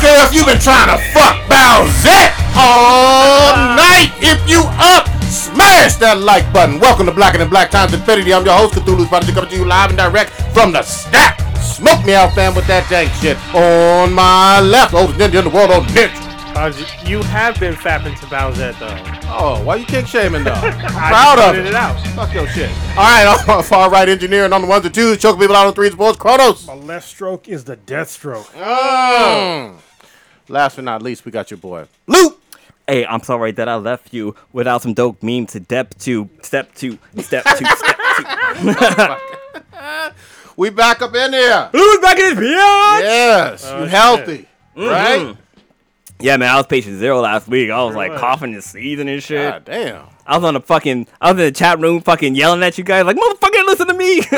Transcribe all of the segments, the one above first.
care if you've been trying to fuck Bowsette all night. If you up, smash that like button. Welcome to Black and Black Times Infinity. I'm your host, Cthulhu's Prodigy, coming to you live and direct from the stack. Smoke me out, fam, with that dank shit. On my left, old ninja in the world, old ninja. Bowsette. Uh, You have been fapping to Bowsette though. Oh, why you kick shaming, though? I'm I proud of just pointed it. it out. Fuck your shit. All right, I'm a far right engineer, and on the ones and twos, choking people out on threes, boys, Kronos. My left stroke is the death stroke. Mm. Last but not least, we got your boy Luke. Hey, I'm sorry that I left you without some dope meme to dep to step to step to step to. We back up in there. Who's back in this bitch? Yes, you healthy, Mm-hmm. right? Yeah, man, I was patient zero last week. I was like was. coughing and sneezing and shit. God damn. I was on the fucking, I was in the chat room fucking yelling at you guys like, motherfucker, listen to me. I,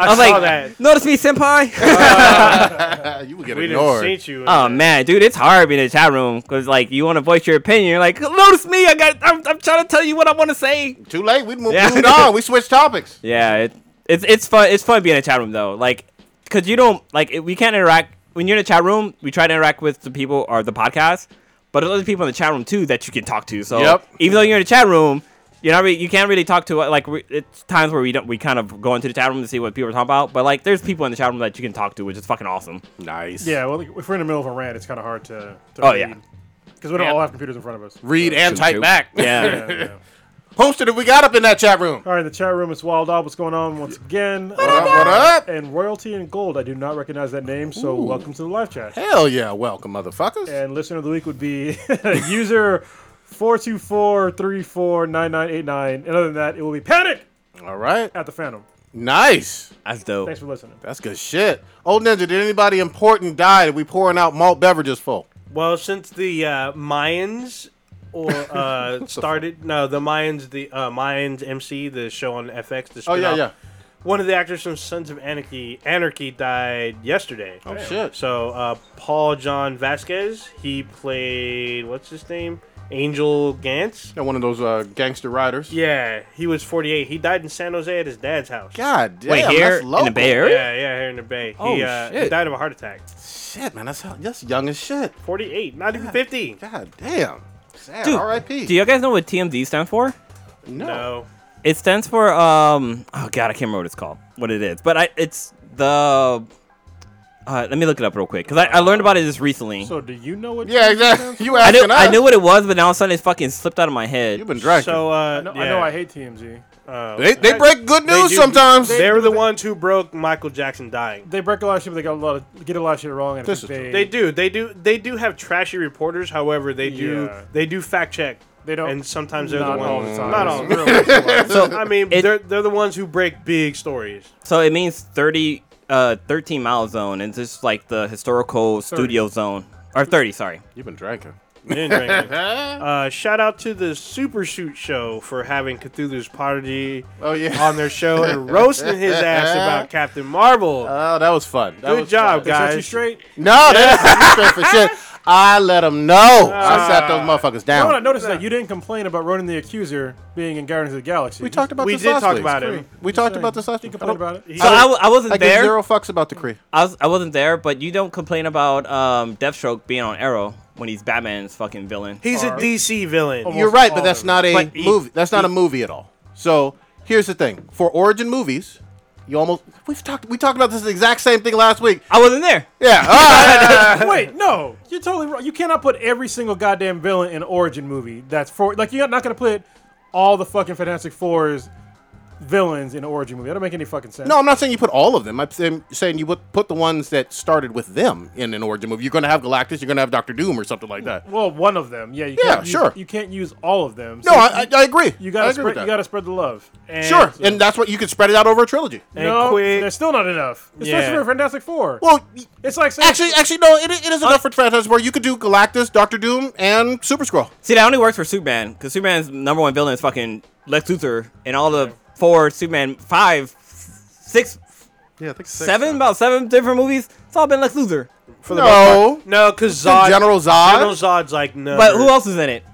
I was saw like, that. notice me, senpai. you would get We didn't ignored. see you. oh man, dude, it's hard being in the chat room because like you want to voice your opinion. You're like, notice me. I got, I'm, I'm trying to tell you what I want to say. Too late. We moved, Yeah. moved on. We switched topics. Yeah, it, it's it's fun. It's fun being in a chat room though, like because you don't like it- we can't interact when you're in a chat room. We try to interact with the people or the podcast, but there's other people in the chat room too that you can talk to. So Yep. even though you're in a chat room, you're not really, you can't really talk to uh, like we, it's times where we don't we kind of go into the chat room to see what people are talking about. But like there's people in the chat room that you can talk to, which is fucking awesome. Nice. Yeah, well, if we're in the middle of a rant, it's kind of hard to. to Oh, yeah. Because we don't Yeah. all have computers in front of us. Read and type Choo-choo. back. Yeah. Yeah, yeah. Posted it. We got up in that chat room. All right, the chat room is wild out. What's going on once again? Uh, What up? What up? And royalty and gold. I do not recognize that name, so welcome to the live chat. Hell yeah. Welcome, motherfuckers. And listener of the week would be user four two four three four nine nine eight nine. And other than that, it will be panic All right. at the Phantom. Nice. That's dope. Thanks for listening. That's good shit. Old Ninja, did anybody important die that we pouring out malt beverages for? Well, since the uh, Mayans or uh, started, no, the Mayans, the uh, Mayans MC, the show on FX, the Oh, yeah, spin-off, yeah. One of the actors from Sons of Anarchy, Anarchy died yesterday. Oh, shit. So uh, Paul John Vasquez, he played what's his name, Angel Gantz. Yeah, one of those uh, gangster riders. Yeah, he was 48. He died in San Jose at his dad's house. God damn. Wait here that's in the local. Bay Yeah, Area. yeah, here in the Bay. Oh, he, uh, he shit. died of a heart attack. Shit, man. That's, that's young as shit. 48, not even 50. God damn. Sad. Dude, R.I.P. Do you guys know what TMZ stands for? No. It stands for um oh god, I can't remember what it's called, what it is. But I it's the uh, let me look it up real quick because I, I learned about it just recently. So, do you know what? Yeah, exactly. You I asking knew I us. knew what it was, but now all of a sudden it fucking slipped out of my You've head. been drinking. So uh, I know, yeah. I know I hate TMZ. Uh, they, they break good they news do- sometimes. They were the ones who broke Michael Jackson dying. They break a lot of shit, but they got a lot of, get a lot of shit wrong. And I This think is true. they, They do. They do. They do have trashy reporters. However, they do. Yeah. They do fact check. They don't- And sometimes they're not the all ones. the time. Not all. the time. Really, So I mean, It- they're they're the ones who break big stories. so it means thirty uh thirteen mile zone and just like the historical studio zone. Or thirty, sorry. You've been drinking. You didn't drink it. uh, shout out to the Super Shoot Show for having Cthulhu's Prodigy Oh, yeah. on their show and roasting his ass about Captain Marvel. Uh, Oh, that was fun. That Good was fun. job, They set you Guys. straight. No, they didn't set me straight for shit. I let them know. I sat those motherfuckers You know what I down. noticed is that you didn't complain about Ronan the Accuser being in Guardians of the Galaxy. we talked about we this did last talk week. about him. We talked about this last You week. complained about it. So I, w- I wasn't I give there. zero fucks about the Kree. I was I wasn't there, but you don't complain about um Deathstroke being on Arrow when he's Batman's fucking villain. He's a Alright. DC villain. Almost You're right, but all that's of not a But he- movie. That's not a movie at all. So here's the thing: for origin movies, you almost we've talked we talked about this exact same thing last week. I wasn't there. Yeah, Ah, all right. Wait, no, you're totally wrong. You cannot put every single goddamn villain in an origin movie. That's for like you're not gonna put all the fucking Fantastic Four's villains in an origin movie. That don't make any fucking sense. no, I'm not saying you put all of them. I'm saying- saying you would put the ones that started with them in an origin movie. You're going to have Galactus. You're going to have Doctor Doom or something like that. Well, one of them. Yeah. You Yeah, Can't use- sure. You can't use all of them. No, I, I, I agree. you I agree gotta with spread. You that. gotta spread the love. And sure, and that's what you could spread it out over a trilogy. and no, quick. there's still not enough, especially Yeah. for Fantastic Four. Well, it's like saying- actually, actually, no, it, it is enough for franchise where you could do Galactus, Doctor Doom, and Super Scroll. See, that only works for Superman because Superman's number one villain is fucking Lex Luthor, and all the four Superman five, six, Yeah, I think six, seven, about seven different movies. It's all been Lex Luthor. no, no, because Zod. General Zod? General Zod's like no. But who else is in it?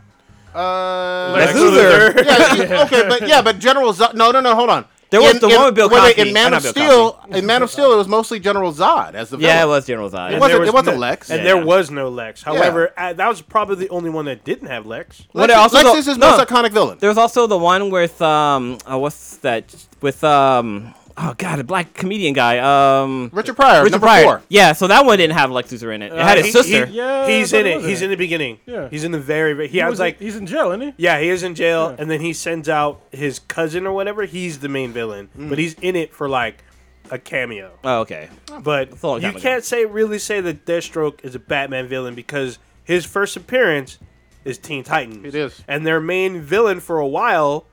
uh, Lex Lex Luthor. Luthor. yeah, okay, but yeah, but General Zod. No, no, no. Hold on. There was in, the in, one with Bill wait, wait, Cosby. in Man uh, of not Bill Steel. In Man of Steel, it was mostly General Zod as the villain. Yeah, it was General Zod. It And wasn't- there it wasn't no- Lex. And Yeah. there was no Lex. However, uh, that was probably the only one that didn't have Lex. Well, Lex, they also Lex don't- is his no. most iconic villain. There was also the one with um, uh, what's that? With um, oh god, a black comedian guy. Um, Richard Pryor, Richard number Pryor. four. Yeah, so that one didn't have Lex Luthor in it. It had Uh, his he- sister. he- Yeah, he's but in it it. wasn't He's it. in the beginning. Yeah. He's in the very. very he, I was in- like, he's in jail, isn't he? yeah, he is in jail, Yeah. and then he sends out his cousin or whatever. He's the main villain, Mm. but he's in it for like a cameo. oh, okay. But a long you time ago. can't say really say that Deathstroke is a Batman villain because his first appearance is Teen Titans. It is. and their main villain for a while,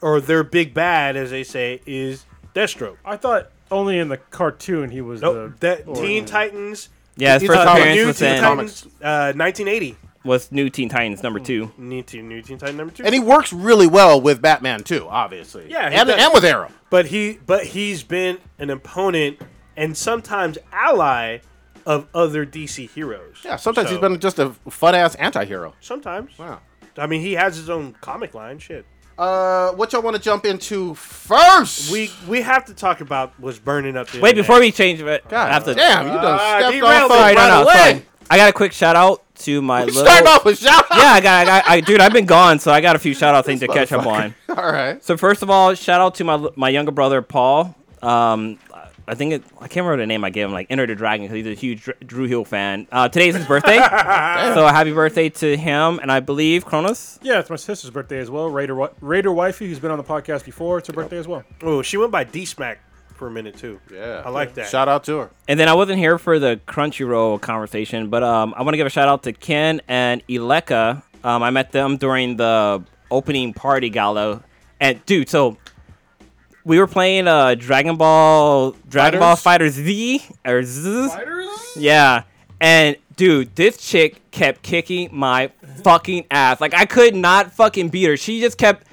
or their big bad, as they say, is Deathstroke. I thought only in the cartoon he was Nope, the. that Teen Titans. Yeah, his it's first uh, appearance New was Teen in- Titans, uh, 1980. Was New Teen Titans number two. New Teen, New Teen Titan number two. And he works really well with Batman too, obviously. Yeah, he and, does. and with Arrow. but he but he's been an opponent and sometimes ally of other DC heroes. Yeah, sometimes he's So, been just a fun ass anti-hero. sometimes. Wow. I mean, he has his own comic line. Shit. Uh, what y'all want to jump into first? We we have to talk about what's burning up. The Wait, internet. before we change it, God I have to. damn, you done Ah, stepped derailed off it of Sorry, no, right no, it's away. fine. I got a quick shout out to my You little. started off with shout out. Yeah, I got, I got, I, dude, I've been gone, so I got a few shout out things to catch up on. All right. So first of all, shout out to my my younger brother Paul. Um, I think it, I can't remember the name I gave him, like Enter the Dragon, because he's a huge Dr- Drew Hill fan. Uh, today's his birthday, so happy birthday to him, and I believe Kronos. Yeah, it's my sister's birthday as well. Raider, Wi- Raider wifey, who's been on the podcast before, it's her birthday as well. oh, she went by D Smack for a minute too. Yeah. I like that. Shout out to her. And then I wasn't here for the Crunchyroll conversation, but um, I want to give a shout out to Ken and Eleka. Um, I met them during the opening party gala, and dude, so we were playing uh Dragon Ball Dragon Ball Fighter Z or Z. Yeah. And dude, this chick kept kicking my fucking ass. Like I could not fucking beat her. She just kept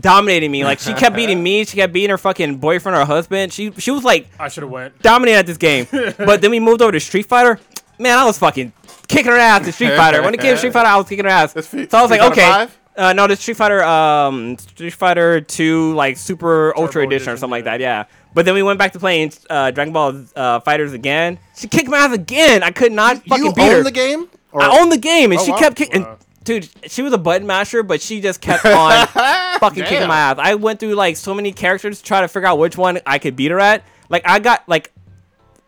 dominating me. Like she kept beating me. She kept beating her fucking boyfriend or husband. She she was like I should have went. dominating at this game. But then we moved over to Street Fighter. Man, I was fucking kicking her ass in Street Fighter. When it came to Street Fighter, I was kicking her ass. So Street- I was like, Street Fighter okay. five? Uh, no, the Street Fighter, um, Street Fighter Two, like Super Ultra Edition or Edition, something like yeah. that. Yeah. But then we went back to playing uh, Dragon Ball uh, Fighters again. She kicked my ass again. I could not fucking you beat her. own the game? Or I owned the game, and Oh, she wow. kept kicking. Wow. Dude, she was a button masher, but she just kept on fucking Damn. kicking my ass. I went through like so many characters to try to figure out which one I could beat her at. Like I got like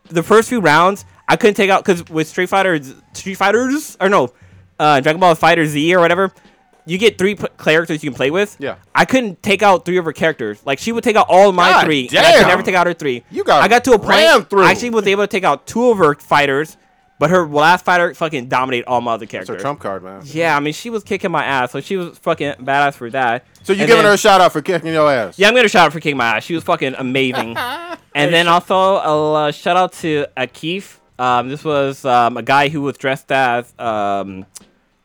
the first few rounds, I couldn't take out because with Street Fighters, Street Fighters or no, uh, Dragon Ball Fighter Z or whatever, you get three p- characters you can play with. Yeah. I couldn't take out three of her characters. Like she would take out all my God three. and I could damn. never take out her three. You got I got to a ran point. through. I actually was able to take out two of her fighters, but her last fighter fucking dominated all my other It's her characters. trump card, man. Yeah, I mean she was kicking my ass, so she was fucking badass for that. So you And giving then- her a shout out for kicking your ass? yeah, I'm gonna shout out for kicking my ass. She was fucking amazing. and then also, I'll uh, shout out to Akif. Um, this was um, a guy who was dressed as um,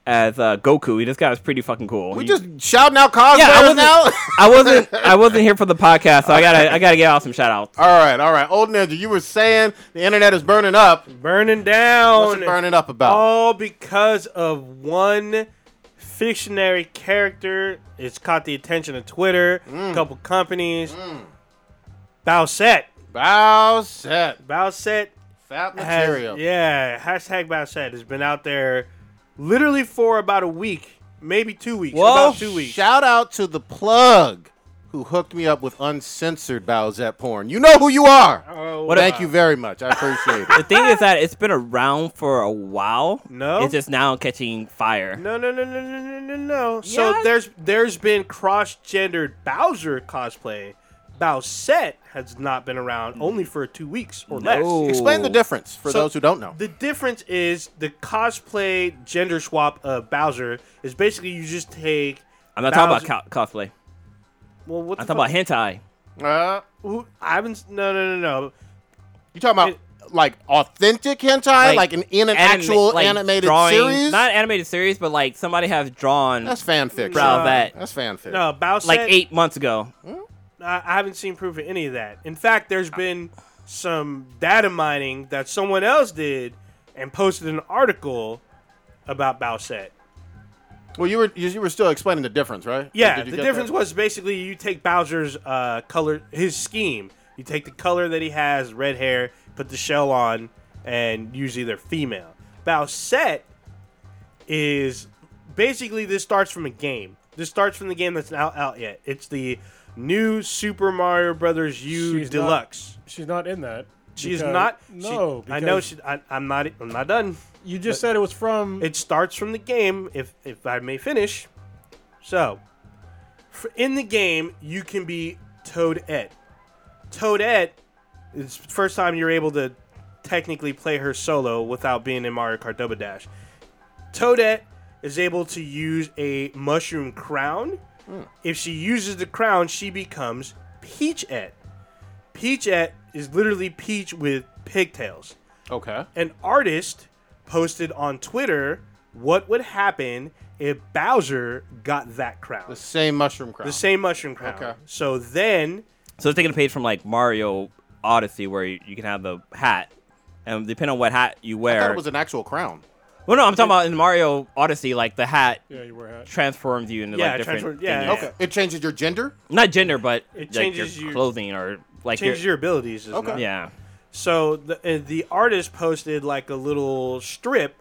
as uh, Goku. This guy was pretty fucking cool. We He- just shouting out cosplayers yeah, I wasn't, now. I wasn't, I wasn't here for the podcast, so I gotta, I gotta get out some shout outs. all right, all right. Old Ninja, you were saying the internet is burning up. burning down. What's it burning up about? All because of one fictionary character. It's caught the attention of Twitter, Mm. a couple companies. Bowsette. Bow set. Bowsette Fat Oh. has- material. yeah, hashtag Bowsette has been out there literally for about a week, maybe two weeks. Well, about two weeks. Shout out to the plug who hooked me up with uncensored Bowsette porn. You know who you are. Oh, What Thank about- you very much. I appreciate it. The thing is that it's been around for a while. No. it's just now catching fire. No, no, no, no, no, no, no, no. So Yeah. there's there's been cross-gendered Bowser cosplay. Bowsette has not been around only for two weeks or No. less. Explain the difference for So- those who don't know. The difference is the cosplay gender swap of Bowser is basically you just take. I'm not Bowser- talking about co- cosplay. Well, what I'm the talking about hentai. Uh, fuck- who- I haven't. s- No, no, no, no. you talking about It- like authentic hentai, like, an in an Anima- actual like, animated drawing- series? not animated series, but like somebody has drawn That's fan fiction. Bro, that- That's fan fiction. No, Bowsette. like eight months ago. I, I haven't seen proof of any of that. In fact, there's been some data mining that someone else did and posted an article about Bowsette. Well, you were you, you were still explaining the difference, right? Yeah, Did you the get difference that? was basically you take Bowser's uh, color, his scheme. You take the color that he has, red hair, put the shell on, and usually they're female. Bowsette is basically this starts from a game. This starts from the game that's not out yet. It's the new Super Mario Brothers U She's not- Deluxe. She's not in that. She's because- not. she- No, I know. because She, I, I'm not. I'm not done. You just said it was from. It starts from the game, if if I may finish. So, f in the game, you can be Toadette. Toadette is first time you're able to technically play her solo without being in Mario Kart Double Dash. Toadette is able to use a mushroom crown. If she uses the crown, she becomes Peachette. Peachette is literally Peach with pigtails okay. an artist posted on Twitter what would happen if Bowser got that crown. The The, same mushroom crown. same mushroom crown. Okay. So then So they're taking a page from like Mario Odyssey, where you, you can have the hat, and depending on what hat you I thought wear. it was an actual crown. well, no, I'm talking about in Mario Odyssey, like the hat yeah, you were at. transforms you into Yeah, like different. transform- yeah, things. yeah. Okay. It changes your gender. Not gender, but It like your changes your- clothing or like changes your abilities. is Okay. not- yeah. So the, uh, the artist posted like a little strip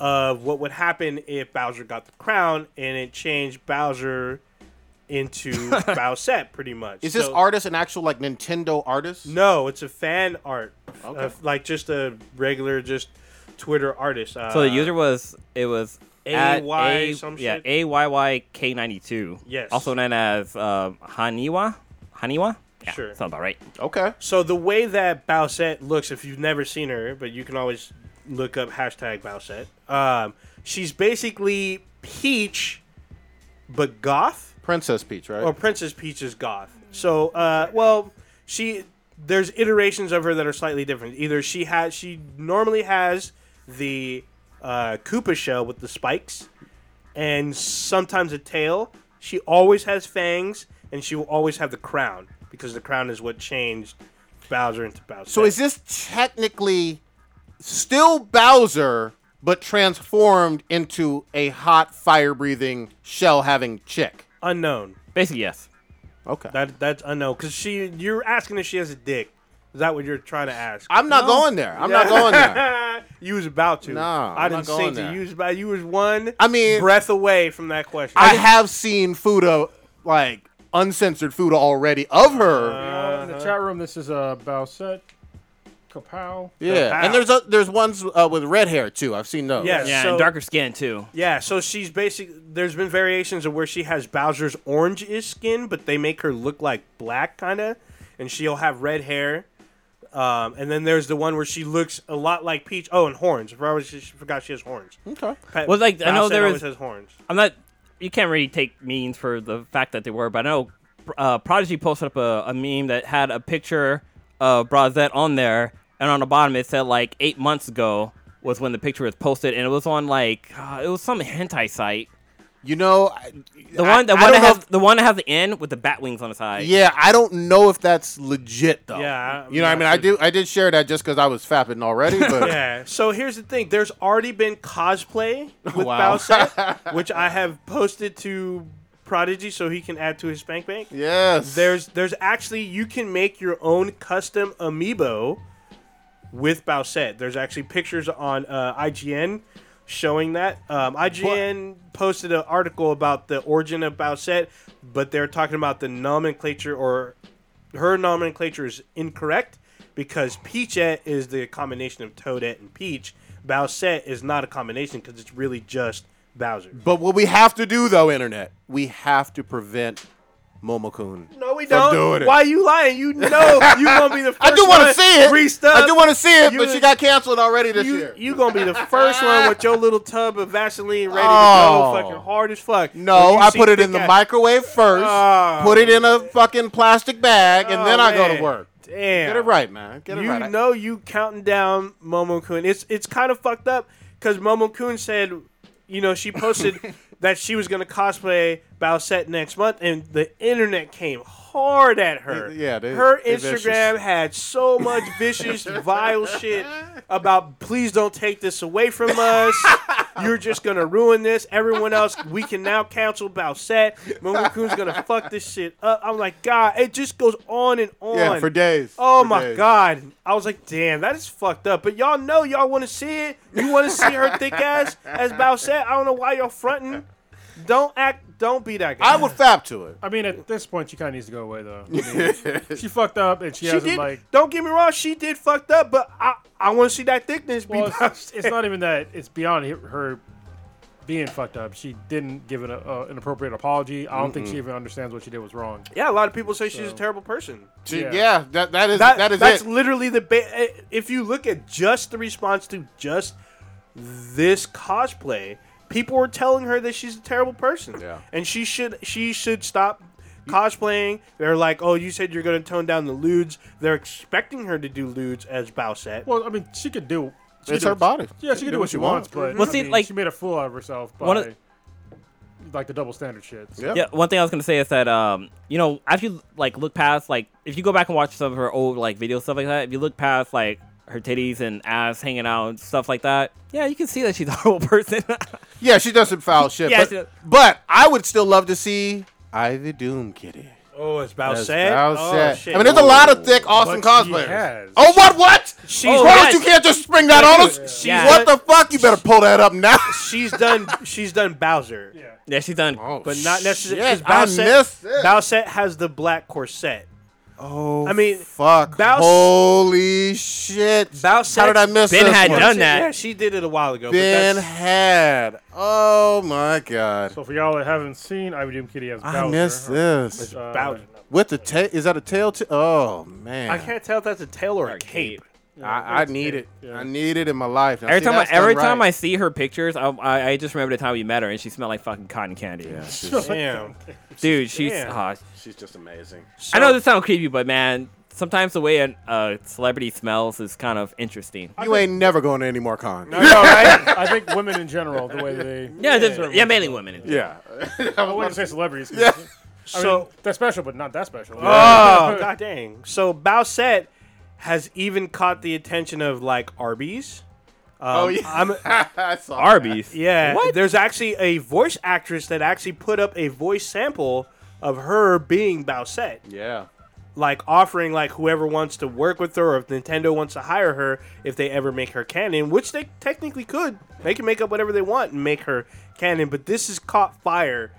of what would happen if Bowser got the crown, and it changed Bowser into Bowsette pretty much. Is this So- artist an actual like Nintendo artist? No, it's a fan art. Okay. Of, like just a regular, just Twitter artist. Uh, So the user was it was at AY A- some yeah shit? A Y Y K ninety two. Yes. Also known as uh, Haniwa. Haniwa. Yeah, Sure. Sounds about right. Okay. So the way that Bowsette looks, if you've never seen her, but you can always look up hashtag Bowsette. Um, she's basically Peach, but goth, Princess Peach, right? or Princess Peach is goth. So, uh, well, she there's iterations of her that are slightly different. Either she has she normally has the uh, Koopa shell with the spikes, and sometimes a tail. She always has fangs, and she will always have the crown because the crown is what changed Bowser into Bowser. so is this technically still Bowser, but transformed into a hot, fire-breathing, shell-having chick? unknown? Basically, yes. Okay. That that's unknown because she. You're asking if she has a dick. Is that what you're trying to ask? I'm not going there. I'm not going there. you was about to. No, I I'm didn't not say going to there. you was about. You was one. I mean- breath away from that question. I have seen Fuda like uncensored Fuda already of her. Uh, in the Uh-huh. chat room, this is uh, Bowsette. Kapow. yeah, and there's a, there's ones uh, with red hair too. I've seen those. Yes. Yeah, So- and darker skin too. Yeah, so she's basically there's been variations of where she has Bowser's orange-ish skin, but they make her look like black kind of, and she'll have red hair. Um, and then there's the one where she looks a lot like Peach. Oh, and horns. I probably just forgot she has horns. Okay. Pat, Hmm. Well, like, I know Bowsette there always is- has horns. I'm not. You can't really take means for the fact that they were, but I know uh, Prodigy posted up a, a meme that had a picture of Brazette on there, and on the bottom it said like eight months ago was when the picture was posted, and it was on like uh, it was some hentai site. You know, I- The I- one, the I don't one that know has if- the one that has the end with the bat wings on the side. yeah, I don't know if that's legit though. Yeah, I- you know, what I mean, I do, I did share that just because I was fapping already, but Yeah. So here's the thing. There's already been cosplay with Wow. Bowsette, which I have posted to Prodigy so he can add to his spank bank. yes, There's there's actually you can make your own custom amiibo with Bowsette. There's actually pictures on uh, IGN showing that. Um, IGN posted an article about the origin of Bowsette, but they're talking about the nomenclature or her nomenclature is incorrect because Peachette is the combination of Toadette and Peach. Bowsette is not a combination because it's really just Bowser. But what we have to do though, internet, we have to prevent Momokun. No, we from don't. doing it. Why you lying? You know you gonna be the first. I do want one to see it. greased up. I do want to see it, but You- she got canceled already this You year. you gonna be the first one with your little tub of Vaseline ready Oh. to go, fucking hard as fuck. no, When you I see put it in thick the ass- microwave first, Oh. put it in a fucking plastic bag, and then Oh, I go man. to work. Damn, Get it right, man. Get it you right. I- know you counting down Momo Kun. It's it's kind of fucked up because Momo Kun said, you know, she posted that she was gonna cosplay Bowsette next month, and the internet came hard at her. Yeah, they- her they're Instagram had so much vicious, vile shit about please don't take this away from us. You're just gonna ruin this. Everyone else, we can now cancel Bowsette. Momokun's gonna fuck this shit up. I'm like, God, it just goes on and on. Yeah, for days. Oh For my days. god. I was like, damn, that is fucked up. But y'all know y'all wanna see it. You wanna see her thick ass as Bao said. I don't know why y'all fronting. Don't act don't be that guy. I would fap to it. I mean, at this point, she kind of needs to go away, though. I mean, she fucked up, and she, she hasn't did like. don't get me wrong, she did fucked up, but I I wanna see that thickness Well, be it's, Bao it's not even that. It's beyond her- her being fucked up. She didn't give an, uh, an appropriate apology. I don't think she even understands what she did was wrong. Yeah, a lot of people say she's a terrible person. She- Yeah. yeah. that that is That, that is that's it. literally the ba- eh, if you look at just the response to just this cosplay, people were telling her that she's a terrible person. Yeah. And she should she should stop cosplaying. They're like, "Oh, you said you're going to tone down the lewds." They're expecting her to do lewds as Bowsette. Well, I mean, she could do. She It's could her do- body. Yeah, she, can do what she wants, but Well, I see, mean, like- she made a fool out of herself by One of- like the double standard shit. so. Yeah. Yeah, one thing I was gonna say is that um, you know, after you like look past like if you go back and watch some of her old like video stuff like that, if you look past like her titties and ass hanging out and stuff like that, yeah, you can see that she's a horrible person. Yeah, she does some foul shit. Yeah, but, she- but I would still love to see Ivy Doom Kitty. Oh, it's Bowsette. That's oh, sad. shit. I mean, there's a lot of thick, awesome But she cosplayers. has. Oh, what? What? She's- Of Oh, course yes. you can't just spring that on Yeah. us. Yeah. What the fuck? You better pull that up now. she's done she's done Bowser. Yeah. yeah, she's done. But not necessarily Shit, because I missed Bowsette, it. Bowsette has the black corset. Oh, I mean, fuck. Bow- Holy shit. Bowsette- How did I miss Ben this had one? done that. Yeah, she did it a while ago. Ben but that's, had. Oh my god. So for y'all that haven't seen Ivy Doom Kitty as Bowser, I missed her- this. uh, Bowser. With the tail, is that a tail? T- oh man, I can't tell if that's a tail or a cape. I, I need it. Yeah. I need it in my life. Now, Every see, time, I, that's done every time I right. see her pictures, I, I, I just remember the time we met her, and she smelled like fucking cotton candy. Damn. Dude, she's. Damn. aw, she's just amazing. I know this sounds creepy, but man, sometimes the way a uh, celebrity smells is kind of interesting. You ain't never going to any more con. I know, right? I think women in general, the way they Yeah, just, yeah, mainly women. Yeah, Oh, I wouldn't say celebrities. Yeah. so So, they're special, but not that special. Uh, oh god dang! So Bowsette has even caught the attention of like Arby's. Um, Oh, yeah. I'm, I saw. Arby's. yeah. What? There's actually a voice actress that actually put up a voice sample of her being Bowsette, that. Yeah, like offering like whoever wants to work with her, or if Nintendo wants to hire her, if they ever make her canon, which they technically could. They can make up whatever they want and make her canon, but this has caught fire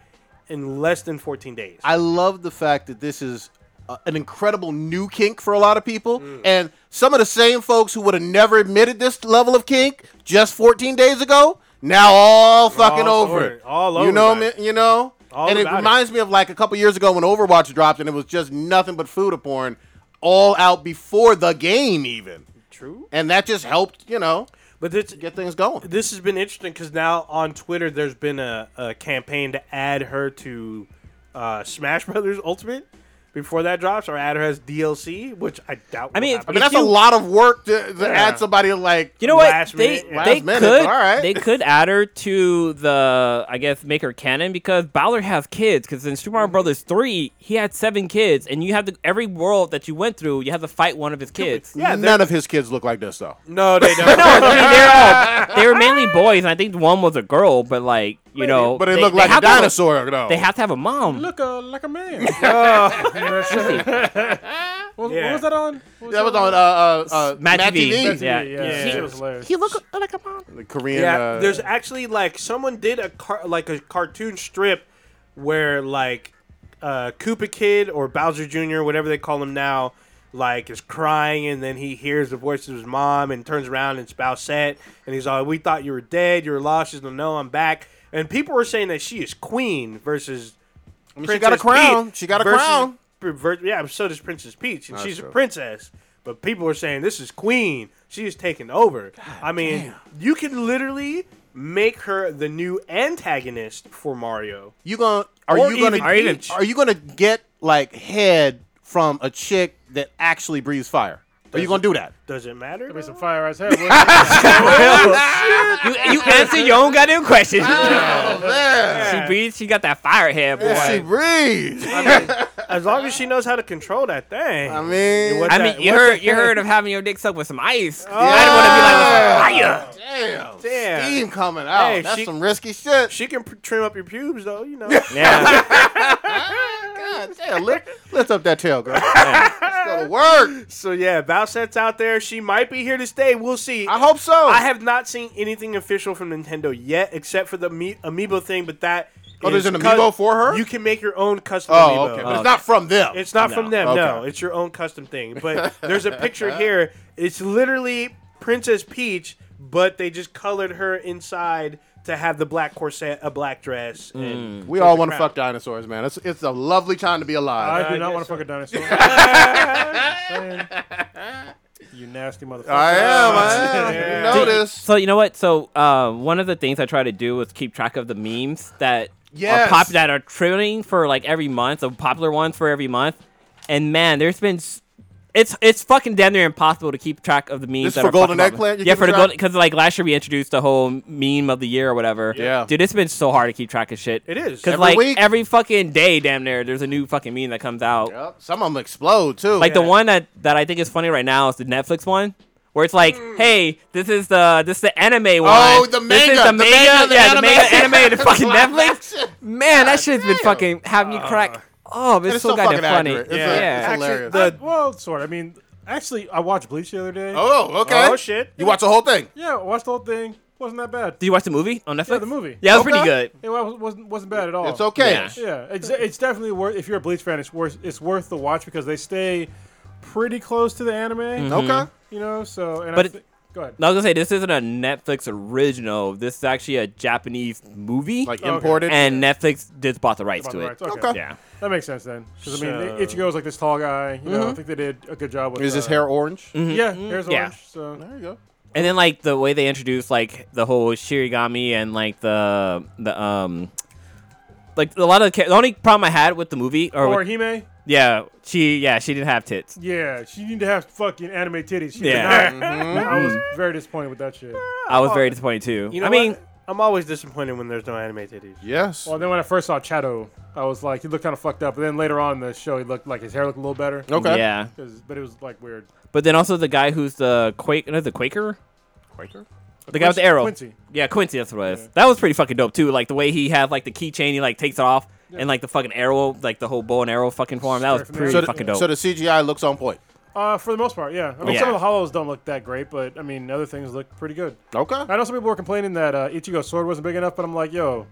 in less than 14 days. I love the fact that this is uh, an incredible new kink for a lot of people, and some of the same folks who would have never admitted this level of kink just 14 days ago now all fucking All over over it. it. All you over know, about me- it. you know. All and it about it. reminds me of like a couple years ago when Overwatch dropped, and it was just nothing but food porn all out before the game even, True. and that just helped you know But it's, get things going. this has been interesting because now on Twitter there's been a, a campaign to add her to uh, Smash Brothers Ultimate before that drops, or add her as DLC, which I doubt. I will mean, happen. I mean, If that's a you- lot of work to, to add somebody like You know what? Last they minute, yeah. they Last minute, could but all right. they could add her to the I guess make her canon because Bowler has kids because in Super Mario Brothers three he had seven kids and you have to every world that you went through you have to fight one of his kids. yeah, they're- none of his kids look like this though. no, they don't. No, I mean, they're all- they were mainly boys and I think one was a girl but like you know But it they, looked they like a have to have dinosaur though. they have to have a mom. Look uh, like a man. what, what Yeah. was that on? What That was on uh, uh, uh, Matt TV. TV. yeah, Yeah. yeah, Yeah. Shit was hilarious. He look like a mom. The Korean. yeah, uh, there's actually like someone did a car like a cartoon strip where like uh, Koopa Kid or Bowser Jr. whatever they call him now like is crying and then he hears the voice of his mom and turns around and it's Bowsette and he's all we thought you were dead you were lost she's like no I'm back and people were saying that she is queen versus I mean, she got a crown. Peach She got a versus- crown. per- ver- yeah, so does Princess Peach, and That's she's true. a princess. But people are saying this is Queen. She is taking over. I mean, you can literally make her the new antagonist for Mario. You gonna are Or you gonna even Or even- Peach. are you gonna get like head from a chick that actually breathes fire? Are you gonna do that? Does it matter? Be though? some fire ass head. wouldn't You, you answer your own goddamn question. Oh man, She beats. She got that fire hair, boy. Oh, she breathes. As long as she knows how to control that thing. I mean, What I the- mean, you what heard the you heck? heard of having your dick sucked with some ice. Oh, I didn't want to be like with some fire. damn, Damn. steam coming out. Hey, That's she- some risky shit. She can pr- trim up your pubes, though. You know. Yeah, God damn, lift, lift up that tail, girl. It's gonna work. so yeah, Bowsette's out there. She might be here to stay. We'll see. I hope so. I have not seen anything official from Nintendo yet, except for the ami- amiibo thing. But that Oh, there's is an amiibo for her? You can make your own custom. Oh, amiibo. okay, but it's not from them. It's not No. from them. No, Okay. it's your own custom thing. But there's a picture here. It's literally Princess Peach, but they just colored her inside to have the black corset, a black dress. Hmm. And we all want to crap. fuck dinosaurs, man. It's it's a lovely time to be I? alive. I do not guess want to so. fuck a dinosaur. Saying, you nasty motherfucker. I am. I am. Yeah. You know this. So you know what? So uh, one of the things I try to do is keep track of the memes that Yes. are pop that are trending for like every month, so popular ones for every month. And man, there's been s- it's it's fucking damn near impossible to keep track of the memes. This that for are fucking Golden popular. Eggplant you're Yeah, for the keeping golden track? because like last year we introduced the whole meme of the year or whatever. Yeah. dude, it's been so hard to keep track of shit. It is. because Every like week. every fucking day, damn near, there's a new fucking meme that comes out. Yep. Some of them explode too. Like the one that, that I think is funny right now is the Netflix one. Where it's like, hey, this is the this is the anime one. Hmm. Oh, the This is manga, the the manga, manga, the yeah, the manga anime. anime, the fucking Live Netflix. action. Man, that shit's been damn. Uh. fucking having me crack. Oh, it's, it's so, so goddamn fucking funny. accurate. It's yeah, a- yeah. it's Actually, hilarious. the, Well, sort of. I mean, actually, I watched Bleach the other day. Oh, okay. Oh, shit. You watch the whole thing. Yeah, I watched the whole thing. Wasn't that bad. Did you watch the movie on Netflix? Yeah, the movie. Yeah, it was Okay. pretty good. It wa- wasn't wasn't bad Oh, at all. It's okay. Yeah. Yeah, it's, it's definitely worth. If you're a Bleach fan, it's worth it's worth the watch because they stay pretty close to the anime. Okay. You know, so and Mm-hmm. But I it- thi- go ahead. No, I was gonna say this isn't a Netflix original. This is actually a Japanese movie, Like Okay. imported. and Netflix just bought the rights About to the it. rights. Okay. Okay. Yeah. that makes sense then. Because I mean, So- they- Ichigo is like this tall guy. You know, I Mm-hmm. think they did a good job with. Is his uh, hair orange? Yeah, hair's yeah. orange. So There you go. And then like the way they introduced like the whole Shirigami and like the the um like a lot of the, cha- the only problem I had with the movie or, or with, Hime. yeah she yeah she didn't have tits. Yeah, she need to have fucking anime titties. She Yeah. yeah, I was very disappointed with that shit. I was very disappointed too. you know I mean what? I'm always disappointed when there's no anime titties. Yes. Well, then when I first saw Chato, I was like, he looked kind of fucked up. But then later on in the show, he looked like his hair looked a little better. okay. yeah, 'Cause- but it was like weird. but then also the guy who's the quake no, the Quaker Quaker. the guy with Quincy- the arrow Quincy. yeah Quincy that's what it is. That was pretty fucking dope too. Like the way he had like the keychain he like takes it off and like the fucking arrow like the whole bow and arrow fucking form that was Straight from pretty the- the, fucking dope. so the CGI looks on point. Uh, for the most part, yeah. I mean, Yeah. some of the hollows don't look that great, but I mean, other things look pretty good. Okay. I know some people were complaining that uh, Ichigo's sword wasn't big enough, but I'm like, yo,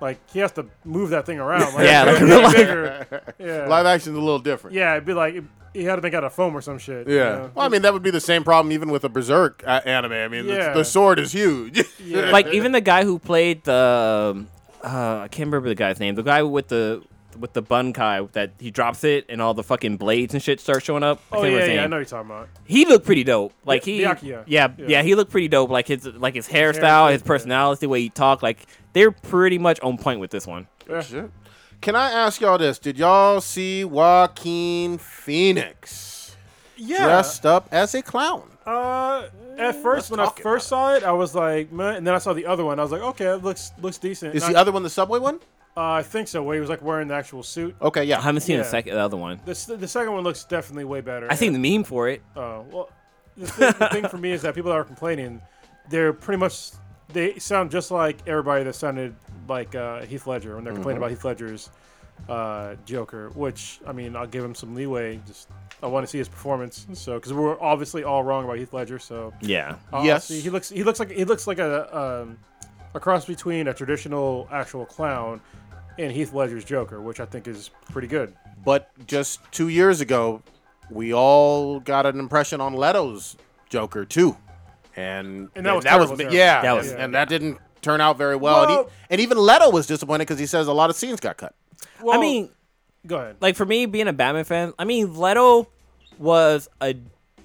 like he has to move that thing around. Like, Yeah, if it like real was life. bigger. Live Yeah, action's a little different. uh, yeah. It'd be like he had to make out of foam or some shit. you Yeah. know? Well, I mean, that would be the same problem even with a Berserk uh, anime. I mean, Yeah. the, the sword is huge. Yeah. like even the guy who played the um, uh, I can't remember the guy's name. The guy with the with the bun kai that he drops it and all the fucking blades and shit start showing up. I Oh can't remember yeah, his yeah. I name. know what you're talking about. He looked pretty dope. Like Yeah, he, Byakuya. yeah, Yeah. yeah, he looked pretty dope. Like his like his hairstyle, his personality, the way he talked. Like they're pretty much on point with this one. Shit. Can I ask y'all this? Did y'all see Joaquin Phoenix Yeah. dressed up as a clown? Uh, at first, when I talk first saw it, I was like, man. And then I saw the other one. I was like, okay, it looks looks decent. Is And the I, other one the subway one? Uh, I think so. Where he was like wearing the actual suit. Okay, I yeah. haven't seen the Yeah. second the other one. The, s- the second one looks definitely way better. I seen the meme for it. Oh well, the thing, the thing for me is that people that are complaining, they're pretty much they sound just like everybody that sounded like uh, Heath Ledger when they're complaining about Heath Ledger's uh, Joker. Which I mean, I'll give him some leeway. Just I want to see his performance. So because we're obviously all wrong about Heath Ledger. So Yeah, I'll Yes. Oh, see. he looks he looks like he looks like a um, a cross between a traditional actual clown. And Heath Ledger's Joker, which I think is pretty good. But just two years ago, we all got an impression on Leto's Joker too, and And that was terrible, terrible. yeah, That was- and, and that didn't turn out very well. and, Well- he, and even Leto was disappointed because he says a lot of scenes got cut. Well, I mean, go ahead. like for me being a Batman fan, I mean Leto was a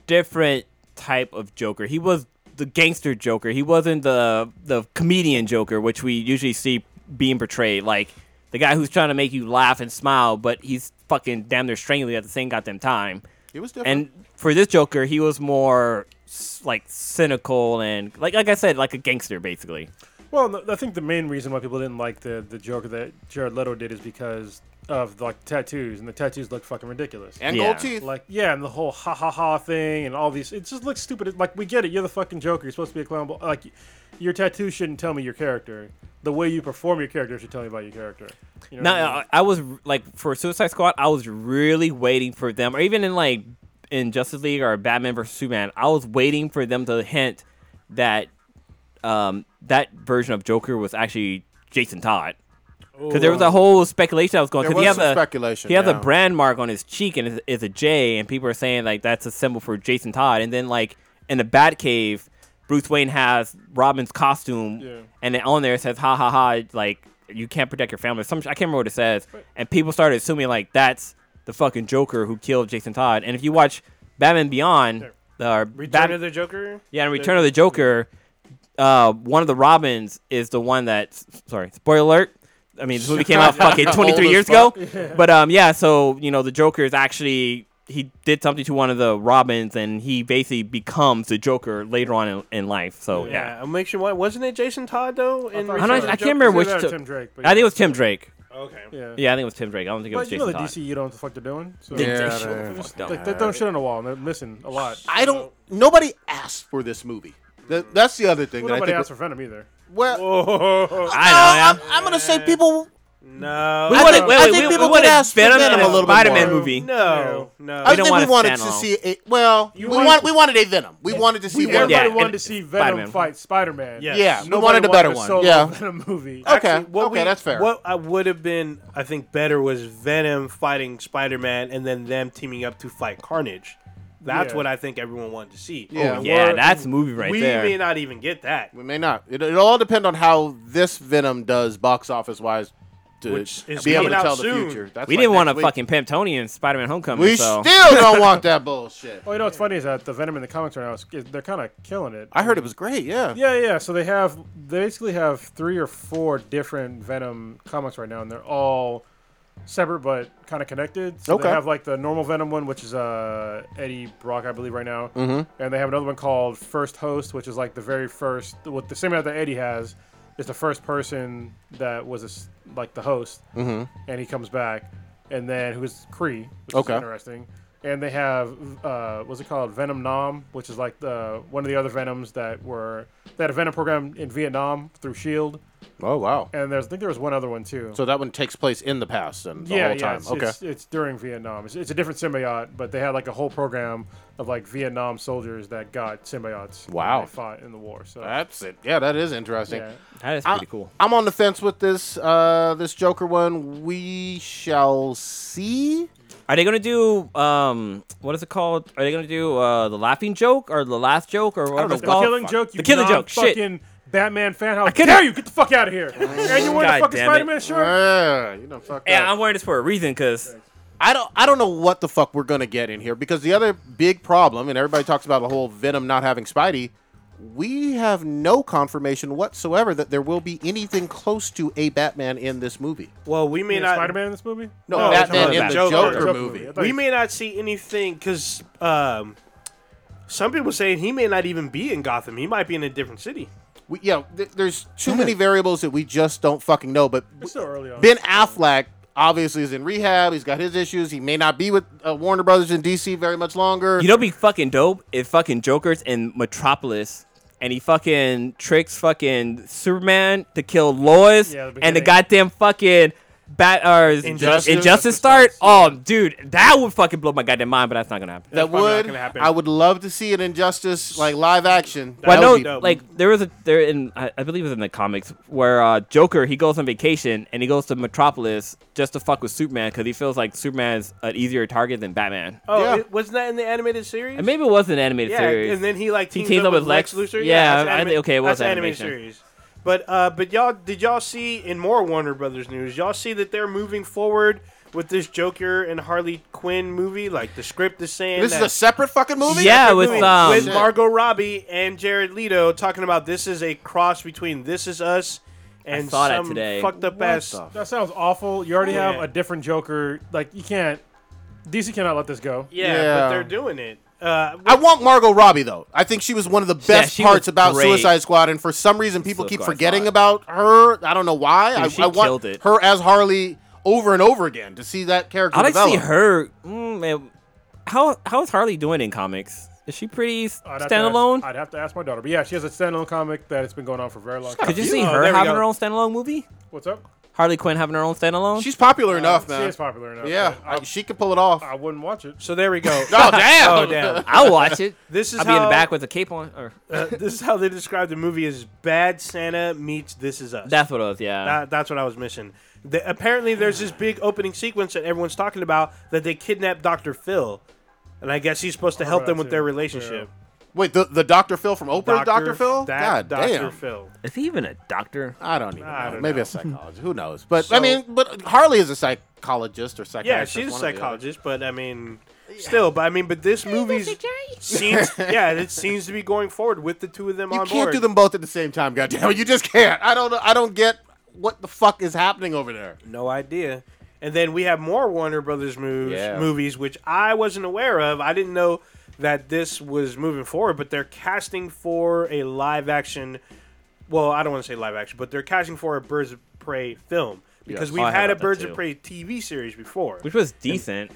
different type of Joker. He was the gangster Joker. He wasn't the the comedian Joker, which we usually see being portrayed, like the guy who's trying to make you laugh and smile, but he's fucking damn near strangling at the same goddamn time. It was different. And for this Joker, he was more s- like cynical and like like I said, like a gangster basically. Well, th- I think the main reason why people didn't like the the Joker that Jared Leto did is because of like tattoos, and the tattoos look fucking ridiculous. and Yeah. gold teeth. like yeah, and the whole ha ha ha thing, and all these. It just looks stupid. It- Like we get it. You're the fucking Joker. You're supposed to be a clown. But like, your tattoo shouldn't tell me your character. The way you perform your character should tell me about your character. You know Now what uh, I mean? I, I was r- like for Suicide Squad, I was really waiting for them, or even in like in Justice League or Batman vs Superman, I was waiting for them to hint that um, that version of Joker was actually Jason Todd. Because there was a whole speculation I was going. There Because he was has some a speculation, he has yeah. a brand mark on his cheek and it's, it's a J, and people are saying like that's a symbol for Jason Todd. And then like in the Batcave, Bruce Wayne has Robin's costume, Yeah. and then on there it says ha ha ha like you can't protect your family. Some sh- I can't remember what it says, and people started assuming like that's the fucking Joker who killed Jason Todd. And if you watch Batman Beyond, the or Return Bat- of the Joker. yeah, in Return of the Joker, uh, one of the Robins is the one that. Sorry, spoiler alert. I mean, this movie came out fucking Old 23 as years fuck. ago. But um, yeah, so you know, the Joker is actually he did something to one of the Robins, and he basically becomes the Joker later on in, in life. So yeah, Yeah, I'm making sure. What wasn't it? Jason Todd though. In thought- Oh, I, Return don't, of the I can't Joker? remember It's which. either To, Tim Drake, but I think it was Tim Drake. Okay. yeah. Yeah, I think it was Tim Drake. I don't think it But was you Jason know the Todd. DC, you don't know what the fuck they're doing. So Yeah, Just- they're just- fucked like, up. they don't shit on the wall. and They're missing a lot. I don't. Nobody asked for this movie. That, that's the other thing Well, that I nobody think. asked for Venom either. well, Oh, I know. I'm, I'm gonna say people. no. We I wanted- think- wait, I wait, think we- people we wanted could ask for Venom Venom in a little bit Spider-Man more. movie. No, no. I think don't we want a wanted to standalone. see a well. We, wanted- want, we wanted a Venom. We wanted to see Everybody one. Yeah, wanted and- to see Venom Spider-Man. fight Spider-Man. Yeah. Yeah, we Nobody wanted a better one. solo Yeah. Venom movie. Okay, Actually, what okay, we- that's fair. What I would have been, I think, better was Venom fighting Spider Man and then them teaming up to fight Carnage. That's Yeah. what I think everyone wanted to see. Yeah. Oh, Yeah, We're- that's a movie right we there. may not even get that, We may not. It, it all depend on how this Venom does box office wise to Which is be able to coming out tell the soon. future. That's we like didn't want to next week. fucking pimp Tony in Spider-Man: Homecoming. We so. still don't want that bullshit. Oh, you know what's funny is that the Venom in the comics right now is is- they're kind of killing it. I heard it was great. Yeah. Yeah, yeah. So they have they basically have three or four different Venom comics right now, and they're all separate but kind of connected. So Okay. they have like the normal Venom one, which is uh Eddie Brock, I believe, right now, mm-hmm. and they have another one called First Host, which is like the very first what the same amount that Eddie has is the first person that was a s like the host, mm-hmm. and he comes back, and then who's Cree, which Okay. is interesting. And they have uh, what's it called, Venom Nam, which is like the one of the other Venoms that were they had a Venom program in Vietnam through Shield, Oh wow. E and there's I think there was one other one too. So that one takes place in the past and the yeah, whole yeah, time. It's, okay. it's, it's during Vietnam. It's, it's a different symbiote, but they had like a whole program of like Vietnam soldiers that got symbiotes. Wow. They fought in the war. So That's it. Yeah, that is interesting. yeah. That is I- pretty cool. I'm on the fence with this uh this Joker one. We shall see. Are they gonna do um what is it called? Are they gonna do uh the laughing joke or the last joke or whatever know. it's The The called? killing joke. You the killing joke. Shit. Fucking Batman fan. How couldn't- dare you get the fuck out of here? and you wearing a God fucking damn it. Spider-Man shirt? Yeah, you know, fuck Yeah, up. I'm wearing this for a reason because I don't I don't know what the fuck we're gonna get in here because the other big problem, and everybody talks about the whole Venom not having Spidey, we have no confirmation whatsoever that there will be anything close to a Batman in this movie. Well, we may Yeah, not. Spider-Man in this movie? No, No, Batman it's in not the Joker. Joker, Joker movie. I thought We you- may not see anything because um, some people saying he may not even be in Gotham. He might be in a different city. We, yeah, th- there's too many variables that we just don't fucking know. But It's still early on. Ben Affleck obviously is in rehab. He's got his issues. He may not be with uh, Warner Brothers in DC very much longer. you know, what'd be fucking dope if fucking Joker's in Metropolis and he fucking tricks fucking Superman to kill Lois Yeah, the and the beginning. goddamn fucking bat or is- Injustice. injustice start. Oh, dude, that would fucking blow my goddamn mind, but that's not gonna happen. that probably not would gonna happen. I would love to see an injustice like live action. Well, I That know, would be- dope. like there was a there in I, I believe it was in the comics where uh, Joker he goes on vacation and he goes to Metropolis just to fuck with Superman because he feels like Superman's an easier target than Batman. Oh, Yeah. it- wasn't that in the animated series? And maybe it was an animated yeah, series. and then he like He teams teamed up, with Lex, Luthor. Yeah, that's I anima- think- okay, it was that's animated animation. series. But uh, but y'all did y'all see in more Warner Brothers news? Y'all see that they're moving forward with this Joker and Harley Quinn movie. Like the script is saying this is that a separate fucking movie. yeah, with, with um, with Shit. Margot Robbie and Jared Leto talking about this is a cross between This Is Us and saw that some today. fucked up What ass. the f- That sounds awful. You already have Yeah. a different Joker. Like you can't. DC cannot let this go. Yeah, Yeah. but they're doing it. Uh, I want Margot Robbie though. I think she was one of the best she parts was about great. Suicide Squad, and for some reason people keep Suicide forgetting Squad. about her. I don't know why. I, she I want killed it. her as Harley over and over again to see that character. I like to see develop. her. Mm, man, how how is Harley doing in comics? Is she pretty s- Oh, I'd have to ask- standalone? I'd have to ask my daughter. But yeah, she has a standalone comic that it's been going on for a very long time. Could you few. see Oh, her there we having go. her own standalone movie? What's up? Harley Quinn having her own standalone? She's popular Uh, enough, man. She is popular enough. yeah, but I- she could pull it off. I, I wouldn't watch it. so there we go. oh damn! oh damn. I'll watch it. This is I'll be in how- the back with a cape on. Or Uh, this is how they describe the movie as Bad Santa meets This Is Us. that's what it was. Yeah. That- that's what I was missing. The, apparently, there's this big opening sequence that everyone's talking about that they kidnap Dr. Phil, and I guess he's supposed to Oh, help them with their relationship. Wait, the, the Dr. Phil from Oprah, Dr. Phil? That God Dr. damn. Phil. Is he even a doctor? I don't even know. don't Maybe know. a psychologist. Who knows? But I So- mean, but Harley is a psychologist or Yeah, psychiatrist. she's a one or the other. psychologist, but I mean, still, but I mean, but this movie's seems, yeah, it seems to be going forward with the two of them You on can't board. do them both at the same time, goddamn. it. You just can't. I don't. I don't get what the fuck is happening over there. No idea. And then we have more Warner Brothers moves, Yeah. movies, which I wasn't aware of. I didn't know that this was moving forward, but they're casting for a live action. Well, I don't want to say live action, but they're casting for a Birds of Prey film because Yes. we've Oh, I heard had a about that Birds of too. Prey TV series before. Which was decent.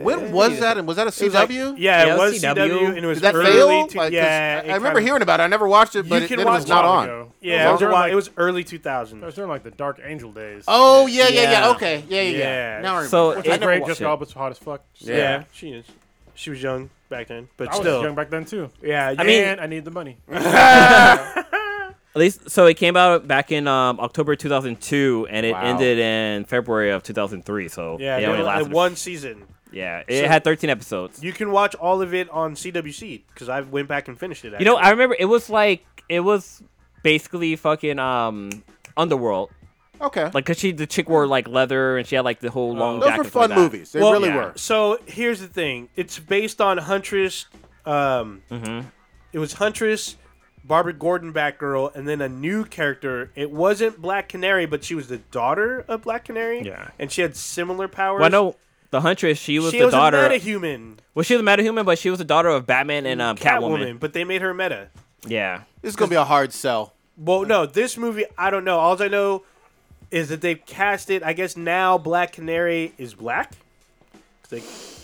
When was that? And was that a It was like- CW? yeah, Yeah, it it was was CW, CW. and it was Did that early. fail? To, Like, 'cause yeah, I- it I remember kinda- hearing about it. I never watched it, but You it, can then it was watch not it. on. Ago. Yeah, it was, around a while- like- it was early It 2000s. was during like the Dark Angel days. Oh yeah, yeah, yeah, Yeah. Okay, yeah, yeah, yeah. Yeah. Now I remember. I So Which it- was never great. watched Jessica it. Alba's hot as fuck. Yeah. Yeah. she is. She was young back then, but I was still, young back then too. yeah. I mean- and I need the money. At least, so it came out back in um, October 2002, and it Wow. ended in February of 2003. So yeah, it yeah only lasted. one season. yeah, it so- had 13 episodes. You can watch all of it on CWC because I went back and finished it. You know, I remember it was like it was basically fucking um Underworld. Okay, Like, cause she the chick wore like leather and she had like the whole long. Oh. those jacket were like fun that. movies. They Well, really yeah. were. so here's the thing: it's based on Huntress. Um, Mm-hmm. It was Huntress, Barbara Gordon, Batgirl, and then a new character. It wasn't Black Canary, but she was the daughter of Black Canary. Yeah. and she had similar powers. Well, I know the Huntress. She was she the was daughter. a human, well, she was a metahuman, but she was the daughter of Batman and um, Catwoman. Catwoman, but they made her meta. Yeah. This is gonna be a hard sell. Well, no, this movie, I don't know. All I know is that they've cast it. I guess now Black Canary is black. 'Cause They,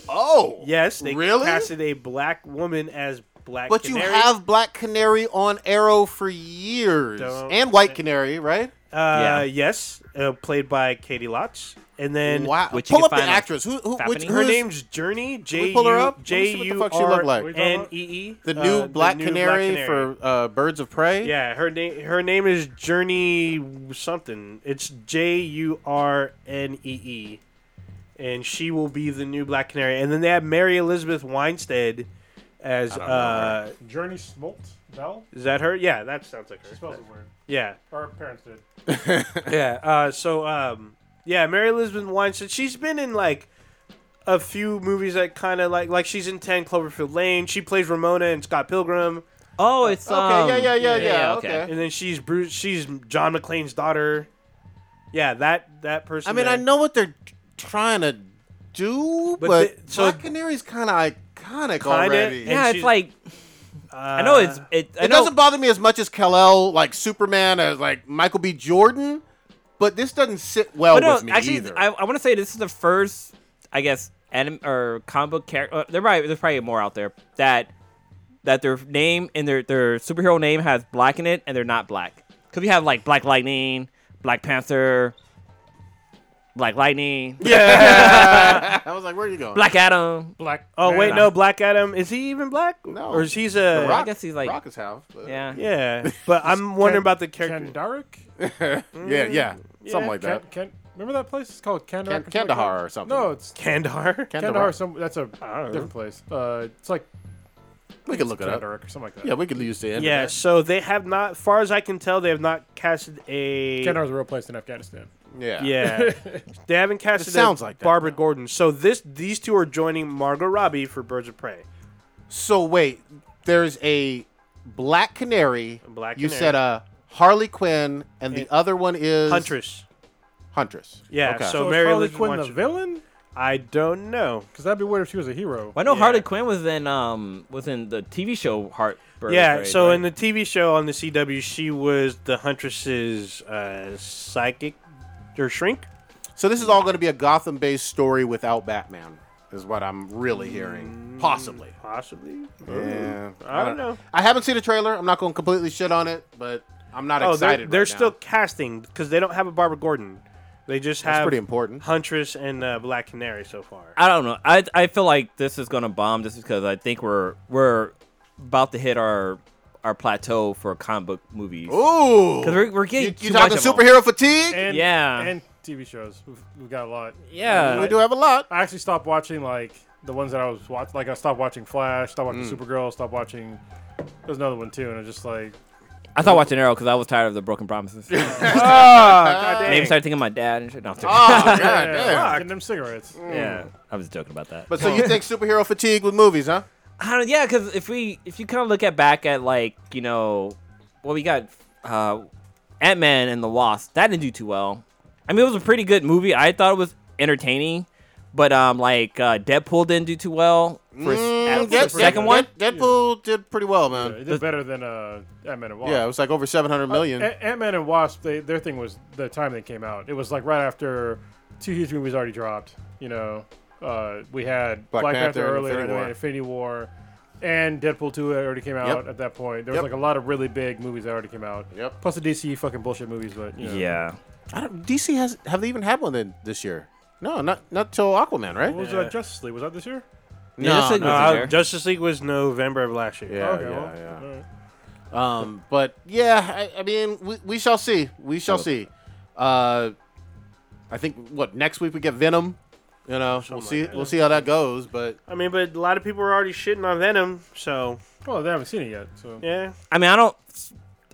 Oh, yes, they really? casted a black woman as Black But you Canary. have Black Canary on Arrow for years, Don't- and White Canary, right? Uh, Yeah. Yes, uh, played by Katie Lotz. And then wow. which you Pull can up the find on actress. Who? who which, Fappening. her who's- name's Journey. J we pull her up? Let U me see J U what the fuck she look R like. N E E. The uh, new Black new Canary for uh, Birds of Prey. Yeah, her name her name is Journey something. It's J U R N E E, and she will be the new Black Canary. And then they have Mary Elizabeth Weinstead as don't know her. uh, Journey Smolt Bell. is that her? Yeah, that sounds like She her. spells it weird. Yeah, Our parents did. yeah. Uh, so um, yeah, Mary Elizabeth Weinstead. She's been in like a few movies that kind of like like she's in Ten Cloverfield Lane. She plays Ramona and Scott Pilgrim, Oh, it's Okay, um, yeah, yeah, yeah, yeah, okay. and then she's Bruce. She's John McClane's daughter. Yeah, that that person. I mean, I there. know what they're t- trying to do, but, But the- so- Black Canary's kind of iconic already. and Yeah, she's- it's like I know it's it. I It know, doesn't bother me as much as Kal-El, like Superman, as like Michael B. Jordan, but this doesn't sit well but no, Oh, with me actually, either. I, I want to say this is the first, I guess, anim or comic book character. Uh, there probably there's probably more out there that that their name and their their superhero name has black in it, and they're not black. Because we have like Black Lightning, Black Panther, Black Lightning, yeah, I was like, where are you going? Black Adam. Black. Oh Man. wait, no, Black Adam is he even black? No. or is uh, he's The a Rock, guess he's like- Rock is half. but- Yeah, yeah? But I'm wondering about the character. Kandarik. yeah, yeah, something like that. Can, remember that place? It's called Kandarik. Kan- or something like Kandahar that? or something. No, it's Kandar. Kandahar. Kandahar. Some that's a don't know. different place. Uh, it's like we can look it up. Kandarik or something like that. Yeah, we could use the internet. Yeah. So they have not, far as I can tell, they have not casted a. Kandahar's a real place in Afghanistan. Yeah. Yeah, they haven't casted. sounds a like that, Barbara Gordon. So this, these two are joining Margot Robbie for Birds of Prey. So wait, there's a Black Canary. Black You Canary. said a Harley Quinn, and the other one is Huntress. Huntress. Yeah. Okay. So, So Mary Mary Harley Elizabeth Quinn, the Weinstein. villain. I don't know. Because that'd be weird if she was a hero. Well, I know Yeah. Harley Quinn was in um was in the TV show Heartbreak. yeah, right? so Like- in the TV show on the CW, she was the Huntress's uh, psychic or shrink. So this is all going to be a Gotham-based story without Batman, is what I'm really hearing. Possibly. Possibly. Yeah. Mm. I don't know. I haven't seen a trailer. I'm not going to completely shit on it, but I'm not Oh, they're, excited. they're right now. still casting because they don't have a Barbara Gordon. They just That's have pretty important. Huntress and uh, Black Canary so far. I don't know. I I feel like this is gonna bomb just because I think we're we're about to hit our our plateau for comic book movies. Ooh. 'Cause we're- we're you, getting you too talking much of superhero fatigue? And, Yeah. And TV shows. We've, we've got a lot. Yeah. we do have a lot. I actually stopped watching like the ones that I was watching. Like I stopped watching Flash, stopped watching Supergirl, stopped watching. There's another one too, and I just like I thought watching Arrow because I was tired of the broken promises. Maybe Ah, Dang. started thinking of my dad and shit. No, I'm joking. Oh, God yeah, Ah. damn. getting them cigarettes. yeah, I was joking about that. But so you think superhero fatigue with movies, huh? I don't, yeah, because if we if you kind of look at back at like you know, well we got uh, Ant Man and the Wasp that didn't do too well. I mean it was a pretty good movie. I thought it was entertaining, but um like uh, Deadpool didn't do too well for his- Mm, at- Dead- the second Mm, Dead- one. Deadpool did Uh, pretty well, Yeah, man. it did better than uh, Ant Man and Wasp. Yeah, it was like over 700 million. Ant Man and Wasp. They, their thing was the time they came out. It was like right after two huge movies already dropped. You know, uh, we had Black Black, Panther Panther, and earlier, Infinity and War. then Infinity War, and Deadpool two already came out at that point. There was Yep. like a lot of really big movies that already came out. Yep. Plus the DC fucking bullshit movies, but you know. Yeah, I don't, DC has have they even had one then this year? No, not not till Aquaman, right? What was Yeah. uh, Justice League? Was that this year? Yeah, that's like- No, Wasn't I- there? Uh, Justice League was November of last year. Yeah, okay, yeah, well, yeah. all right. Um, but yeah, I, I mean, we, we shall see. We shall see. Uh, I think what next week we get Venom. You know, we'll see. like that. we'll see how that goes. But I mean, but a lot of people are already shitting on Venom, so Well, Oh, they haven't seen it yet, so yeah. I mean I don't.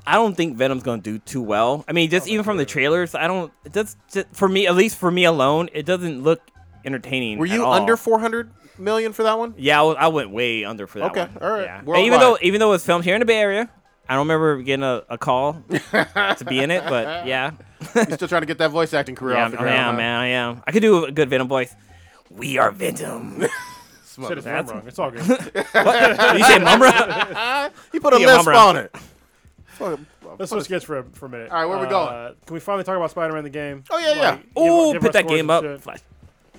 I don't think Venom's gonna do too well. I mean, Oh, just even from the trailers, I don't. It does just, for me, at least for me alone, it doesn't look entertaining. were at you all. under four hundred million for that one? Yeah, I, was, I went way under for that Okay, one. all right. Yeah. And even Worldwide. though even though it was filmed here in the Bay Area, I don't remember getting a, a call to be in it. But yeah, You're still trying to get that voice acting career yeah, off the I ground. am, huh? man, I am. I could do a good Venom voice. We are Venom. shit is That's- wrong. It's all good. you say Mumra? You put a Yeah, lisp Mumra. on it. Fuck. Let's switch gears for a, for a minute. All right, where we Uh, going? Can we finally talk about Spider-Man the game? Oh, yeah, yeah. give- Oh, give our put that scores game and up. shit. Flash.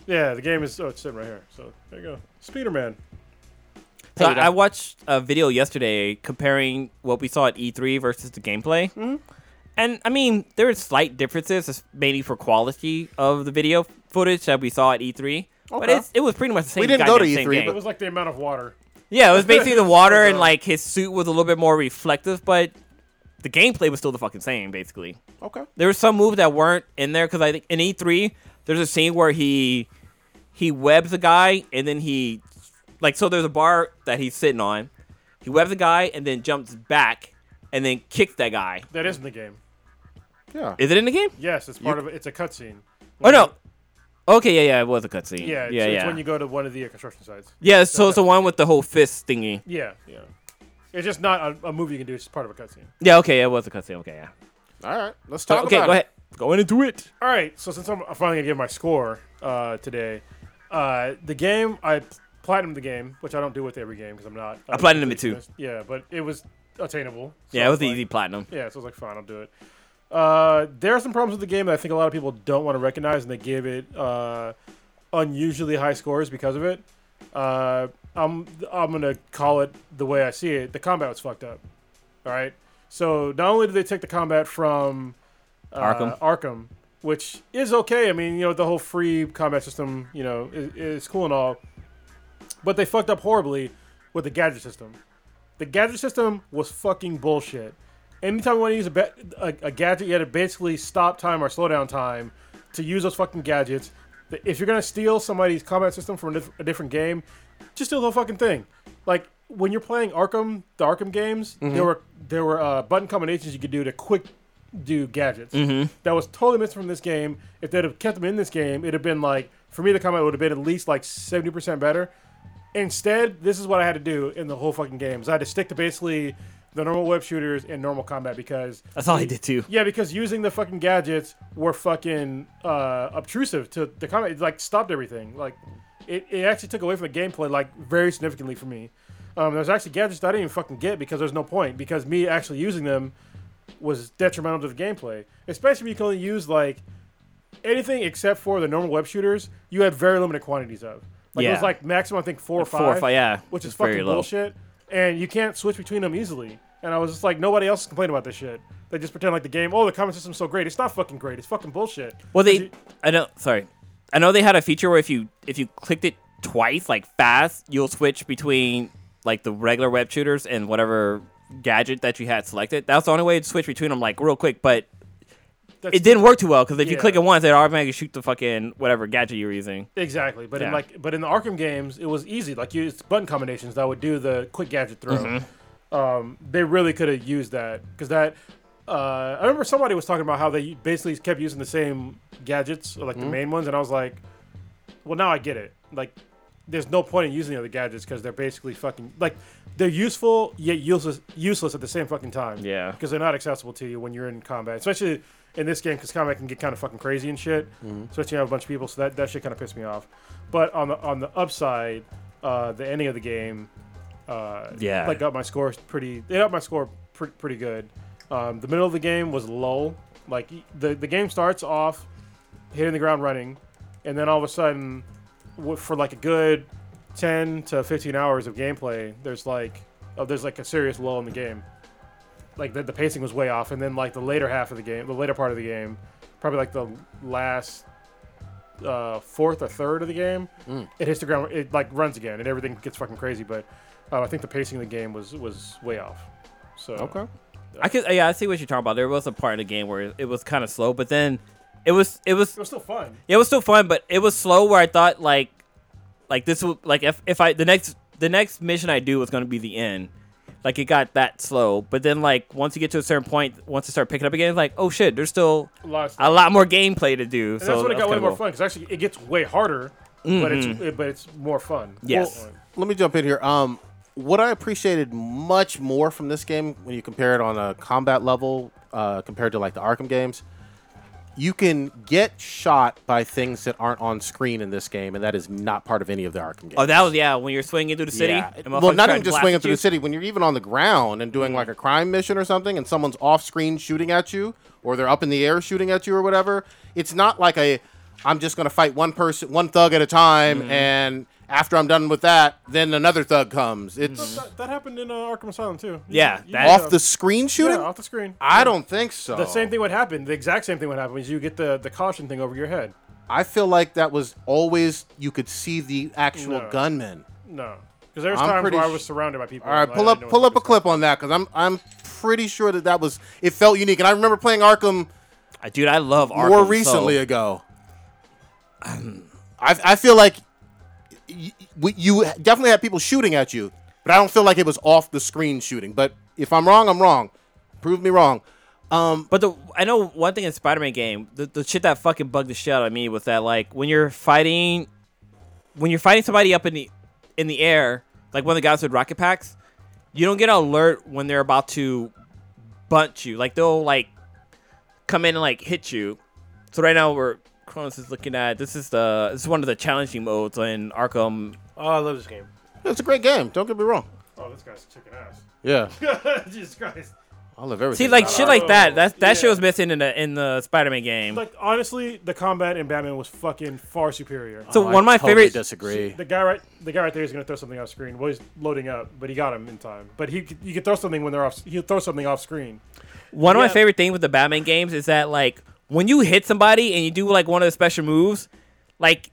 Yeah, the game is. Oh, it's sitting right here. So there you go. Spider-Man. So Hey, that- I watched a video yesterday comparing what we saw at E3 versus the gameplay. Hmm? And I mean, there are slight differences, it's mainly for quality of the video footage that we saw at E3. But Okay. it's, it was pretty much the same. We didn't go to goddamn same E3, game. but It was like the amount of water. Yeah, it was basically the water and like his suit was a little bit more reflective, but the gameplay was still the fucking same. Basically, Okay. there were some moves that weren't in there because I think in E three there's a scene where he he webs a guy and then he like so there's a bar that he's sitting on. He webs a guy and then jumps back and then kicks that guy. That isn't the game. Yeah. Is it in the game? Yes, it's part of it. It's a cutscene. Oh no. Okay, yeah, yeah, it was a cutscene. Yeah, it's, yeah, it's yeah. when you go to one of the uh, construction sites. yeah, so it's the one with the whole fist thingy. Yeah, yeah. It's just not a, a movie you can do. It's just part of a cutscene. Yeah, okay, yeah, it was a cutscene. Okay, yeah. All right. Let's talk okay, about go it. ahead. Going into it. All right, so since I'm finally gonna give my score uh, today, uh, the game I platinumed the game, which I don't do with every game because I'm not. I platinumed it too. Yeah, but it was attainable. so Yeah, it was it's the like- easy platinum. Yeah, so I was like, fine, I'll do it. Uh, there are some problems with the game that I think a lot of people don't want to recognize, and they give it uh, unusually high scores because of it. Uh, I'm I'm gonna call it the way I see it. The combat was fucked up. All right. So not only did they take the combat from uh, Arkham. Arkham, which is okay. I mean, you know, the whole free combat system, you know, is, is cool and all, but they fucked up horribly with the gadget system. The gadget system was fucking bullshit. Anytime you want to use a, ba- a, a gadget, you had to basically stop time or slow down time to use those fucking gadgets. The- If you're gonna steal somebody's combat system from a, dif- a different game, just steal the whole fucking thing. Like when you're playing Arkham, the Arkham games, there were there were uh, button combinations you could do to quick do gadgets. That was totally missing from this game. If they'd have kept them in this game, it'd have been like for me the combat would have been at least like seventy percent better. Instead, this is what I had to do in the whole fucking game. Is I had to stick to basically the normal web shooters and normal combat because That's all I did too. yeah, because using the fucking gadgets were fucking uh, obtrusive to the combat. It like stopped everything. Like it, it actually took away from the gameplay like very significantly for me. Um, there's actually gadgets that I didn't even fucking get because there's no point because me actually using them was detrimental to the gameplay. Especially when you can only use like anything except for the normal web shooters. You had very limited quantities of. Like it Yeah. was like maximum I think four or five. Four or five, yeah, Which is it's very fucking low. bullshit. And you can't switch between them easily. And I was just like, nobody else complained about this shit. They just pretend like the game. Oh, the combat system's so great. It's not fucking great. It's fucking bullshit. Well, Did they. you- I know. Sorry, I know they had a feature where if you if you clicked it twice, like fast, you'll switch between like the regular web shooters and whatever gadget that you had selected. That's the only way to switch between them, like real quick. But That's- it didn't work too well because if you Yeah. click it once, it automatically shoot the fucking whatever gadget you're using. Exactly, but in Yeah. like, but in the Arkham games, it was easy. Like, you, it's button combinations that would do the quick gadget throw. Mm-hmm. Um, they really could have used that because that. Uh, I remember somebody was talking about how they basically kept using the same gadgets, or like Mm-hmm. the main ones, and I was like, "Well, now I get it. Like, there's no point in using the other gadgets because they're basically fucking like they're useful yet useless, useless at the same fucking time. Yeah. because they're not accessible to you when you're in combat, especially in this game because combat can get kind of fucking crazy and shit. Especially when you have a bunch of people, so that, that shit kind of pissed me off. But on the on the upside, uh, the ending of the game, uh, Yeah. like up my score pretty. It upped my score pr- pretty good. Um, the middle of the game was lull. Like the the game starts off hitting the ground running, and then all of a sudden, wh- for like a good ten to fifteen hours of gameplay, there's like oh, there's like a serious lull in the game. Like the, the pacing was way off, and then like the later half of the game, the later part of the game, probably like the last uh, fourth or third of the game, Mm. it hits the ground. It like runs again, and everything gets fucking crazy. But uh, I think the pacing of the game was was way off. So Okay. I could, yeah, I see what you're talking about. There was a part of the game where it was kind of slow, but then it was it was it was still fun. Yeah, it was still fun, but it was slow. Where I thought like, like this will like if if I the next the next mission I do was gonna be the end. Like it got that slow, but then like once you get to a certain point, once it start picking up again, it's like oh shit, there's still A lot of stuff. a lot more gameplay to do. And so that's when it got way kinda more cool. fun because actually it gets way harder, but it's Mm-hmm. it, but it's more fun. Yes. Let me jump in here. Um, what I appreciated much more from this game when you compare it on a combat level uh, compared to like the Arkham games, you can get shot by things that aren't on screen in this game, and that is not part of any of the Arkham games. Oh, that was yeah. When you're swinging through the city, Yeah. and Well, motherfuckers not try even to just blast swinging at through you. the city. When you're even on the ground and Mm. doing like a crime mission or something, and someone's off screen shooting at you, or they're up in the air shooting at you, or whatever, it's not like a I'm just gonna fight one person, one thug at a time, Mm-hmm. and after I'm done with that, then another thug comes. It's That, that happened in uh, Arkham Asylum too. You- Yeah, you- that- off the screen Oh. shooting. yeah, off the screen. I don't think so. The same thing would happen. The exact same thing would happen is you get the, the caution thing over your head. I feel like that was always you could see the actual No. gunman. No, because there was I'm times pretty where I sh- was surrounded by people. All right, and I pull didn't up know what pull the up a fuck clip on that because I'm I'm pretty sure that that was it felt unique, and I remember playing Arkham. Uh, Dude, I love Arkham. more so- recently ago. I, I feel like y- y- you definitely had people shooting at you, but I don't feel like it was off the screen shooting. But if I'm wrong, I'm wrong. Prove me wrong. Um, But the I know one thing in Spider-Man game, the, the shit that fucking bugged the shit out of me was that like when you're fighting, when you're fighting somebody up in the in the air, like one of the guys with rocket packs, you don't get an alert when they're about to bunt you. Like they'll like come in and like hit you. So right now we're Cronus is looking at this is the this is one of the challenging modes in Arkham. Oh, I love this game. it's a great game. Don't get me wrong. Oh, this guy's chicken ass. Yeah, Jesus Christ. I love everything. See like about shit like that. That that shit Yeah. was missing in the in the Spider-Man game. Like honestly, the combat in Batman was fucking far superior. so Arkham. one of my oh, I totally favorite Disagree. The guy right, the guy right there is gonna throw something off screen. Well, he's loading up, but he got him in time. But he, could- you could throw something when they're off. He'll throw something off screen. One of Yeah. my favorite things with the Batman games is that like when you hit somebody and you do like one of the special moves, like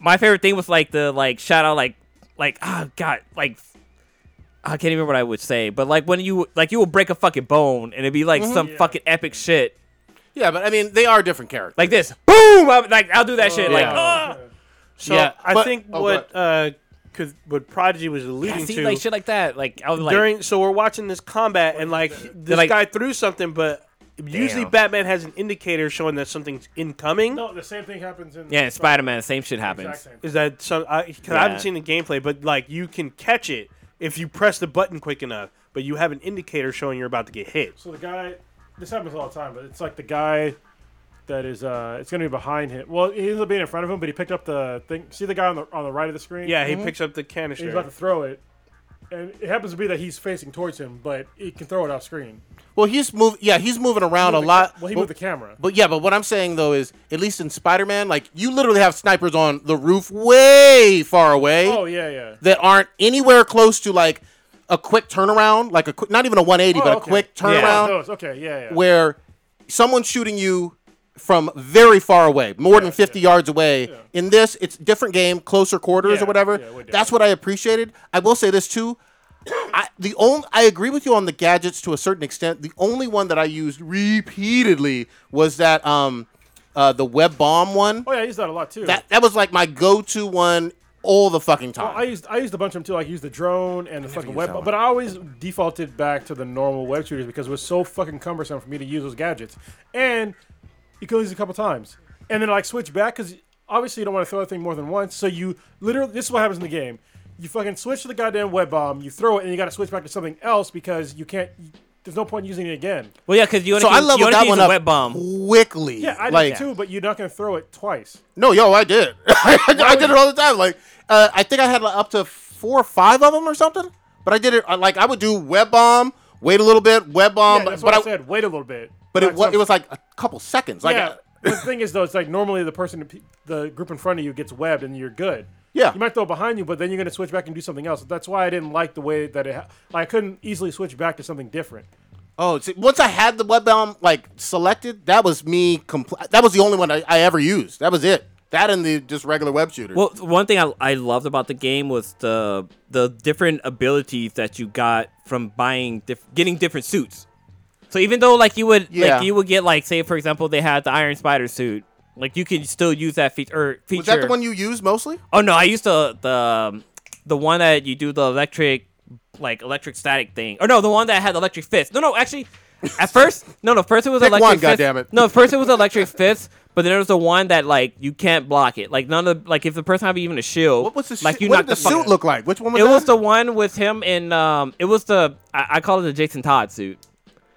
my favorite thing was like the like shout out like like oh god like I can't even remember what I would say, but like when you like you will break a fucking bone and it'd be like some Yeah. fucking epic shit Yeah, but I mean they are different characters. like this boom I'm, like I'll do that shit like Yeah. oh So Yeah, I but- think oh, what uh, could what Prodigy was alluding oh, see to like shit like that like I was like during. So we're watching this combat, and like he- this like- guy threw something, but usually Damn. Batman has an indicator showing that something's incoming. No, the same thing happens in. yeah in Spider-Man same shit happens Exact same. Is that some? I, 'cause I Yeah. haven't seen the gameplay, but like you can catch it if you press the button quick enough. but you have an indicator showing you're about to get hit. So the guy, this happens all the time, but it's like the guy that is, uh, it's going to be behind him. Well, he ends up being in front of him, but he picked up the thing. See the guy on the on the right of the screen? Yeah, he And picks up the he's canister. about to throw it, and it happens to be that he's facing towards him, but he can throw it off screen. Well, he's move. Yeah, he's moving around a The ca- lot. Well, he but- moved the camera. But yeah, but what I'm saying though is, at least in Spider-Man, like you literally have snipers on the roof, way far away, Oh yeah, yeah. that aren't anywhere close to like a quick turnaround, like a quick, not even a 180, Oh, but a okay. quick Yeah. turnaround Those, okay, yeah, yeah. where someone's shooting you from very far away, more than 50 yards away. In this, it's different game, closer quarters Yeah, or whatever. yeah, way different. That's what I appreciated. I will say this too. I, the only I agree with you on the gadgets to a certain extent. The only one that I used repeatedly was that um, uh, the web bomb one. oh yeah, I used that a lot too. That that was like my go-to one all the fucking time. I used I used a bunch of them too. Like I used the drone and the fucking web, but I always defaulted back to the normal web shooters because it was so fucking cumbersome for me to use those gadgets. And you could use it a couple times, and then like switch back because obviously you don't want to throw a thing more than once. So you literally this is what happens in the game. You fucking switch to the goddamn web bomb, you throw it, and you got to switch back to something else because you can't. There's no point in using it again. Well, yeah, because you want so to I you leveled wanna that use one a up wet bomb. quickly. Yeah, I like, did too, but you're not gonna throw it twice. No, yo, I did. I, did it all the time. Like, uh, I think I had like, up to four or five of them or something. But I did it uh, like I would do web bomb, wait a little bit, web bomb, Yeah, but, that's Um, but what I, I- said. Wait a little bit. but Not it was some- it was like a couple seconds. Like, yeah. uh, the thing is, though, it's like normally the person, the group in front of you gets webbed, and you're good. Yeah. You might throw behind you, but then you're going to switch back and do something else. That's why I didn't like the way that it. Ha- I couldn't easily switch back to something different. oh, see, once I had the web bomb like selected, that was me. Compl- that was the only one I, I ever used. That was it. That and the just regular web shooter. Well, one thing I, I loved about the game was the the different abilities that you got from buying diff- getting different suits. So even though like you would Yeah. like you would get like say for example they had the Iron Spider suit, like you can still use that feature. Or feature. was that the one you used mostly? Oh no, I used the the um, the one that you do the electric like electric static thing. Or no, the one that had electric fist. No, no, actually, at first, no, no, first it was Pick electric one, fist. goddammit. No, first it was electric fist. But then there was the one that like you can't block it. Like none of the, like if the person have even a shield, What was the like suit- you what knock did the, fuck- suit look like? Which one was It that? was the one with him in um. It was the I, I call it the Jason Todd suit.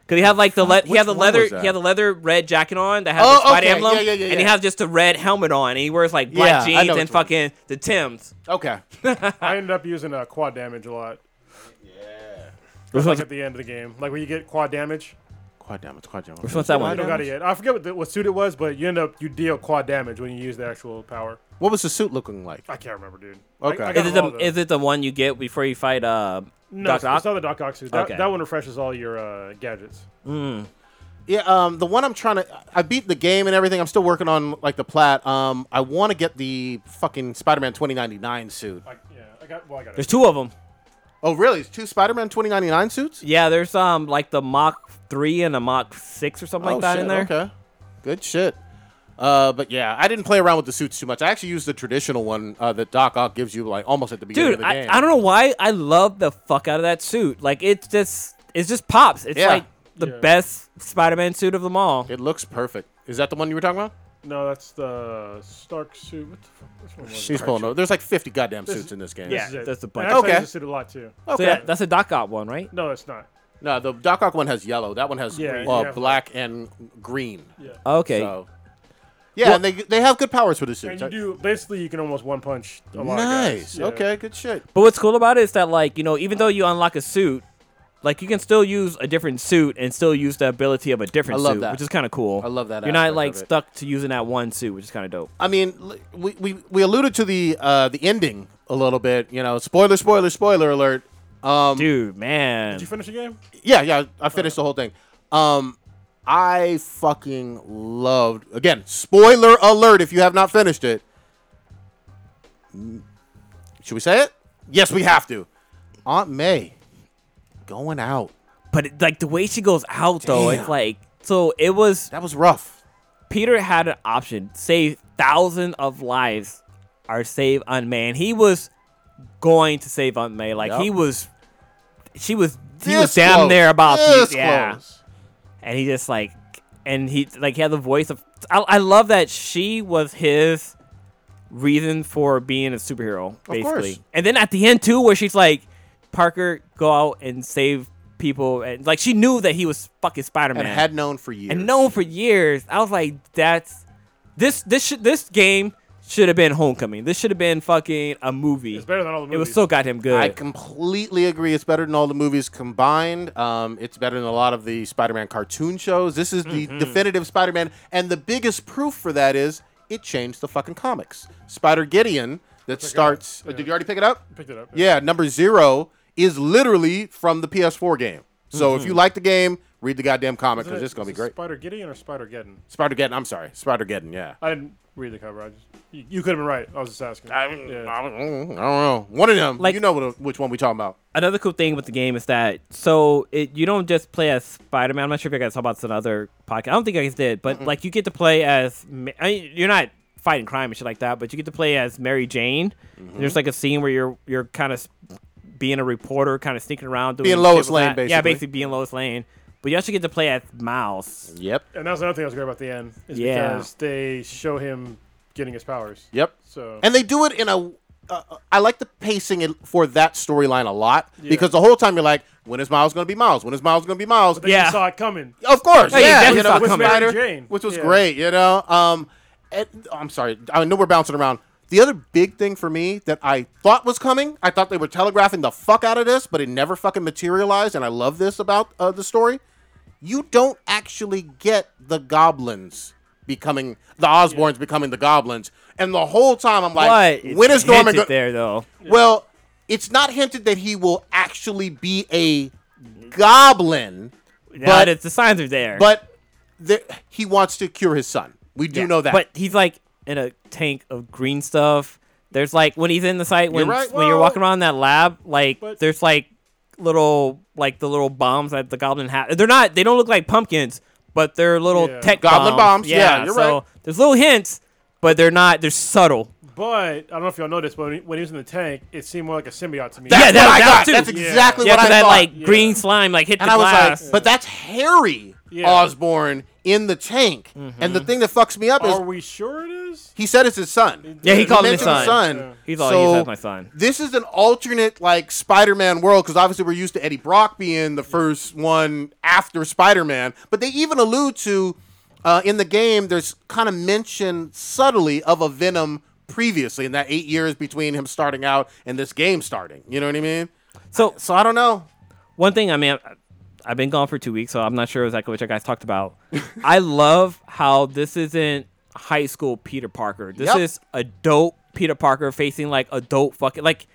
Cause he had like the le- he Which had the one leather was he that? had the leather red jacket on that had Oh, the spider okay. emblem Yeah, yeah, yeah, and he yeah. has just a red helmet on and he wears like black Yeah, I know jeans which and one. fucking the Tims. okay. I ended up using uh, quad damage a lot. Which Like one's, at the end of the game, like when you get quad damage, quad damage. Quad damage. which one's that I one? don't got it yet. I forget what, the, what suit it was, but you end up you deal quad damage when you use the actual power. What was the suit looking like? I can't remember, dude. Okay. I, I got Is it them all, the though. is it the one you get before you fight uh no, Doc it's, it's Ock? not the Doc Ock suit. That, Okay. that one refreshes all your uh, gadgets. Yeah, um, the one I'm trying to, I beat the game and everything. I'm still working on like the plat. Um, I want to get the fucking Spider-Man 2099 suit. I, yeah, I got. Well, I got it. There's two of them. Oh, really? It's two Spider-Man 2099 suits? Yeah, there's um like the Mach three and a Mach six or something oh, like that shit, in there. Okay, good shit. Uh, but yeah, I didn't play around with the suits too much. I actually used the traditional one uh, that Doc Ock gives you like almost at the beginning of Dude, the I, game. I don't know why I love the fuck out of that suit. Like it's just it's just pops. It's Yeah. like the Yeah. best Spider-Man suit of them all. It looks perfect. Is that the one you were talking about? No, that's the Stark suit. What the fuck? Which one was She's it? pulling. over. There's like 50 goddamn suits in this game. Yeah. This is it. that's the And bunch. actually, I Okay. Oh. used the suit a lot too. Okay. So yeah, that's a Doc Ock one, right? No, it's not. no, the Doc Ock one has yellow. That one has Yeah, you uh, have- black and green. Yeah. Okay. So. Yeah, and they they have good powers for the and suits. you do basically you can almost one punch a lot of Nice. guys. Yeah. Okay, good shit. But what's cool about it is that like, you know, even though you unlock a suit, like you can still use a different suit and still use the ability of a different I love suit, that. which is kind of cool. I love that You're aspect not of like it. stuck to using that one suit, which is kind of dope. I mean, l- we, we, we alluded to the uh, the ending a little bit. You know, spoiler, spoiler, spoiler alert. Um, Dude, man. Did you finish the game? yeah, yeah, I finished the whole thing. Um, I fucking loved. Again, spoiler alert. If you have not finished it, Mm, should we say it? Yes, we have to. Aunt May going out. But it, like the way she goes out though, it's Damn. like so it was That was rough. Peter had an option. Save thousands of lives or save Aunt May. And he was going to save Aunt May. Like Yep. he was she was he This was damn close. near about to- This yeah. close. and he just like and he like he had the voice of I, I love that she was his reason for being a superhero course. basically and then at the end too where she's like parker go out and save people. And, like she knew that he was fucking Spider Man and had known for years. and known for years. I was like, that's this this sh- this game should have been Homecoming. This should have been fucking a movie. It's better than all the It was movies. so goddamn good. I completely agree. It's better than all the movies combined. Um, it's better than a lot of the Spider-Man cartoon shows. This is Mm-hmm. the definitive Spider-Man, and the biggest proof for that is it changed the fucking comics. Spider Gideon that starts. uh, Did you already pick it up? Picked it up. Yeah, number zero is literally from the PS4 game. So Mm-hmm. if you like the game, read the goddamn comic because it's gonna be great. Spider Gideon or Spider Geddon? Spider Geddon. I'm sorry, Spider Geddon. Yeah. I didn't read the cover. I just you, you could have been right. I was just asking. I, yeah. I don't know. One of them. Like- you know what, which one we talking about? Another cool thing with the game is that so it you don't just play as Spider Man. I'm not sure if you guys talked about this in another podcast. I don't think you guys did, but like you get to play as Ma- I mean, you're not fighting crime and shit like that, but you get to play as Mary Jane. There's like a scene where you're you're kind of being a reporter, kind of sneaking around, doing Being shit Lois with Lane, that. Yeah, basically. basically being Lois Lane. But you also get to play as Miles. Yep. and that was another thing that was great about the end is Yeah. because they show him getting his powers. Yep. So and they do it in a. Uh, I like the pacing in- for that storyline a lot because the whole time you're like, when is Miles going to be Miles? When is Miles going to be Miles? then Yeah. you saw it coming. Of course, you yeah, definitely you know, saw it with coming. Spider, Mary Jane. which was Yeah. great, you know. Um, and, I'm sorry, I know we're bouncing around. The other big thing for me that I thought was coming, I thought they were telegraphing the fuck out of this, but it never fucking materialized. And I love this about uh, the story. You don't actually get the goblins becoming the Osborns becoming the goblins, and the whole time I'm like, But it's when is Norman? go- hinted there though? Well, it's not hinted that he will actually be a goblin, but but it's, the signs are there. but the, he wants to cure his son. We do Yeah. know that. But he's like in a tank of green stuff. There's like when he's in the site when You're right. when you're Well- walking around that lab, like But- there's like little like the little bombs that the goblin has. They're not. They don't look like pumpkins, but they're little Yeah. tech Goblin bombs, yeah, you're so right. There's little hints, but they're not. They're subtle. But I don't know if y'all noticed, but when he, when he was in the tank, it seemed more like a symbiote to me. Yeah, that's that- what I that got. too. That's Yeah. exactly Yeah, what I 'cause that thought. like Yeah. green slime like hit and the I was glass. like, but that's Harry Yeah. Osborne in the tank. Mm-hmm. And the thing that fucks me up is Are we sure it is? he said it's his son. Yeah, he called him his mentioned son. son. He's all, so "He's my son." This is an alternate like Spider-Man world because obviously we're used to Eddie Brock being the first one after Spider-Man, but they even allude to uh, in the game. There's kind of mention subtly of a Venom previously in that eight years between him starting out and this game starting. You know what I mean? so So I don't know. one thing I mean, I- I've been gone for two weeks, so I'm not sure exactly what you guys talked about. I love how this isn't high school Peter Parker. This Yep. is adult Peter Parker facing like adult fucking like.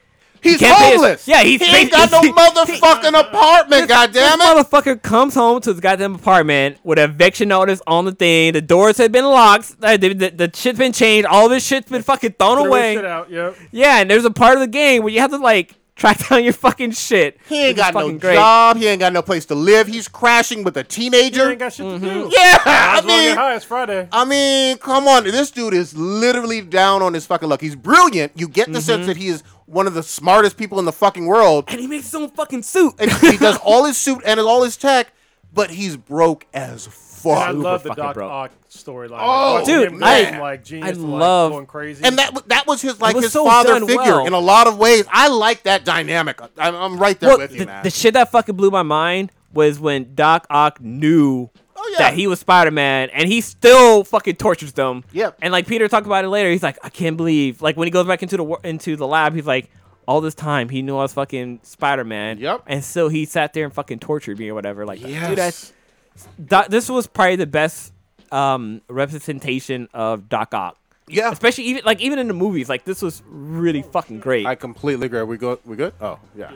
He's can't pay his- homeless. Yeah, he's- he ain't got no he- motherfucking apartment. This Goddamn it! motherfucker comes home to his goddamn apartment with an eviction notice on the thing. The doors have been locked. uh, The, the, the shit's been changed. All this shit's been fucking thrown Threw his away. shit out. Yep. Yeah, and there's a part of the game where you have to like track down your fucking shit. He ain't Which is got no fucking great. job. He ain't got no place to live. He's crashing with a He teenager. ain't got shit to do. yeah, Might I Mm-hmm. as well get mean, high. It's Friday. I mean, come on. This dude is literally down on his fucking luck. He's brilliant. You get the Mm-hmm. sense that he is one of the smartest people in the fucking world. And he makes his own fucking suit. And he does all his suit and all his tech, but he's broke as fuck. I love the fucking Doc broke. Ock storyline. Oh, Watching dude, him go from, I- like genius I to, like, love- going crazy. and that w- that was his like was his so father done figure well. in a lot of ways. I like that dynamic. I- I'm, I'm right there Well, with you, the, man. the shit that fucking blew my mind was when Doc Ock knew Oh, yeah. that he was Spider Man, and he still fucking tortures them. Yep. And like Peter talked about it later, he's like, I can't believe. Like when he goes back into the wor- into the lab, he's like, all this time he knew I was fucking Spider Man. Yep. And still he sat there and fucking tortured me or whatever. Like, dude, that's yes. Doc, this was probably the best um, representation of Doc Ock. Yeah. Especially even like even in the movies, like this was really fucking great. I completely agree. Are we good? We good? Oh, yeah.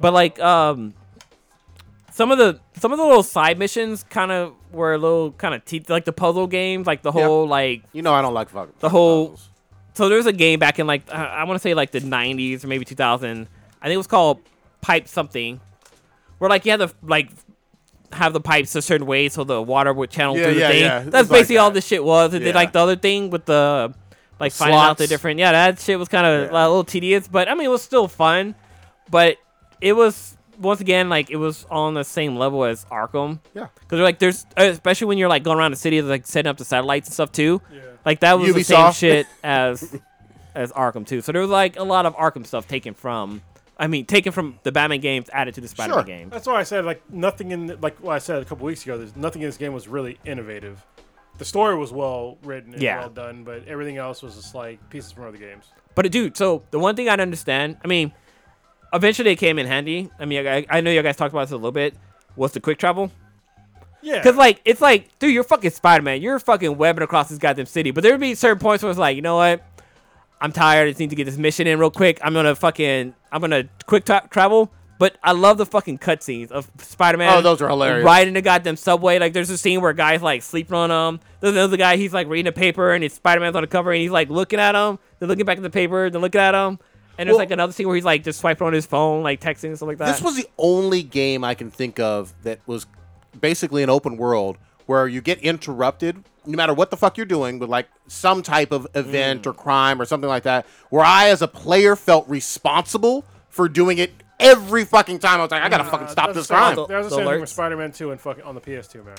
But like um some of the some of the little side missions kind of were a little kind of te- like the puzzle games, like the whole like You know I don't like fucking the whole puzzles. so there was a game back in like uh, I want to say like the 90s or maybe 2000. I think it was called Pipe something, where like you had to like have the pipes a certain way so the water would channel Yeah, through the yeah, thing. yeah. That's It's like basically all that. this shit was. And then Yeah. like the other thing with the like finding out the Slots. different yeah that shit was kind of Yeah. a little tedious, but I mean it was still fun. But it was once again like it was on the same level as Arkham. Yeah. Because like there's especially when you're like going around the city like setting up the satellites and stuff too. Yeah. Like that was the same Ubisoft. shit as as Arkham too. So there was like a lot of Arkham stuff taken from I mean, taken from the Batman games, added to the Sure. Spider-Man game. That's why I said like nothing in the- like what I said a couple weeks ago. There's nothing in this game was really innovative. The story was well written and Yeah. well done, but everything else was just like pieces from other games. But dude, so the one thing I don't understand, I mean, eventually it came in handy. I mean, I, I know you guys talked about this a little bit. Was the quick travel? Yeah, Cause like it's like, dude, you're fucking Spider Man. You're fucking webbing across this goddamn city. But there would be certain points where it's like, you know what? I'm tired. I just need to get this mission in real quick. I'm gonna fucking, I'm gonna quick tra- travel. But I love the fucking cutscenes of Spider Man. Oh, those are hilarious. Riding the goddamn subway. Like there's a scene where a guy's like sleeping on him. There's another guy. He's like reading a paper and it's Spider Man's on the cover and he's like looking at him. Then looking back at the paper. Then looking at him. And there's Well- like another scene where he's like just swiping on his phone, like texting and stuff like that. This was the only game I can think of that was basically an open world where you get interrupted no matter what the fuck you're doing with like some type of event or crime or something like that where I as a player felt responsible for doing it every fucking time I was like I got to fucking stop this crime. That was Uh, the The same thing alerts. with Spider-Man 2 and fucking on the PS2, man.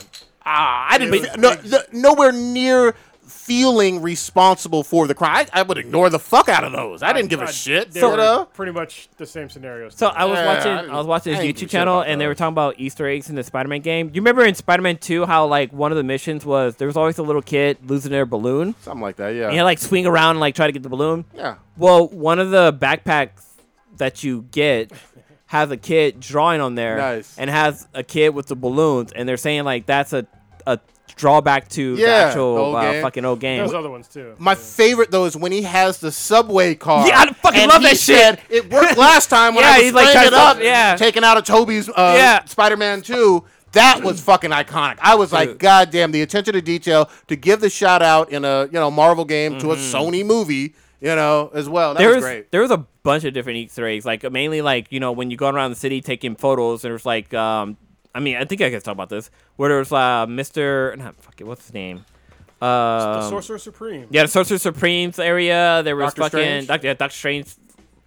Ah, I didn't It was fe- no, the, nowhere near feeling responsible for the crime. I, I would ignore the fuck out of those. I didn't give a God, shit. They you were know? pretty much the same scenarios. So to me. I was Yeah, I watching, didn't- I, was watching I this didn't give a YouTube shit channel, about and they that. were talking about Easter eggs in the Spider-Man game. You remember in Spider-Man Two how like one of the missions was there was always a little kid losing their balloon, Something like that. Yeah. and you had to, like swing around and like try to get the balloon. yeah. Well, one of the backpacks that you get has a kid drawing on there, Nice. and has a kid with the balloons, and they're saying like that's a a drawback to Yeah, the the actual old uh, game. fucking old game. There's other ones too. My favorite though is when he has the subway car. Yeah, I fucking and love he that shit. said, It worked last time when Yeah, I was he's like like trying it to- up, yeah. taking out of Toby's uh, Yeah. Spider-Man Two. That was fucking iconic. I was like, Dude. God damn, the attention to detail to give the shout out in a you know Marvel game to a Mm-hmm. Sony movie, you know, as well. That there was, was great. there was a bunch of different Easter eggs, like mainly like you know when you go around the city taking photos. There's like, um, I mean, I think I can talk about this. Where there was uh, Mister, not fuck it, what's his name? The Uh, Sorcerer Supreme. yeah, the Sorcerer Supreme's area. There was Doctor fucking Strange? Doctor, yeah, Doctor Strange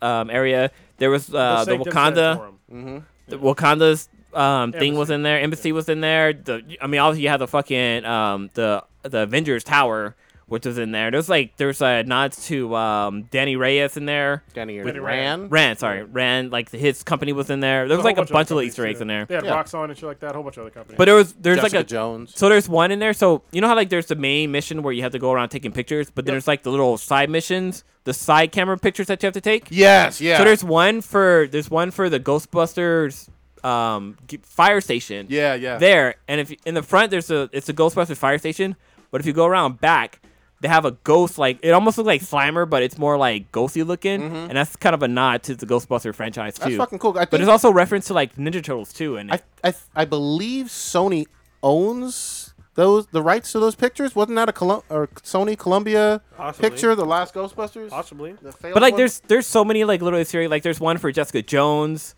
um, area. There was The uh, the Sanctum Wakanda, Sanctorum. the Wakanda's um, thing was Embassy. in there. Embassy was in there. The I mean, obviously you had the fucking um, the the Avengers Tower. Which was in there? There's like there's uh, nods to um, Danny Reyes in there. Danny Danny Rand. Rand, sorry, Rand. Like his company was in there. Oh, There was whole like a bunch of other little Easter companies, eggs too. in there. They had Yeah. Roxxon and shit like that. A whole bunch of other companies. But there was there's Jessica like a Jones. so there's one in there. So you know how like there's the main mission where you have to go around taking pictures, but then there's like the little side missions, the side camera pictures that you have to take. yes, yeah. So there's one for there's one for the Ghostbusters um g- fire station. Yeah, yeah. There and if you- in the front there's a it's a Ghostbusters fire station, but if you go around back, they have a ghost like it almost looks like Slimer, but it's more like ghosty looking, and that's kind of a nod to the Ghostbuster franchise too. Mm-hmm. That's fucking cool. I But think- it's also reference to like Ninja Turtles too, and I, I I believe Sony owns those the rights to those pictures. Wasn't that a Colum- or Sony Columbia Possibly. picture, the last Ghostbusters? Possibly. The failed but like one? there's there's so many like little series like there's one for Jessica Jones.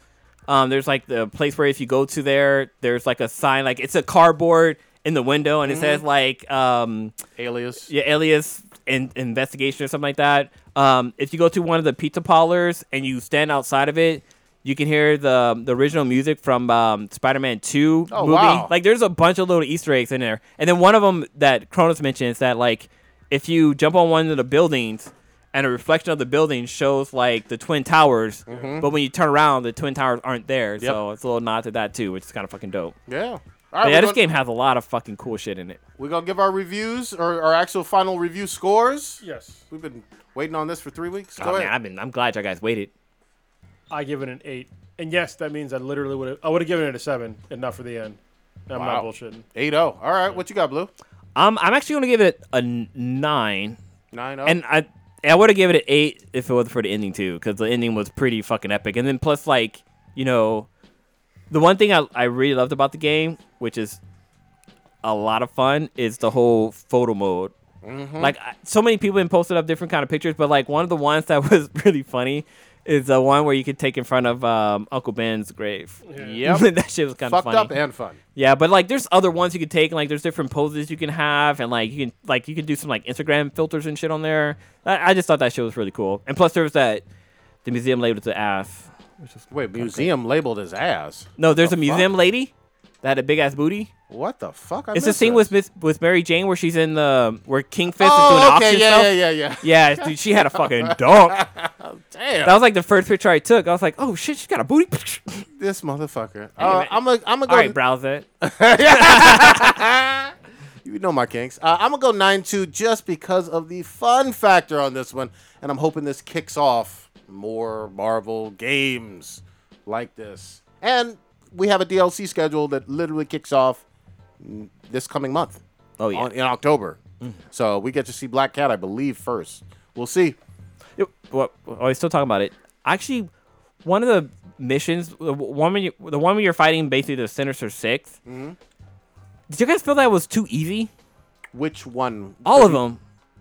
Um, there's like the place where if you go to there, there's like a sign like it's a cardboard in the window and it says like um Alias. yeah alias in- investigation or something like that. Um, if you go to one of the pizza parlors and you stand outside of it, you can hear the the original music from um, Spider-Man Two Oh, movie. wow. Like there's a bunch of little Easter eggs in there, and then one of them that Cronus mentioned is that like if you jump on one of the buildings. And a reflection of the building shows like the twin towers, Mm-hmm. but when you turn around, the twin towers aren't there. So it's a little nod to that too, which is kind of fucking dope. Yeah. All right, But we're yeah, this gonna, game has a lot of fucking cool shit in it. We're gonna give our reviews or our actual final review scores. yes, We've been waiting on this for three weeks. Go Oh, man, ahead. I've been, I'm glad you guys waited. I give it an eight. And yes, that means I literally would have. I would have given it a seven, and not for the end. I'm not Wow. bullshitting. Eight zero. All right, what you got, Blue? Um, I'm actually gonna give it a n- nine, Nine oh. zero. and I I would have given it an eight if it wasn't for the ending too, because the ending was pretty fucking epic. And then plus, like you know, the one thing I I really loved about the game, which is a lot of fun, is the whole photo mode. Mm-hmm. Like I, so many people have posted up different kind of pictures, but like one of the ones that was really funny is the one where you could take in front of um, Uncle Ben's grave. Yep. that shit was kind of fucked funny. up and fun. Yeah, but like there's other ones you could take, and like there's different poses you can have, and like you can like you can do some like Instagram filters and shit on there. I, I just thought that shit was really cool. And plus there was that the museum labeled the ass. Wait, museum labeled his ass. No, there's The a museum lady that had a big ass booty. What the fuck? I It's the missed scene that. with Miss, with Mary Jane where she's in the where King Fist is doing Oh, an okay, auction yeah, stuff. yeah, yeah, yeah. Yeah, dude, she had a fucking dunk. Damn. That was like the first picture I took. I was like, oh shit, she's got a booty. this motherfucker. Uh, Anyway. I'm gonna I'm All gonna right, go. browse it. you know my kinks. Uh, I'm gonna go nine two just because of the fun factor on this one, and I'm hoping this kicks off more Marvel games like this. And we have a DLC schedule that literally kicks off mm, this coming month. Oh, yeah. Mm-hmm. on- in October. So we get to see Black Cat, I believe, first. We'll see. Yep. Well, oh, he's still talking about it. Actually, one of the missions, the one when you, the one where you're fighting basically the Sinister 6 Did you guys feel that was too easy? Which one? All of them.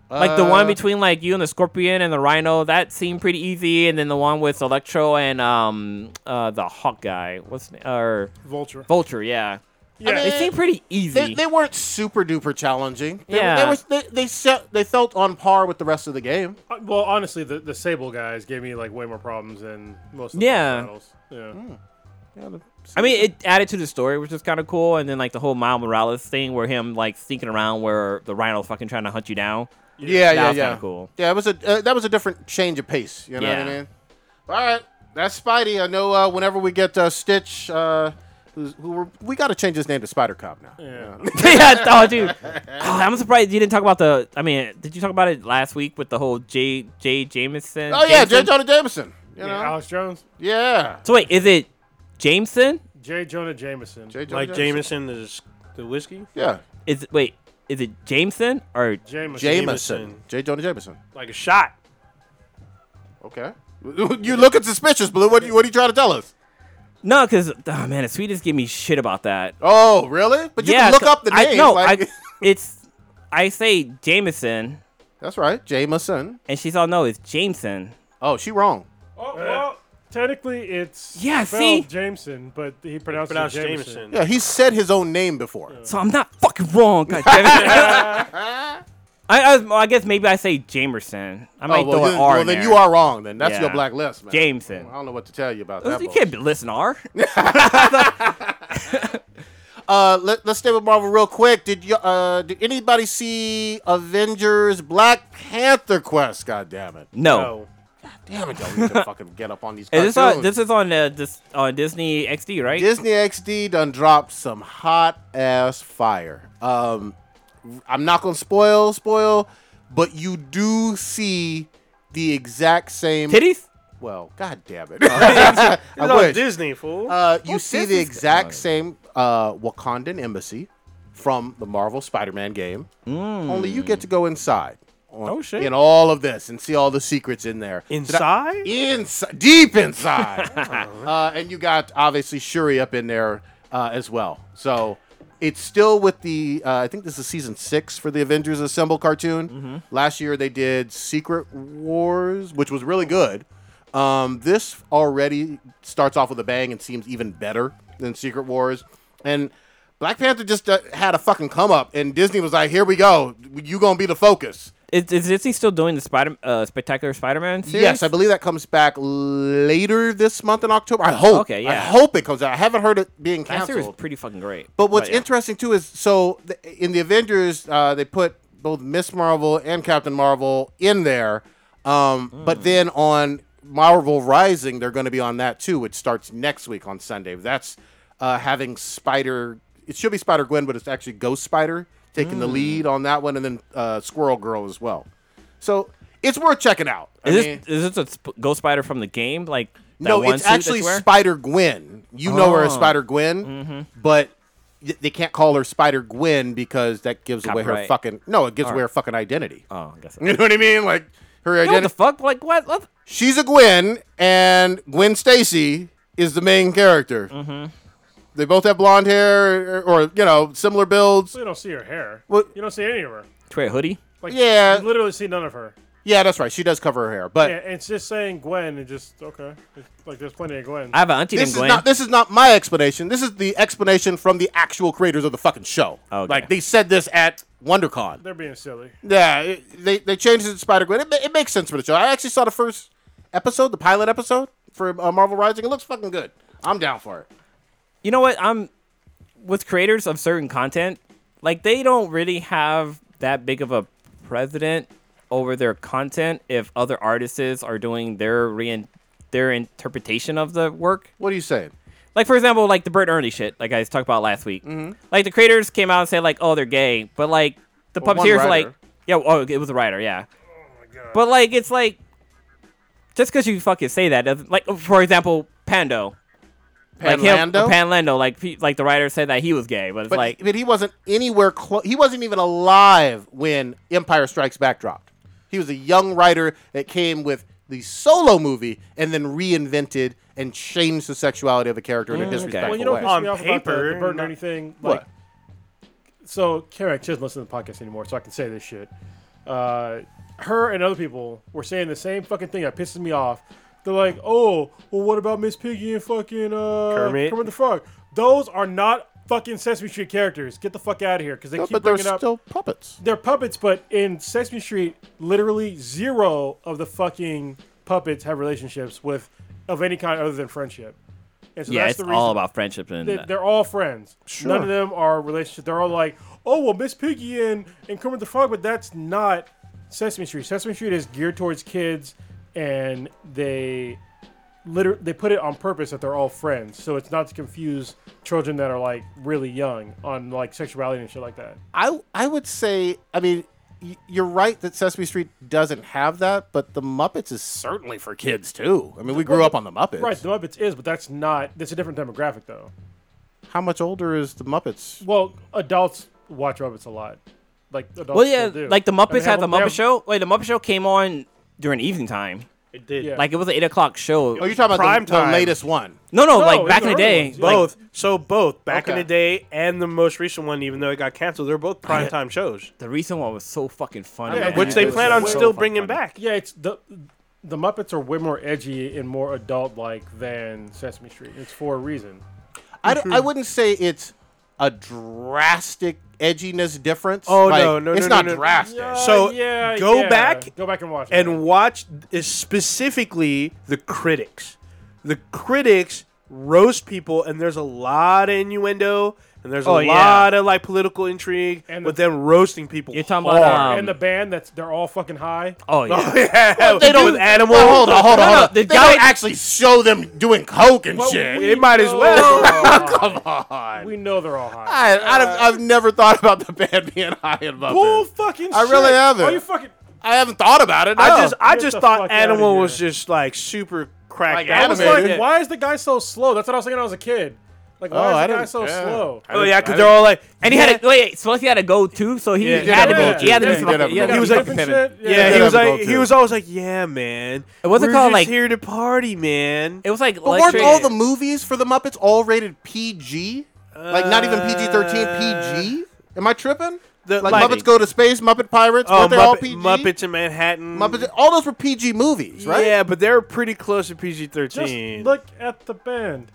Like the Uh, one between like you and the Scorpion and the Rhino, that seemed pretty easy. And then the one with Electro and um uh the Hawk guy, what's na- or Vulture. Vulture, yeah. Yeah. mean, It seemed pretty easy. They, they weren't super duper challenging. They, Yeah. They, were, they, they, se- they felt on par with the rest of the game. Uh, well, honestly, the, the Sable guys gave me like way more problems than most of the Yeah. battles. Yeah. Hmm. I mean, it added to the story, which is kind of cool. And then like the whole Miles Morales thing, where him like sneaking around where the Rhino's fucking trying to hunt you down. Yeah, yeah, That yeah. was kinda cool. Yeah, it was a uh, that was a different change of pace. You know what I Yeah. mean? All right, that's Spidey. I know. Uh, whenever we get uh, Stitch, uh, who's, who we're, we got to change his name to Spider Cop now. Yeah. yeah, oh, dude. Oh, I'm surprised you didn't talk about the. I mean, did you talk about it last week with the whole J. J. Jameson? Oh yeah, J. Jameson? Jonah Jameson. You Yeah, know? Alex Jones, Yeah. So wait, is it Jameson? J. Jonah Jameson, J. Jonah Like Jameson is the whiskey. Yeah. Is it, wait, is it Jameson or Jameson. Jameson. J. Jonah Jameson. Like a shot. Okay. you looking suspicious, Blue. What, you- what are you trying to tell us? no? Because oh man, the Swedes give me shit about that. Oh, really? But you yeah, can look so up the name. I, no, like, I, it's I say Jameson, that's right. Jameson. and she's all no, it's Jameson. Oh, she wrong. Oh, well, technically it's Yeah, spelled see? Jameson, but he pronounced, Pronounced it Jameson. Jameson. Yeah, he said his own name before. So I'm not fucking wrong. God damn it. I, I, I guess maybe I say Jamerson. I might oh, well, throw then, an R well, in then there. you are wrong. Then that's your Yeah. black list, man. Jameson. I don't know what to tell you about You that. bull. can't listen to R. Uh, let, let's stay with Marvel real quick. Did you? Uh, did anybody see Avengers: Black Panther Quest? God damn it! No. Oh. Damn it! Y'all need to fucking get up on these. Is this, on, cartoons. this is on uh, this on Disney XD, right? Disney XD done dropped some hot ass fire. Um, I'm not gonna spoil, spoil, but you do see the exact same. Titties? Well, god damn it! I It's on wish. Disney, fool. Uh, you Oh, see this the is- exact same uh, Wakandan embassy from the Marvel Spider-Man game. Only you get to go inside. on- Mm. Oh, shit. In all of this, and see all the secrets in there. Did I- Inside? inside, deep inside. uh, and you got obviously Shuri up in there uh, as well. So it's still with the uh, I think this is season six for the Avengers Assemble cartoon. Last year they did Secret Wars, which was really good. Um, this already starts off with a bang and seems even better than Secret Wars, and. Black Panther just uh, had a fucking come up, and Disney was like, "Here we go, you gonna be the focus." Is, is Disney still doing the Spider uh, Spectacular Spider-Man series? Yes, I believe that comes back later this month in October. I hope. Okay, I yeah. hope it comes out. I haven't heard it being That series is canceled. pretty fucking great. But what's yeah. interesting too is so th- in the Avengers, uh, they put both Miss Marvel and Captain Marvel in there. Um, Hmm. But then on Marvel Rising, they're going to be on that too, which starts next week on Sunday. That's uh, having Spider. It should be Spider Gwen, but it's actually Ghost Spider taking the lead Hmm. on that one, and then uh, Squirrel Girl as well. So it's worth checking out. I is mean- this is this a sp- Ghost Spider from the game? Like that no, one it's suit that actually you wear? Spider Gwen. You know her as Oh. Mm-hmm. Spider Gwen, but y- they can't call her Spider Gwen because that gives away her Copyright. fucking. No, it gives away her fucking identity. Oh, I guess. You know what I mean? Like her What the identity. fuck? Like what? What? She's a Gwen, and Gwen Stacy is the main character. Mm-hmm. They both have blonde hair, or, or, you know, similar builds. So you don't see her hair. What- Uh, You don't see any of her. She wear a hoodie? Like, Yeah. you literally see none of her. Yeah, that's right. She does cover her hair, but Yeah, it's just saying Gwen and just okay. It's, like there's plenty of Gwen. I have an auntie this named is Gwen. not this is not my explanation. This is the explanation from the actual creators of the fucking show. Okay. Like they said this at WonderCon. They're being silly. Yeah, it, they they changed it to Spider Gwen. It, ma- it makes sense for the show. I actually saw the first episode, the pilot episode for uh, Marvel Rising. It looks fucking good. I'm down for it. you know what? I'm with creators of certain content, like they don't really have that big of a president over their content if other artists are doing their rein their interpretation of the work. What are you saying? Like for example, like the Bert Ernie shit, like I talked about last week. Mm-hmm. Like the creators came out and said like, oh, they're gay, but like the Well, one puppeteers were like, writer. Oh yeah, oh, it was a writer, yeah. But like it's like just because you fucking say that, doesn't, like for example, Pando, like him, Panlando? Panlando, like pe- like the writer said that he was gay, but it's but, like but he wasn't anywhere close. He wasn't even alive when Empire Strikes Back dropped. He was a young writer that came with the solo movie and then reinvented and changed the sexuality of a character in a Mm, disrespectful okay. Well, you know what way. On pisses me off about the, paper, the burden or not- anything? What? Like, So Karen, she doesn't listen to the podcast anymore, so I can say this shit. Uh, her and other people were saying the same fucking thing that pisses me off. They're like, "Oh, well, what about Miss Piggy and fucking uh, Kermit? the Frog? Those are not fucking Sesame Street characters. Get the fuck out of here because they No, keep Um, but they're bringing up still puppets. they're puppets, but in Sesame Street, literally zero of the fucking puppets have relationships with of any kind other than friendship. And so yeah, that's it's the reason all about friendship and they, they're all friends. None of them are relationships. They're all like, oh well, Miss Piggy and and Kermit the Frog, but that's not Sesame Street. Sesame Street is geared towards kids, and they literally they put it on purpose that they're all friends, so it's not to confuse children that are like really young on like sexuality and shit like that. I I would say I mean y- you're right that Sesame Street doesn't have that, but the Muppets is certainly for kids too. I mean, we grew up on the Muppets. Right, the Muppets is, but that's not. That's a different demographic though. How much older is the Muppets? Well, adults watch Muppets a lot. Like adults Well, yeah, still do. like the And they Muppets have- had the they Muppet have- Show. Wait, the Muppet Show came on during evening time. It did. Yeah. Like it was an eight o'clock show. Oh, you're talking about Prime the, the time. latest one. no, no, No, like it's back in the the early day, ones, yeah. like, Both. so both back in Okay. the day and the most recent one, even though it got canceled, they're both primetime shows, the recent one was so fucking funny. Yeah, man. which it they was plan so on well still fucking bringing funny. back. Yeah, it's the the Muppets are way more edgy and more adult like than Sesame Street. It's for a reason. I, d- I wouldn't say it's a drastic edginess difference. Oh, Like, no, no, it's no, no, not no. drastic. So, yeah, go yeah. back go back and watch. it. and watch is specifically the critics. The critics roast people, and there's a lot of innuendo, and there's a Oh, yeah. lot of like political intrigue And with the- them roasting people. Oh, You're talking hard. about, um, Oh, and the band that's they're all fucking high. Oh yeah, yeah, They don't. with animals. Well, hold on, hold on, No, hold no, on. they the guy- don't actually show them doing coke and shit. we- It might as well. Come on, we know they're all high. I, I don't- I've never thought about the band being high and Muppet. Bull fucking. I really shit. haven't. Are you fucking? I haven't thought about it. No. I just, I Get just the thought fuck outta Animal here. was just like super cracked Like out. I was like, Animated. why is the guy so slow? That's what I was thinking when I was a kid. Like, why Oh, is the I guy didn't- so yeah. slow? I Oh didn't- yeah, I because didn't- they're all like, and he had a wait. So he had a go too, so he Yeah, he had did to have go. a He had to go-to. be Yeah, he did have a fucking- he go-to. had to He be was like- fucking feminine. yeah, Yeah, he that'd was be like, cool, he too. was always like, yeah, man. It wasn't We're called, just like- here to party, man. It was like But weren't electric- all the movies for the Muppets all rated PG? Like not even PG thirteen, PG? Am I tripping? Uh, The- like, like- Muppets Go to Space, Muppet Pirates, oh, weren't they all Muppet, PG? Muppets in Manhattan. Muppets, all those were PG movies, right? Yeah, but they're pretty close to PG Just thirteen. look at the band.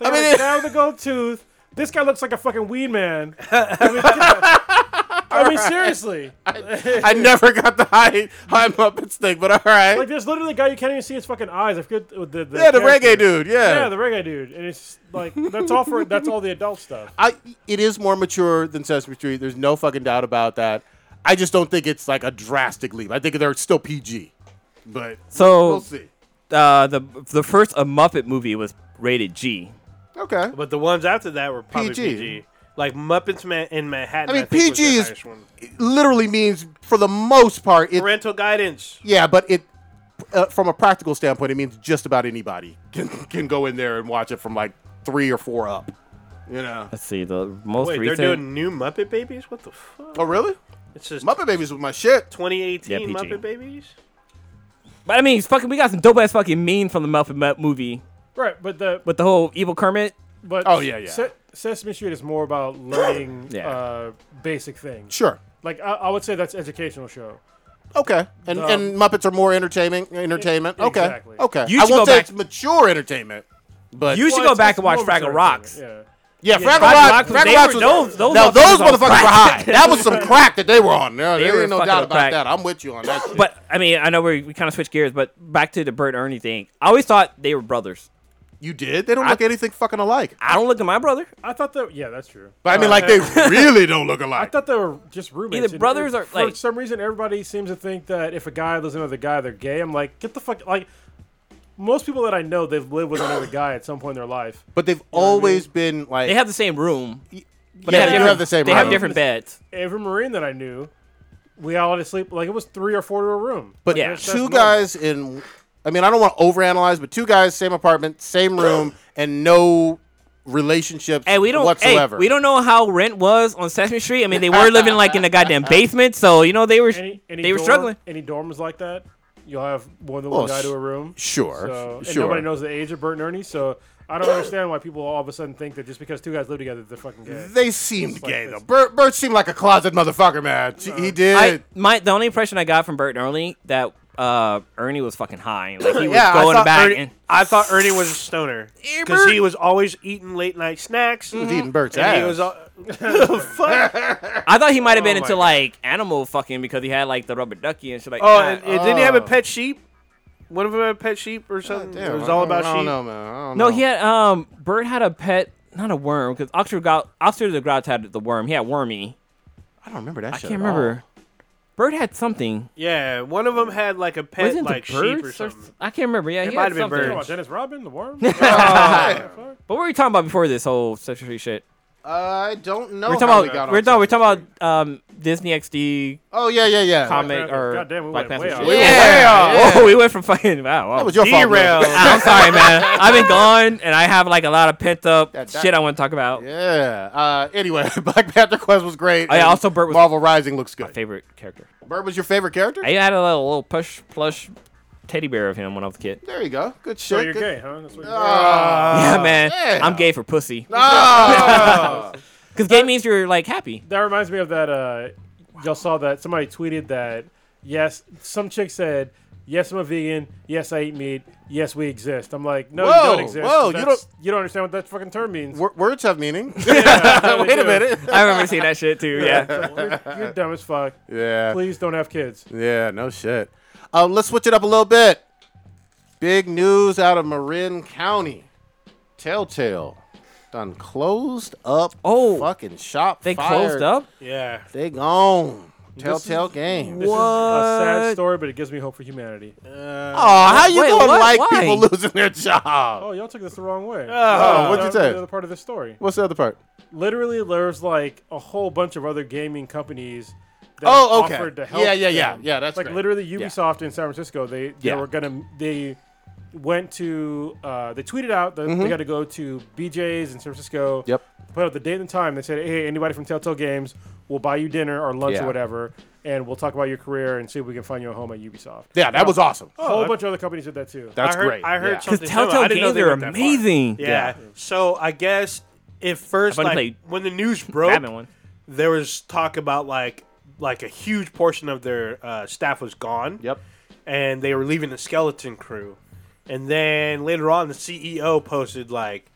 They I I mean, mean, it- the gold tooth. This guy looks like a fucking weed man. I mean, get the- I mean, seriously. I never got the high high Muppets thing, but all right. Like, there's literally a guy you can't even see his fucking eyes. I forget the, the, the yeah, the character. reggae dude. Yeah. Yeah, the reggae dude. And it's like that's all for that's all the adult stuff. I, it is more mature than Sesame Street. There's no fucking doubt about that. I just don't think it's like a drastic leap. I think they're still PG, but we'll So see. uh, the the first a Muppet movie was rated G. Okay. but the ones after that were probably PG. PG. Like Muppets Man in Manhattan. I mean, think, was PG their is- highest one. It literally means, for the most part, it parental guidance. Yeah, but it uh, from a practical standpoint, it means just about anybody can can go in there and watch it from like three or four up. You know. Let's see the most Wait, recent. they're doing new Muppet Babies? What the fuck? Oh really? It's just Muppet Babies was my shit. 2018 Yeah, PG. Muppet Babies. but I mean, it's fucking, we got some dope ass fucking meme from the Muppet Mu- movie Right, but the with the whole evil Kermit. but Oh, yeah, yeah. Se- Sesame Street is more about learning Yeah. uh, basic things. Sure. Like I, I would say that's educational show. Okay. And Um, and Muppets are more entertainment. Entertainment. Okay. Exactly. Okay. You I should won't go say back- it's mature entertainment, but You should Well, go it's- back it's and watch more of a Fraggle sort of Rocks. thing, yeah, Yeah. Fraggle Fraggle Rock. Rock was- Fraggle they Rock were- was those- those now those motherfuckers motherfuckers was were high. cracked. That was some crack that they were on. There, there were ain't no fucking doubt about cracked. that. I'm with you on that. shit. But I mean, I know we, we kind of switched gears, but back to the Bert and Ernie thing. I always thought they were brothers. You did? They don't look anything fucking alike. I don't look at my brother. I thought that. Yeah, that's true. But I mean, Uh, like, they really don't look I alike. thought they were just roommates. Either and brothers if- or, for like- some reason everybody seems to think that if a guy lives with another guy, they're gay. I'm like, get the fuck like. Most people that I know, they've lived with another guy at some point in their life. But they've always been like. They have the same room. But yeah, they they do different- have the same. They have room. different beds. Every Marine that I knew, we all had to sleep like it was three or four to a room. But Yeah. That's- that's two normal. guys in. I mean, I don't want to overanalyze, but two guys, same apartment, same room, and no relationships Hey, we don't. whatsoever. Hey, we don't know how rent was on Sesame Street. I mean, they were living like in the goddamn basement, so you know they were Any, any they were dorm- struggling. Any dorms like that, you'll have more than Well, one guy to s- a room. Sure, So, and sure. nobody knows the age of Bert and Ernie, so I don't understand why people all of a sudden think that just because two guys live together, they're fucking gay. They seemed like gay this. though. Bert, Bert seemed like a closet motherfucker, man. She- He did. I my the only impression I got from Bert and Ernie that uh, Ernie was fucking high. Like he Yeah, I was going thought back Ernie, and I thought Ernie was a stoner because Ebert. he was always eating late night snacks. He was eating Bert's And ass. he was all, fuck. I thought he might have been Oh my into God. like animal fucking because he had like the rubber ducky and shit like Oh, that. and, and didn't he have a pet sheep? One of them had a pet sheep or God something. damn, it was I all don't- about I sheep. don't know, man. I don't no, know. he had um Bert had a pet, not a worm because Oxford got Oxford the Grouch had the worm. He had Wormy. I don't remember that. I shit can't at all. remember. Bert had something. Yeah, one of them had like a pet Wasn't it like the sheep birds or something. I can't remember. Yeah, It he might have had been something. Talking about birds. Dennis Rodman, the worm. Oh, But what were we talking about before this whole Sesame Street shit? Uh, I don't know. We're Oh, how talking we got about on we're talking, we're Sesame talking Street. about um, Disney XD Oh yeah, yeah, yeah. comic Panther. or Goddamn, we Black went Panther. way shit. off. Yeah. Yeah. Yeah. Oh, we went from fucking wow. wow. That was your fault. Derail. Will. I'm sorry, man. I've been gone and I have like a lot of pent up That- that- shit I want to talk about. Yeah. Uh, anyway, Black Panther Quest was great. Oh, yeah, and also Bert was- Marvel Rising looks good. Favorite character. Bert was your favorite character. I had a little, little push plush teddy bear of him when I was a kid. There you go. Good shit. So you're good- gay, huh? That's what you're Ah. Uh, yeah, man. yeah. I'm gay for pussy. Ah. Because gay means you're like happy. That reminds me of that. Uh, y'all saw that somebody tweeted that. Yes, some chick said, "Yes, I'm a vegan. Yes, I eat meat. Yes, we exist." I'm like, "No, you Whoa, don't exist. whoa, you That's- don't- you don't understand what that fucking term means." Wor- words have meaning. Yeah, Wait they a do. minute. I remember seeing that shit too. Yeah. you're, you're dumb as fuck. Yeah. Please don't have kids. Yeah, no shit. Um, let's switch it up a little bit. Big news out of Marin County. Telltale done closed up. Oh. fucking shop. They fired. closed up. Yeah. They gone. Telltale game. This is a sad What? story, but it gives me hope for humanity. Oh, how you Wait, gonna what? like Why? people losing their job? Oh, y'all took this the wrong way. Oh, what'd you Not say? The other part of the story. What's the other part? Literally, there's like a whole bunch of other gaming companies. That Oh, okay. Offered to help Yeah, yeah, yeah, them. yeah. That's like great. literally Ubisoft in San Francisco. They they Yeah. were gonna they went to uh, they tweeted out that they got to go to BJ's in San Francisco. Mm-hmm. Yep. Put out the date and time. They said, hey, anybody from Telltale Games, we'll buy you dinner or lunch Yeah. or whatever, and we'll talk about your career and see if we can find you a home at Ubisoft. Yeah, Oh, that was awesome. A whole bunch of other companies did that too. That's I heard, great. I heard yeah. Because something. similar. I Telltale didn't know games they are went that far. amazing. Yeah. So I guess if first I've only like played when the news broke, Batman one. there was talk about like like a huge portion of their uh, staff was gone. Yep. And they were leaving the skeleton crew, and then later on the CEO posted like,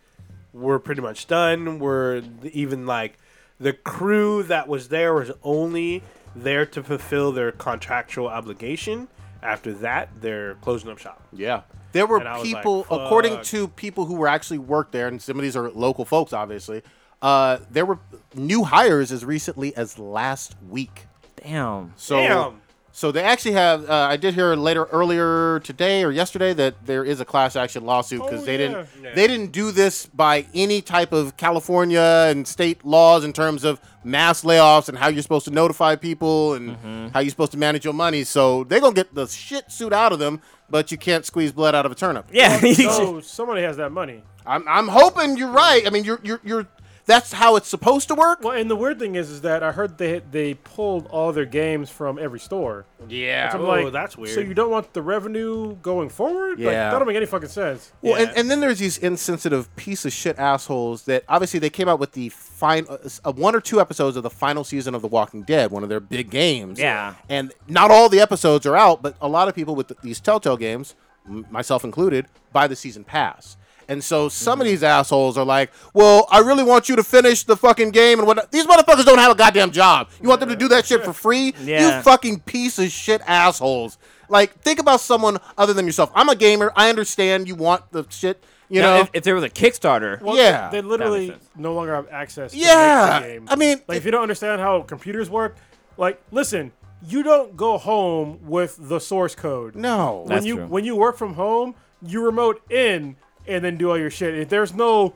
"We're pretty much done. We're even like the crew that was there was only there to fulfill their contractual obligation. After that, they're closing up shop." Yeah. There were And I was like, people, according "Fuck." to people who were actually worked there, and some of these are local folks, obviously. Uh, there were new hires as recently as last week. Damn. So, Damn. so they actually have. Uh, I did hear later earlier today or yesterday that there is a class action lawsuit because Oh, they yeah. didn't Yeah. they didn't do this by any type of California and state laws in terms of mass layoffs and how you're supposed to notify people and Mm-hmm. how you're supposed to manage your money. So they're gonna get the shit suit out of them, but you can't squeeze blood out of a turnip. Yeah. So somebody has that money. I'm, I'm hoping you're right. I mean, you're you're you're. That's how it's supposed to work. Well, and the weird thing is, is that I heard they they pulled all their games from every store. Yeah. So I'm Oh, like, that's So weird. you don't want the revenue going forward? Like, Yeah. that don't make any fucking sense. Well, Yeah. and, and then there's these insensitive piece of shit assholes that obviously they came out with the final uh, one or two episodes of the final season of The Walking Dead, one of their big games. Yeah. And not all the episodes are out, but a lot of people with these Telltale games, m- myself included, buy the season pass. And so some Mm-hmm. of these assholes are like, "Well, I really want you to finish the fucking game and what these motherfuckers don't have a goddamn job. You want them to do that shit for free? Yeah. You fucking piece of shit assholes. Like, think about someone other than yourself. I'm a gamer. I understand you want the shit. You Now, know, if, if there was a Kickstarter, Well, Yeah. they That literally makes sense. no longer have access. To Yeah, make the game. I mean, like it- if you don't understand how computers work, like listen, you don't go home with the source code. no. when That's you true. when you work from home, you remote in and then do all your shit. If there's no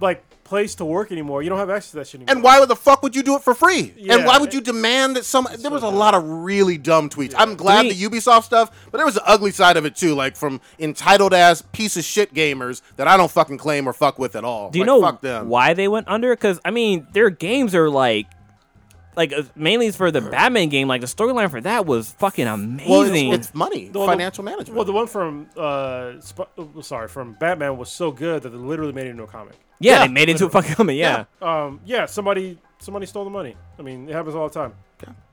like place to work anymore, you don't have access to that shit anymore. And why would the fuck would you do it for free? And Yeah. why would you demand that some? There was a lot of really dumb tweets. I'm glad We- the Ubisoft stuff, but there was the ugly side of it too, like from entitled ass piece of shit gamers that I don't fucking claim or fuck with at all. do you Like, know fuck them. why they went under? Because I mean, their games are like, like uh, mainly it's for the Batman game. Like the storyline for that was fucking amazing. Well, it's, it's money, Well, the- financial management. Well, the one from uh, Sp- oh, sorry, from Batman was so good that they literally made it into a comic. yeah, yeah, they made it to a fucking coming. Yeah. Um, yeah, somebody somebody stole the money. I mean, it happens all the time.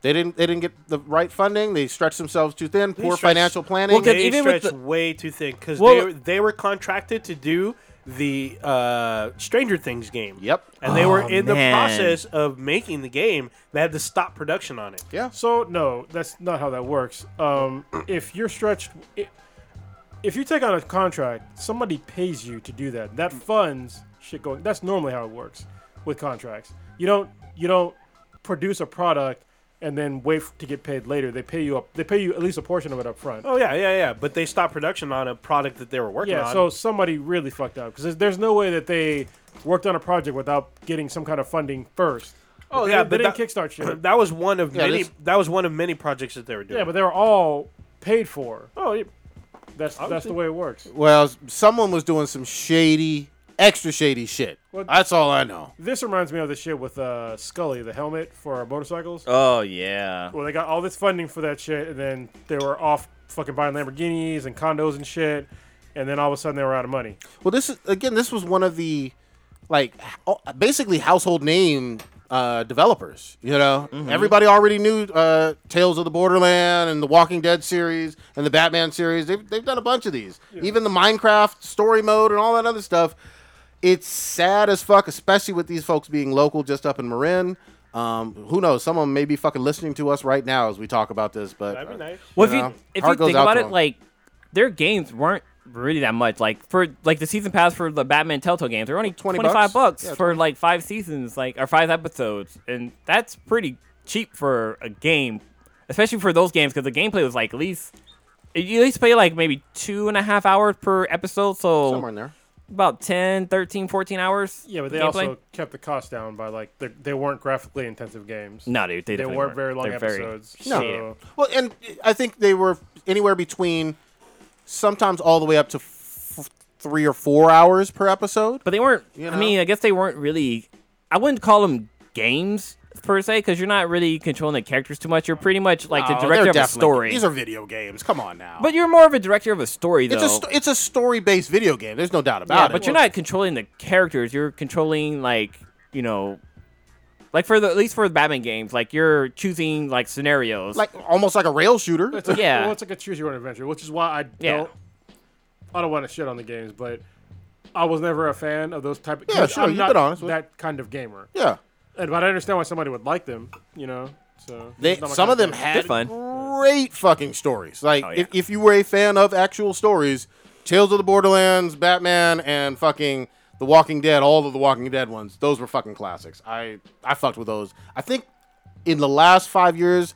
they didn't. They didn't get the right funding. They stretched themselves too thin. Poor stretched- financial planning. Well, 'cause they even with stretched the- way too thin because Well- they, were- they were contracted to do the uh, Stranger Things game. Yep. And they were Oh, in man. the process of making the game. They had to stop production on it. yeah. So no, that's not how that works. Um, if you're stretched, i- if you take on a contract, somebody pays you to do that. That funds shit going. That's normally how it works with contracts. You don't you don't produce a product and then wait f- to get paid later. They pay you up. They pay you at least a portion of it up front. Oh yeah, yeah, yeah. But they stopped production on a product that they were working Yeah, on. so somebody really fucked up because there's, there's no way that they worked on a project without getting some kind of funding first. oh They yeah, didn't- they but didn't that, kickstart shit. that was one of Yeah, many. this- That was one of many projects that they were doing. yeah, but they were all paid for. oh, yeah. That's that's the way it works. Well, s- someone was doing some shady, extra shady shit. What- That's all I know. This reminds me of the shit with uh, Scully, the helmet for our motorcycles. Oh yeah. Well, they got all this funding for that shit, and then they were off fucking buying Lamborghinis and condos and shit, and then all of a sudden they were out of money. Well, this is again. This was one of the, like, h- oh, basically household name uh, developers. You know, Mm-hmm. everybody already knew uh, Tales of the Borderland and the Walking Dead series and the Batman series. They've they've done a bunch of these. Even the Minecraft story mode and all that other stuff. It's sad as fuck, especially with these folks being local, just up in Marin. Um, who knows? Someone may be fucking listening to us right now as we talk about this. But uh, That'd be nice. Well, if You you, know, if you heart goes think out about to it, 'em. like their games weren't really that much. Like for like the season pass for the Batman Telltale games, they're only 20 twenty five bucks. bucks, Yeah, for like five seasons, like or five episodes, and that's pretty cheap for a game, especially for those games because the gameplay was like at least you at least play like maybe two and a half hours per episode, so somewhere in there. about 10, 13, 14 hours. Yeah, but of they gameplay. also kept the cost down by like they, they weren't graphically intensive games. no, dude, they, they definitely weren't very long They're episodes. no. so- Well, and I think they were anywhere between sometimes all the way up to f- three or four hours per episode. But they weren't. You I mean, know? I guess they weren't really. I wouldn't call them games per se, because you're not really controlling the characters too much. You're pretty much like Oh, the they're director of a definitely- story. These are video games. Come on now. but you're more of a director of a story, though. it's a st- it's a story based video game. There's no doubt yeah, about it. but you're not controlling the characters. You're controlling like you know, like for the at least for the Batman games, like you're choosing like scenarios. like almost like a rail shooter. It's like, Yeah. Well, it's like a choose your own adventure, which is why I don't. Yeah. I don't want to shit on the games, but I was never a fan of those type. of Yeah, sure, I'm you've not been honest with- that kind of gamer, yeah, and but I understand why somebody would like them. You know, so they, it's not my some kind of them game. had fun. great fucking stories. Like Oh, yeah. if, if you were a fan of actual stories, Tales of the Borderlands, Batman, and fucking The Walking Dead, all of the Walking Dead ones, those were fucking classics. I I fucked with those. I think in the last five years,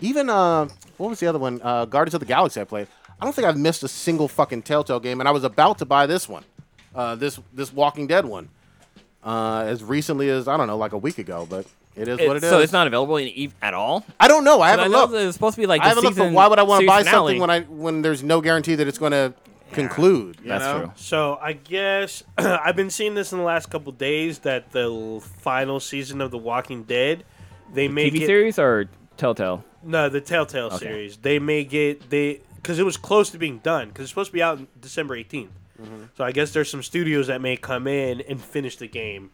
even uh, what was the other one? Uh, Guardians of the Galaxy. I played. I don't think I've missed a single fucking Telltale game, and I was about to buy this one, uh, this this Walking Dead one, uh, as recently as I don't know, like a week ago. But it is It- what it is. so it's not available in Eve at all. I don't know. I But I haven't know looked. that it's supposed to be like I the haven't looked, but season- why would I want to series buy finale. something when I when there's no guarantee that it's going to conclude? you That's know? true. So I guess I've been seeing this in the last couple days that the l- final season of The Walking Dead, they may TV get series or Telltale? no the Telltale series. They may get they because it was close to being done because it's supposed to be out in December 18th Mm-hmm. So I guess there's some studios that may come in and finish the game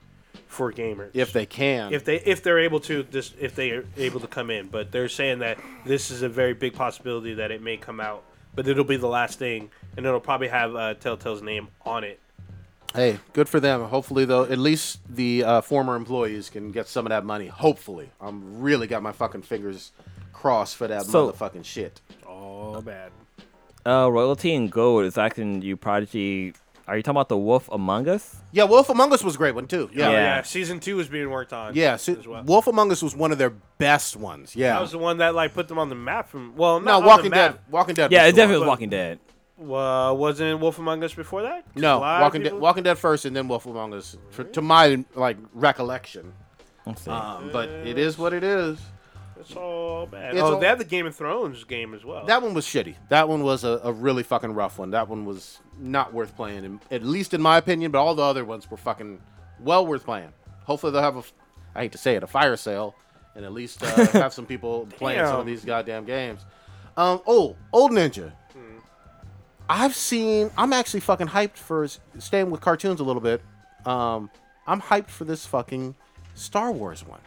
for gamers If they can, if they if they're able to this if they are able to come in. But they're saying that this is a very big possibility that it may come out, but it'll be the last thing, and it'll probably have uh, Telltale's name on it. hey, good for them. Hopefully, though, at least the uh, former employees can get some of that money. Hopefully, I'm really got my fucking fingers crossed for that So- motherfucking shit. Oh, bad. Uh, royalty and gold is asking you prodigy Are you talking about the Wolf Among Us? Yeah, Wolf Among Us was a great one too. Oh, Yeah, yeah. yeah. season two was being worked on. so as well. Wolf Among Us was one of their best ones. Yeah. that was the one that like put them on the map. From well, no, not on Walking the map. Dead. Walking Dead. Yeah, was the it one. definitely was Walking Dead. Uh, wasn't Wolf Among Us before that? 'Cause No, a lot of Walking Dead. people- Walking Dead first, and then Wolf Among Us, for, to my like recollection. Let's see. Um, but it is what it is. It's all bad. It's oh, all- they had the Game of Thrones game as well. That one was shitty. That one was a, a really fucking rough one. That one was not worth playing, in, at least in my opinion. But all the other ones were fucking well worth playing. Hopefully they'll have a, f- I hate to say it, a fire sale, and at least uh, have some people playing some Damn. of these goddamn games. Um, oh, old ninja. I've seen. I'm actually fucking hyped for s- staying with cartoons a little bit. Um, I'm hyped for this fucking Star Wars one.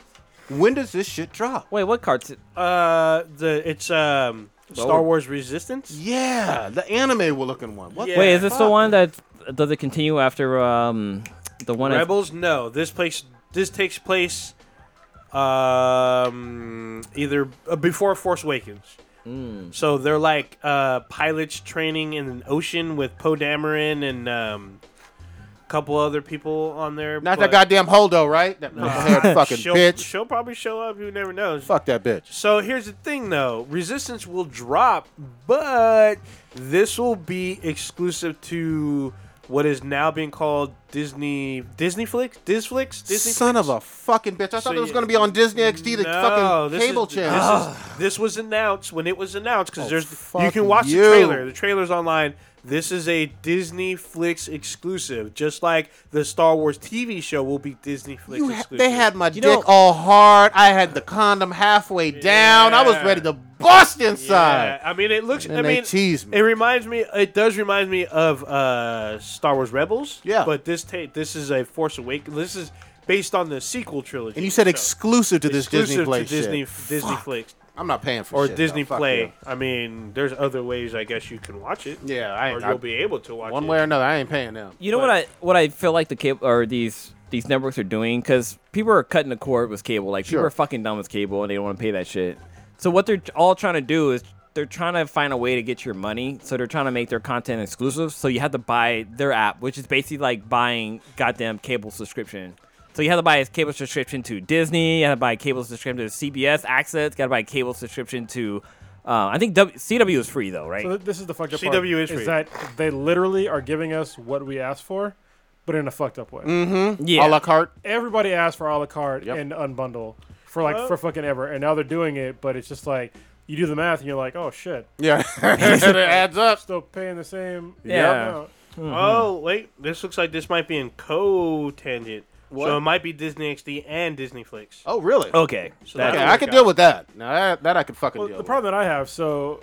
When does this shit drop? Wait, what cards? uh, the it's um Star Lower. Wars Resistance. Yeah, the anime looking one. What the Yeah. Wait, is this the fuck. one that does it continue after um the one? that's- Rebels? No, this place this takes place um either uh, before Force Awakens. Hmm. So they're like uh, pilots training in an ocean with Poe Dameron and um, a couple other people on there. Not but- that goddamn Holdo, right? That purple-haired fucking she'll, bitch. She'll probably show up. You never know. Fuck that bitch. So here's the thing, though. Resistance will drop, but this will be exclusive to what is now being called Disney Disney Flix, Disflix, Disney. Son of a fucking bitch. I thought So it was you- going to be on Disney XD, the no, fucking this cable is, channel. This, is, this was announced when it was announced because Oh, there's fuck you can watch you. the trailer. The trailer's online. This is a Disney Flix exclusive, just like the Star Wars TV show will be Disney Flix You ha- exclusive. they had my dick know- all hard. I had the condom halfway down. I was Yeah. ready to bust inside. Yeah, I mean, it looks. And I they mean, teased me. It reminds me. It does remind me of uh, Star Wars Rebels. Yeah. But this tape, this is a Force Awakens. This is based on the sequel trilogy. And you said so exclusive to this Disney exclusive Play to Disney shit. Disney Flix I'm not paying for or shit, Disney no. Fuck Play. I mean, there's other ways. I guess you can watch it. Yeah, I- or I- you'll be able to you. watch One it. way or another, I ain't paying them. You know what I what I feel like the cable or these these networks are doing because people are cutting the cord with cable. Like Sure. people are fucking done with cable and they don't want to pay that shit. So what they're all trying to do is they're trying to find a way to get your money. So they're trying to make their content exclusive. So you have to buy their app, which is basically like buying goddamn cable subscription. So you have to buy a cable subscription to Disney. You have to buy a cable subscription to CBS Access. Got to buy a cable subscription to. Uh, I think w- CW is free though, right? So th- this is the fucked up part. CW is free. that they literally are giving us what we asked for, but in a fucked up way. A yeah. la carte. Everybody asked for a la carte Mm. Yep. and unbundle for like Well- for fucking ever, and now they're doing it, but it's just like you do the math and you're like, oh shit, Yeah. it adds up. still paying the same. Yeah. amount. Oh wait, this looks like this might be in co-tangent. What? So it might be Disney XD and Disney Flix. Oh, really? okay. So That- that's Okay, what I we could got. deal with that. Now, that, that I could fucking Well, deal the with. problem that I have, so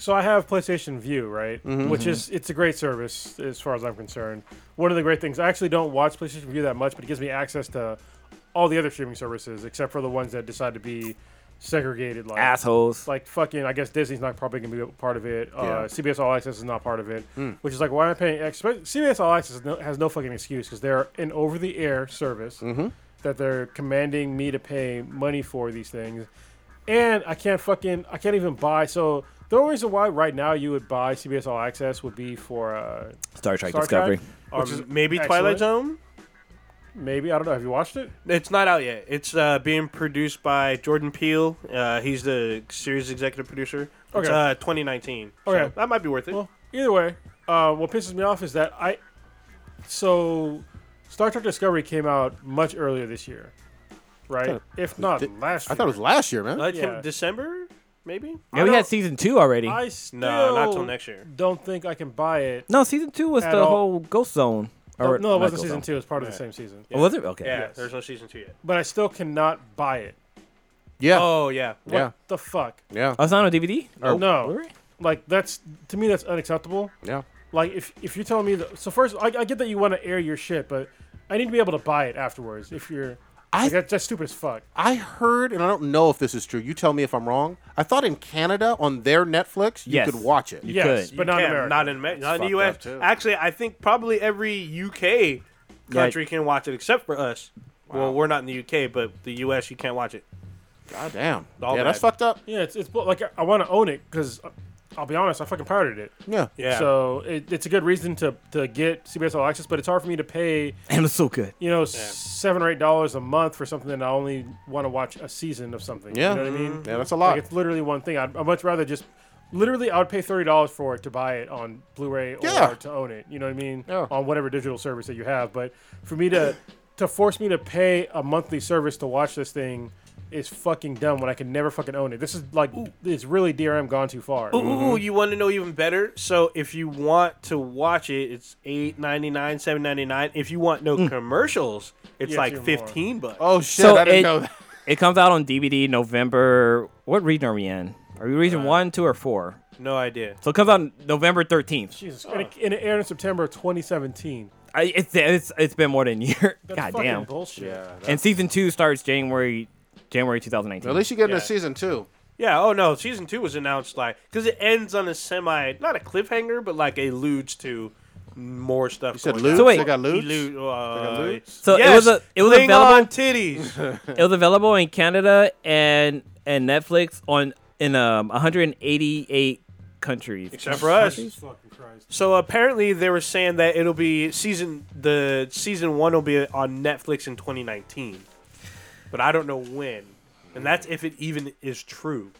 so I have PlayStation View, right? Mm-hmm, Which is it's a great service as far as I'm concerned. One of the great things I actually don't watch PlayStation View that much, but it gives me access to all the other streaming services except for the ones that decide to be segregated, like Assholes. Like fucking, I guess Disney's not probably gonna be a part of it. Yeah. Uh, CBS All Access is not part of it, which is like why am I paying? ex- but CBS All Access has no, has no fucking excuse because they're an over-the-air service that they're commanding me to pay money for these things, and I can't fucking I can't even buy. So the only reason why right now you would buy CBS All Access would be for uh, Star Trek Star Discovery. Trek, Or which is maybe excellent. Twilight Zone. Maybe I don't know. Have you watched it? It's not out yet. It's uh, being produced by Jordan Peele. Uh, he's the series executive producer. It's Okay. uh, 2019. so Okay. that might be worth it. Well, either way, uh, what pisses me off is that I. So, Star Trek Discovery came out much earlier this year, right? If not Did- last year. I thought it was last year, man. Uh, it came yeah. December, maybe. Yeah, Oh, we I had don't- season two already. I still No, not till next year. Don't think I can buy it. no, season two was At the all. whole Ghost Zone. No, Or- no, it not wasn't Ghost season Zone. two. It was part of Yeah. the same season. Oh, was it? Okay. Yeah, Yes. there's no season two yet. But I still cannot buy it. Yeah. Oh yeah, yeah. The fuck? Yeah. Oh, it's not on DVD? Or- no. Like that's to me that's unacceptable. Yeah. Like if if you're telling me that, so first I, I get that you want to air your shit, but I need to be able to buy it afterwards. If you're, I- like, that's, that's stupid as fuck. I heard, and I don't know if this is true. You tell me if I'm wrong. I thought in Canada on their Netflix you Yes. could watch it. You yes, could. but You not in can, America. Not in, Ma- not in the fucked U.S. up, too. Actually, I think probably every UK country can watch it except for us. Well, we're not in the UK, but the U.S. you can't watch it. God damn. All yeah, that's that. fucked up. Yeah, it's, it's bu- like I, I want to own it because I'll be honest, I fucking pirated it. Yeah. Yeah. So it, it's a good reason to to get CBS All Access, but it's hard for me to pay And it's so good. you know seven or eight dollars a month for something that I only want to watch a season of something. Yeah. Mm-hmm. You know what I mean? Yeah, that's a Like lot. it's literally one thing. I'd, I'd much rather just literally I would pay thirty dollars for it to buy it on Blu-ray or Yeah. to own it. You know what I mean? Yeah. On whatever digital service that you have. But for me to to force me to pay a monthly service to watch this thing is fucking dumb when I can never fucking own it. This is like it's really DRM gone too far. Ooh, ooh, ooh, Mm-hmm. you want to know even better? So if you want to watch it, it's eight ninety nine, seven ninety nine. If you want no Mm. commercials, it's Yes, like you're fifteen bucks. Oh shit! So I didn't it- know that. It comes out on DVD November. What region are we in? Are we Uh, region one, two, or four? No idea. So it comes out November thirteenth. Jesus, and, it, and it aired in September of 2017. I, it's, it's it's been more than a year. That's God fucking damn. bullshit. And season two starts January January 2019. At least you get into Yeah. season two. Yeah. Oh no, season two was announced like because it ends on a semi, not a cliffhanger, but like alludes to more stuff. You said going loots. So wait- they got loots. Elude, uh, loots? So it was a- it was Klingon available- titties. It was available in Canada and and Netflix on in um 188 countries. Except for us. Jesus fucking Christ. So apparently they were saying that it'll be season the season one will be on Netflix in 2019, but I don't know when, and that's if it even is true.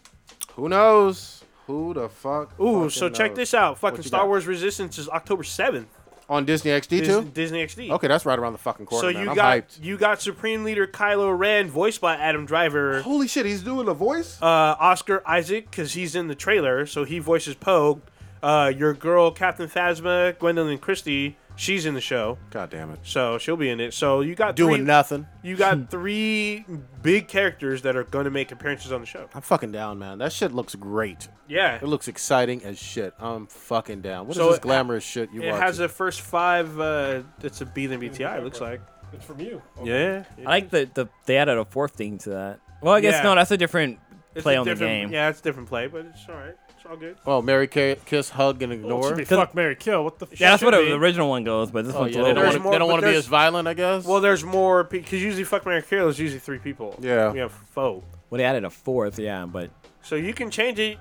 Who knows? Who the fuck? Ooh, fucking so check knows? this out. Fucking you Star got? Wars Resistance is October 7th. on Disney XD Dis- too. Disney XD. Okay, that's right around the fucking corner. So man. you I'm got hyped. you got Supreme Leader Kylo Ren, voiced by Adam Driver. Holy shit, he's doing a voice. uh, Oscar Isaac because he's in the trailer, so he voices Poe. Uh, your girl Captain Phasma, Gwendolyn Christie, she's in the show, God damn it. so she'll be in it. So you got Doing three, nothing. You got three big characters that are going to make appearances on the show. I'm fucking down, man. That shit looks great. Yeah, It looks exciting as shit. I'm fucking down. What is So this it- glamorous shit you it watch? has the first five. Uh, it's a B than BTI. It looks like. It's from you. Yeah, I like the, the they added a fourth thing to that. Well, I guess Yeah. no, that's a different It's play a on the different- game. Yeah, it's a different play, but it's all right. It's all good. oh, Mary Kay, kiss, hug, and Well, Oh, it ignore. should be fuck, Mary kill. What the fuck? Yeah, that's what should the be. original one goes, but this oh, one's yeah, a they little. don't There's wanna- more, they don't but want to be there's- as violent, I guess. Well, there's more because usually fuck Mary Kill is usually three people. Yeah. we have foe. Well, they added a fourth, yeah, but So you can change it.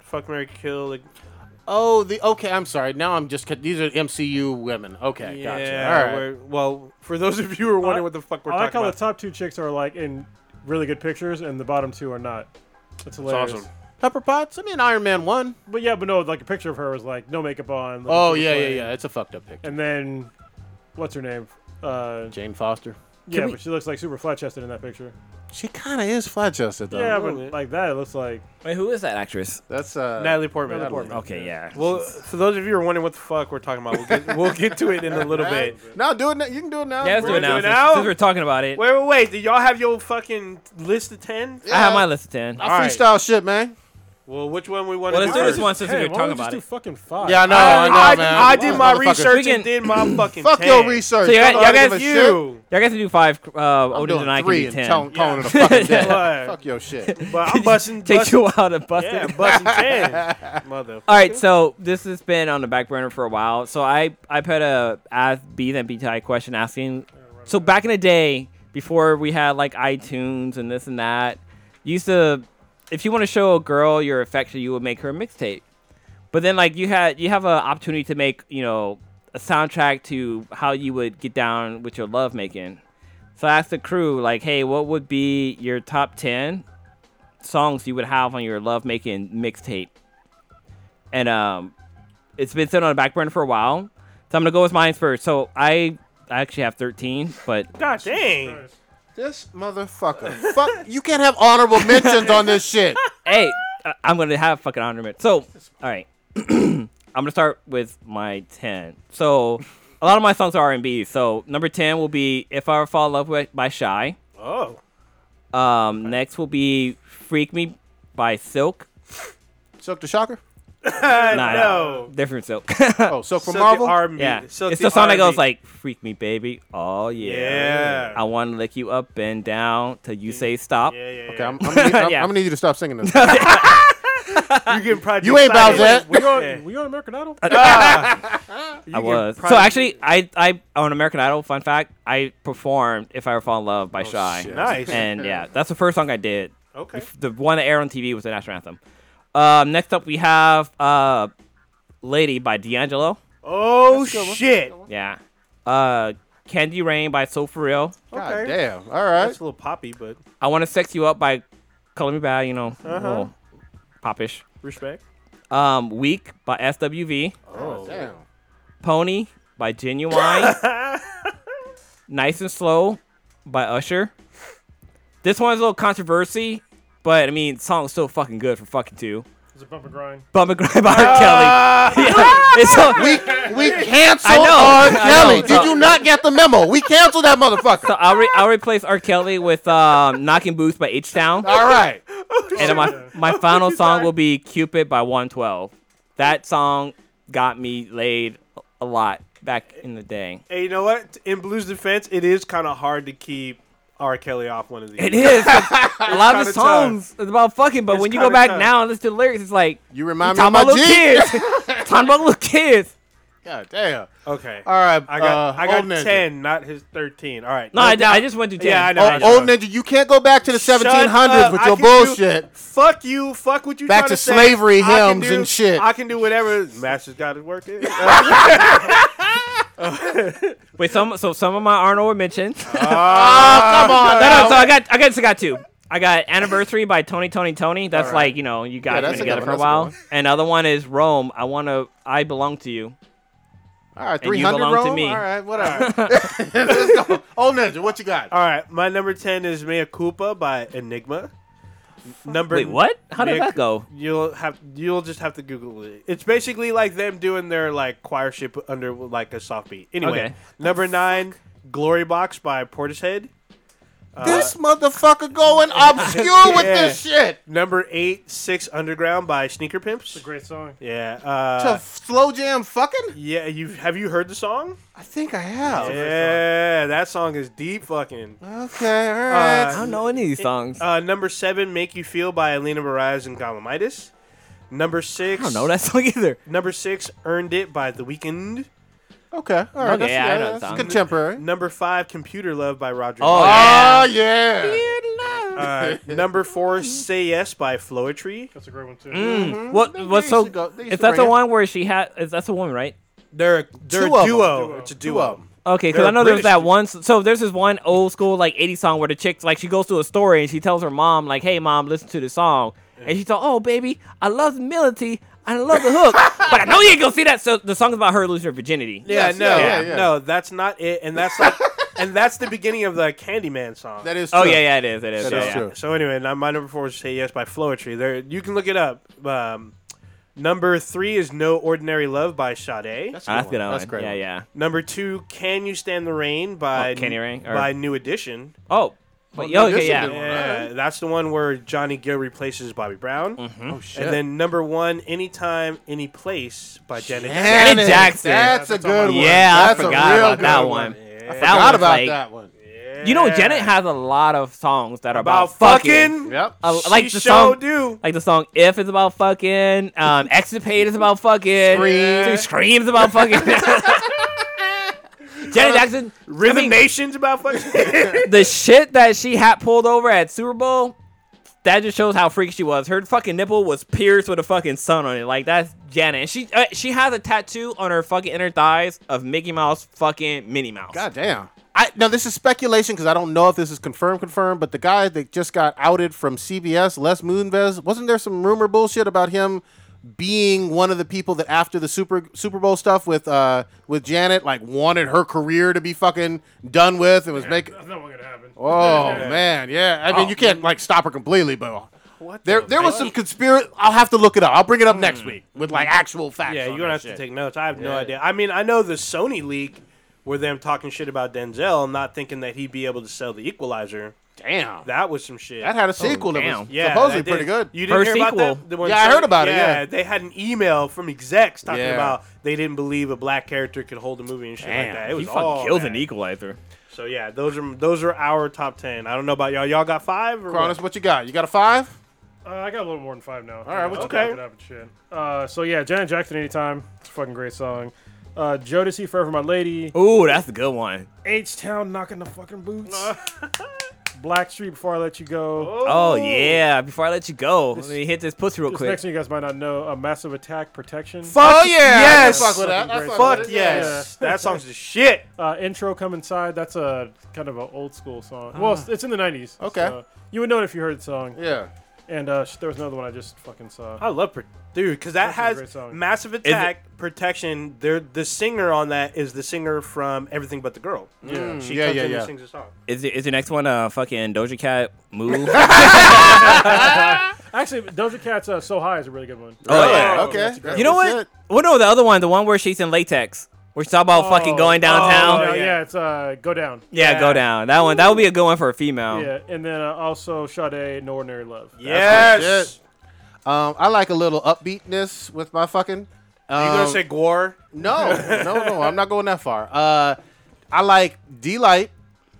Fuck Mary Kill. Like, oh, the okay. I'm sorry. Now I'm just these are MCU women. Okay, Yeah, gotcha. All right. we're- well, for those of you who are wondering what the fuck we're I like talking how about, the top two chicks are like in really good pictures, and the bottom two are not. That's hilarious. awesome. Pepper Potts. I mean, Iron Man one. But yeah, but no, like a picture of her was like no makeup on. like, Oh she was yeah, yeah, playing. yeah. It's a fucked up picture. And then, what's her name? Uh, Jane Foster. yeah, we- but she looks like super flat chested in that picture. She kind of is flat chested though. yeah, little but bit. like that, it looks like wait, who is that actress? That's uh. Natalie Portman. Natalie Portman. Okay, yeah. Well, for those of you who are wondering what the fuck we're talking about, we'll get, we'll get to it in a little bit. No, do it. Now. You can do it now. yeah, let's do we're it gonna do now. it since- now? Since we're talking about it, Wait, wait, wait. Do y'all have your fucking list of 10? I have my list of ten. I All right. freestyle shit, man. Well, which one we want Well, to let's do do this first? one since Hey, we're why talking don't we just about do it. fucking five. Yeah, I know. I, know, I, man. I did my Motherfucker. research We and did can- my fucking Fuck 10. your research. So you Fuck got- all y'all that guys- other Fuck shit. you. Y'all guys can do five. Uh, I'm older doing than I can three do and ten. telling Yeah. Conan to fucking dead. But- Fuck your shit. But I'm busting. Takes busting you a while to bust yeah, it. busting 10. Motherfucker. All right, so this has been on the back burner for a while. So I I put a ask B then B tie question asking. So back in the day, before we had like iTunes and this and that, you used to if you want to show a girl your affection, you would make her a mixtape. But then like you had you have an opportunity to make you know a soundtrack to how you would get down with your love making. So I asked the crew like, hey, what would be your top ten songs you would have on your love making mixtape? and um, it's been sitting on the back burner for a while. So I'm gonna go with mine first. So I, I actually have 13, but God dang. This motherfucker. Fuck. You can't have honorable mentions on this shit. hey, I- I'm gonna have fucking honorament. So all right, I'm gonna start with my 10. So a lot of my songs are R&B. So number 10 will be "If I Ever Fall in Love with, by Shy." Oh. Um, next will be "Freak Me" by Silk. Silk the Shocker? I Nah, know. different Silk. Oh, Silk from So the Marvel? R&B. yeah, So it's the, song that R&B. goes like "Freak Me, baby." Oh Yeah. I want to lick you up and down till you say stop. Yeah, yeah, yeah. okay, I'm, I'm, gonna need, I'm, Yeah. I'm gonna need you to stop singing this. You can probably You ain't about that. We're Were you on American Idol? I was. So actually, I, I on American Idol. Fun fact: I performed "If I Ever Fall in Love" by Shy. shit. Oh, Nice. And yeah, that's the first song I did. Okay. The one that aired on TV was the national anthem. Um, next up, we have uh, "Lady" by D'Angelo. Oh That's a good one. shit! Yeah. Uh, "Candy Rain" by Soul For Real. God Okay. damn. All right. That's a little poppy, but "I Want to Sex You Up" by Color Me Bad. You know, a Uh-huh. little popish. respect. Um, "Weak" by SWV. Oh, damn. "Pony" by Genuine. "Nice and Slow" by Usher. This one's a little controversy, but I mean, song's still fucking good for fucking two. It's a bump and grind. Bump and grind by R. Kelly. It's so- We we canceled I know, R. I know, Kelly. so- Did you not get the memo? We canceled that motherfucker. So I'll, re- I'll replace R. Kelly with um, Knocking Boots by H Town. All right. And my, my final song will be Cupid by 112. That song got me laid a lot back in the day. Hey, you know what? In Blue's defense, it is kind of hard to keep R. Kelly off one of these. It is. 'cause A lot kinda of his songs is about fucking, but It's when you go kinda back tough. now and listen to the lyrics, it's like, You remind me talking of my about little G. kids. talking about little kids. God damn. Okay. All right. I got uh, I got old ninja. ten, not his thirteen. All right. No, I, I just went to 10. Yeah, I know. Oh, old ninja, you can't go back to the Shut 1700s up. with I your can do- bullshit. fuck you. Fuck what you. Back trying to say. slavery I can hymns do- and shit. I can do whatever. Master's got to work it. Wait, some, so some of my Arnold were mentioned. Oh, Come on. No, no, now. so I got I got so I got two. I got Anniversary by Tony Tony Tony. That's like, you know, you guys that's were a together good one, for a that's a while. good And other one is Rome. I wanna I belong to you. All right, And you 300 belong to Rome? me. All right, whatever. Let's go. Old Ninja, what you got? All right, my number ten is Mea Culpa by Enigma. Number Wait, what? How did Nick- that go? You'll have you'll just have to Google it. It's basically like them doing their like choir ship under like a soft beat. Anyway, Okay. number Oh, nine, Glory Box by Portishead. this motherfucker going obscure with Yeah. this shit. Number eight, Six Underground by Sneaker Pimps. It's a great song. Yeah. To Uh, f- slow jam fucking? yeah. You have you heard the song? I think I have. Yeah, that song is deep fucking. Okay, all right. I don't know any of these songs. Uh, number seven, "Make You Feel" by Alina Baraz and Gallimitis. Number six, I don't know that song either. Number six, "Earned It" by The Weeknd. okay, all right. Okay, that's, yeah, I know that's the song. contemporary. Number five, "Computer Love" by Roger. Oh, Moore. Oh, yeah. Uh, number four, "Say Yes" by Floetry. That's a great one too. Mm. What They- they what's used so to go- they used is to that the bring it. one where she had is that's the woman, right? They're a, they're Two a of 'em. duo. Duo. It's a Two of duo. 'em. Okay, because They're I know there's British that dude. one. So there's this one old school like 80s song where the chick like she goes through a story and she tells her mom like, "Hey mom, listen to this song," and she thought, "Oh baby, I love the melody, I love the hook, but I know you ain't gonna see that." So the song's about her losing her virginity. Yeah, Yes, no, yeah, yeah, yeah. no, that's not it, and that's like, and that's the beginning of the Candyman song. That is true. Oh yeah, yeah, it is. It is. That yeah, is yeah. true. So anyway, now my number four is "Say Yes" by Floetry. There, you can look it up. Um, number three is "No Ordinary Love" by Sade. That's a Oh, that's a good. one. One. That's a great. Yeah, one. yeah. Number two, "Can You Stand the Rain" by Oh, Can You Rain, or- by New Edition. Oh, but no, yeah, this okay, is yeah. good one. Yeah, that's the one where Johnny Gill replaces Bobby Brown. Mm-hmm. Oh shit. And then number one, "Anytime, Any Place" by Janet. Jackson. Janet Jackson. That's a That's on good my one. list. Yeah, That's I a forgot real about good that one. Yeah. That Forgot one's about like- that one. You know, Yeah. Janet has a lot of songs that are about, about fucking. Yep. Uh, like she the sure song, do. like the song "If" is about fucking, um, "Extirpate" is about fucking, Scream. Dude, "Screams" about fucking. Janet Jackson, Rhythm I mean, Nation's about fucking. the shit that she had pulled over at Super Bowl, that just shows how freak she was. Her fucking nipple was pierced with a fucking sun on it. Like that's Janet. And she uh, she has a tattoo on her fucking inner thighs of Mickey Mouse fucking Minnie Mouse. God damn. I now this is speculation because I don't know if this is confirmed, confirmed. But the guy that just got outed from CBS, Les Moonves, wasn't there some rumor bullshit about him being one of the people that after the Super Super Bowl stuff with uh with Janet, like wanted her career to be fucking done with and was making. That's not gonna happen. Oh man, yeah. I mean, you can't like stop her completely, but there there was some conspiracy. I'll have to look it up. I'll bring it up next week with like actual facts. Yeah, on you're gonna that have shit. to take notes. I have no idea. I mean, I know the Sony leak were them talking shit about Denzel, and not thinking that he'd be able to sell the Equalizer. Damn, that, That was some shit. had a sequel that damn. was yeah, supposedly that did- pretty good. You didn't Her hear sequel. about that? The one Yeah, I Sony- heard about it, yeah. they had an email from execs talking Yeah. about they didn't believe a black character could hold a movie and shit like that. It was he fucking all kills bad. an e- equalizer. So yeah, those are those are our top ten. I don't know about y'all. Y'all got five or Cronus, what? what you got? You got a five? Uh, I got a little more than five now. All right, what you got? It up and shit. Uh, so yeah, Janet Jackson, anytime. It's a fucking great song. Uh, Jodeci, Forever My Lady. Ooh, that's a good one. H Town, knocking the fucking boots. Blackstreet before I let you go. Oh yeah! Before I let you go, This- let me hit this pussy real this quick. next one you guys might not know, a massive attack protection. Fuck Oh, yeah! yeah, Yes. yes. Fuck with that. I Fuck fuck Fuck with it, yeah. yes. That song's the shit. Uh, intro come inside. That's a kind of an old school song. Well, it's- it's in the '90s. Ah. Okay. so you would know it if you heard the song. Yeah. And uh, sh- there was another one I just fucking saw. I love, Pro- dude, because that That's a great has song. massive attack protection. They're, the singer on that is the singer from Everything But the Girl. Mm. Yeah. She Yeah, comes yeah, in yeah. and sings a song. Is it, is the next one uh fucking Doja Cat move? Actually, Doja Cat's uh, "So High" is a really good one. Oh, yeah. Okay. That's You know what? it. Well, no, the other one, the one where she's in latex, where she's all about fucking going downtown. Oh, yeah. yeah. it's uh, "Go Down." yeah, Yeah. go down. That one, that would be a good one for a female. Yeah, and then uh, also Sade, "No Ordinary Love." Yes. Um, I like a little upbeatness with my fucking. Um, you gonna say Gore? no? No, no, I'm not going that far. Uh, I like D Light.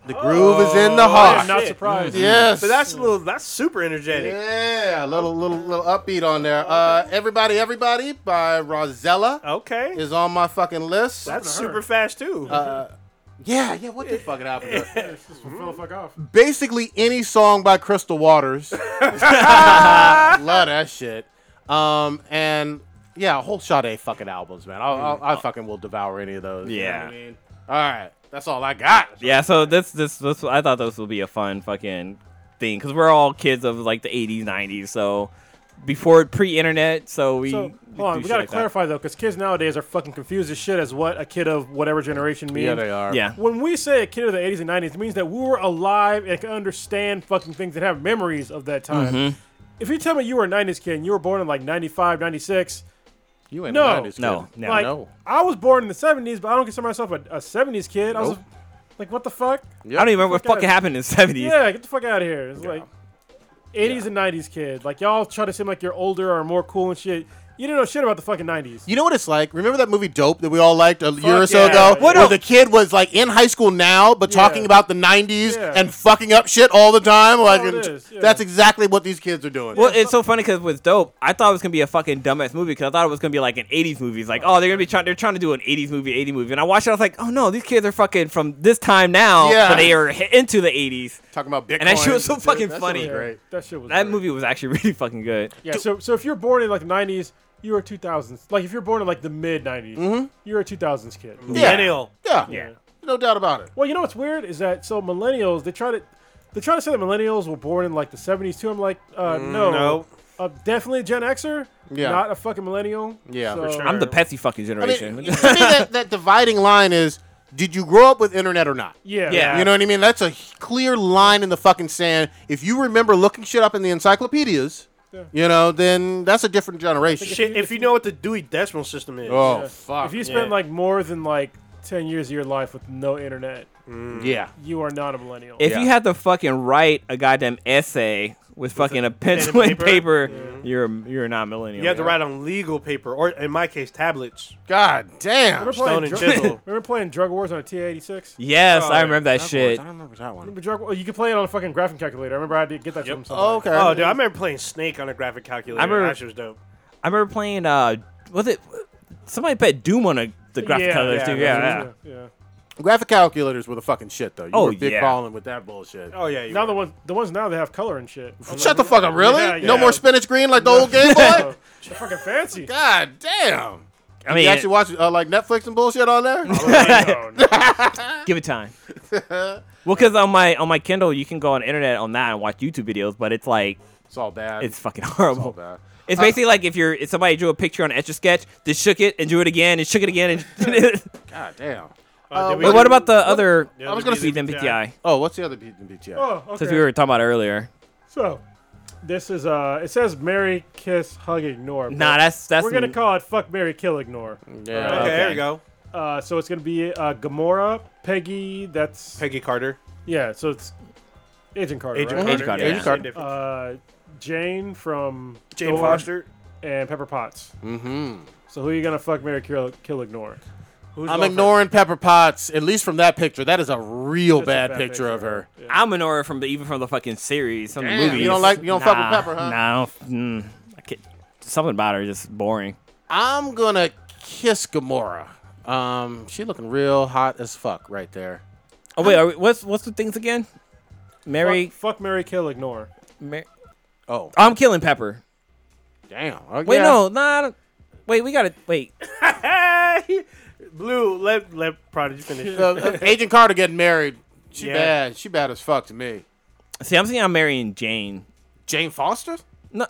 The groove is in the I am heart. not shit. surprised. Yes. So that's a little. That's super energetic. Yeah, a little little little upbeat on there. Uh, everybody, everybody by Rosella Okay. is on my fucking list. that's Happened to super her. fast too. Uh, yeah, yeah. What the fucking happened? to her? This is from Phil the Fuck Off. Basically, any song by Crystal Waters. Love that shit. Um, and yeah, a whole shot of fucking albums, man. I'll, I'll, I fucking will devour any of those. you know Yeah. what I mean? All right, that's all I got. Yeah, so this, this, this, I thought this would be a fun fucking thing because we're all kids of like the 80s, 90s, so before pre-internet, so we. So, do hold on, we shit gotta like that. clarify though, because kids nowadays are fucking confused as shit as what a kid of whatever generation means. Yeah, they are. Yeah. When we say a kid of the 80s and 90s, it means that we were alive and can understand fucking things and have memories of that time. If you tell me you were a 90s kid and you were born in like 95, 96, You ain't No. no, this No, kid. no. like no. I was born in the 70s, but I don't consider myself a, a 70s kid. I was Nope. like, what the fuck? I don't even remember what Fuck fucking outta- happened in the 70s. Yeah, get the fuck out of here. It's like 80s and 90s kid. Like y'all try to seem like you're older or more cool and shit. You didn't know shit about the fucking 90s. You know what it's like? Remember that movie Dope that we all liked a year or so yeah. ago? What where up? the kid was like in high school now, but Yeah. talking about the 90s Yeah. and fucking up shit all the time. Like, it and is, yeah. that's exactly what these kids are doing. Well, it's so funny because with Dope, I thought it was gonna be a fucking dumbass movie because I thought it was gonna be like an '80s movie. It's like, oh, they're gonna be trying, they're trying to do an '80s movie, '80s movie, and I watched it. I was like, oh no, these kids are fucking from this time now, Yeah. so they are hi- into the '80s. Talking about Bitcoin. And that shit was so That fucking shit funny. was Great. That shit was That great. movie was actually really fucking good. Yeah. So so if you're born in like the '90s, you are 2000s. Like if you're born in like the mid '90s, Mm-hmm. you're a 2000s kid. Yeah. Millennial. Yeah. Yeah. No doubt about it. Well, you know what's weird is that so millennials they try to they try to say that millennials were born in like the '70s too. I'm like, uh, no, no. Uh, definitely a Gen Xer. Mm, Yeah. Not a fucking millennial. Yeah. For So- sure. I'm the Pepsi fucking I mean, generation. to me, that, that dividing line is did you grow up with internet or not? Yeah. Yeah. You know what I mean? That's a h- clear line in the fucking sand. If you remember looking shit up in the encyclopedias, Yeah. you know, then that's a different generation. Shit. If you know what the Dewey Decimal System is. Oh, Yeah. fuck. If you spent Yeah. like more than like 10 years of your life with no internet, yeah. you are not a millennial. if Yeah. you had to fucking write a goddamn essay with fucking a pencil and and paper, paper? you're you're not millennial. You have to write on legal paper, or in my case, tablets. God damn. remember playing, Stone and Dr- Chisel. remember playing Drug Wars on a T86? Yes, Oh, I remember that That shit. one, I don't remember that one. Remember Drug War- You could play it on a fucking graphing calculator. I remember I had to get that from somebody. Okay. Oh, dude, I remember playing Snake on a graphic calculator. I remember- that shit was dope. I remember playing. uh Was it somebody bet Doom on a the graphic calculator too? Yeah, yeah. yeah. yeah. Graphic calculators were the fucking shit, though. You Oh, were big yeah. balling with that bullshit. Oh yeah. You Now were. the ones, the ones now they have color and shit. I'm Shut the like, fuck up, really? Yeah, No yeah. more spinach green like the old Game Boy? oh, they're fucking fancy. God damn. I mean, you actually watch uh, like Netflix and bullshit on there? No, no. give it time. well, because on my on my Kindle, you can go on the internet on that and watch YouTube videos, but it's like It's all bad. it's fucking all horrible. bad. It's basically like if you're if somebody drew a picture on Etch a Sketch, they shook it and drew it again and shook it again. And God damn. Uh, did but we- what about the other? I was gonna beat say- MBTI Oh, what's the other beat in BTI? Oh, okay. since we were talking about earlier. so, this is uh, it says Mary kiss, hug, ignore. but Nah, that's that's we're gonna call it fuck, Mary kill, ignore. Yeah. Okay, Okay. there you go. Uh, so it's gonna be uh, Gamora, Peggy. That's Peggy Carter. yeah. So it's Agent Carter. Agent right? Carter. Agent yeah. Carter, yeah. Same difference. Uh, Jane from Jane Thor Foster. and Pepper Potts. Mm-hmm. So who are you gonna fuck, Mary kill, kill, ignore? Who's I'm Lothar? ignoring Pepper Potts, at least from that picture. That is a real That's a bad, picture, of her. Yeah. I'm Minora from the even from the fucking series, from Damn, the movies. you don't like- you don't nah, fuck with Pepper, huh? Nah, I don't, mm, I can't, something about her is just boring. I'm gonna kiss Gamora. Um, she looking real hot as fuck right there. Oh wait, are we, what's what's the things again? Mary. Fuck, fuck Mary Kill Ignore. Mar- Oh, I'm killing Pepper. damn. Oh, Wait, yeah. no, nah. I don't- Wait, we gotta wait. Blue, let let Prodigy finish. Uh, uh, Agent Carter getting married. She Yeah. bad. She bad as fuck to me. See, I'm thinking I'm marrying Jane. Jane Foster? No,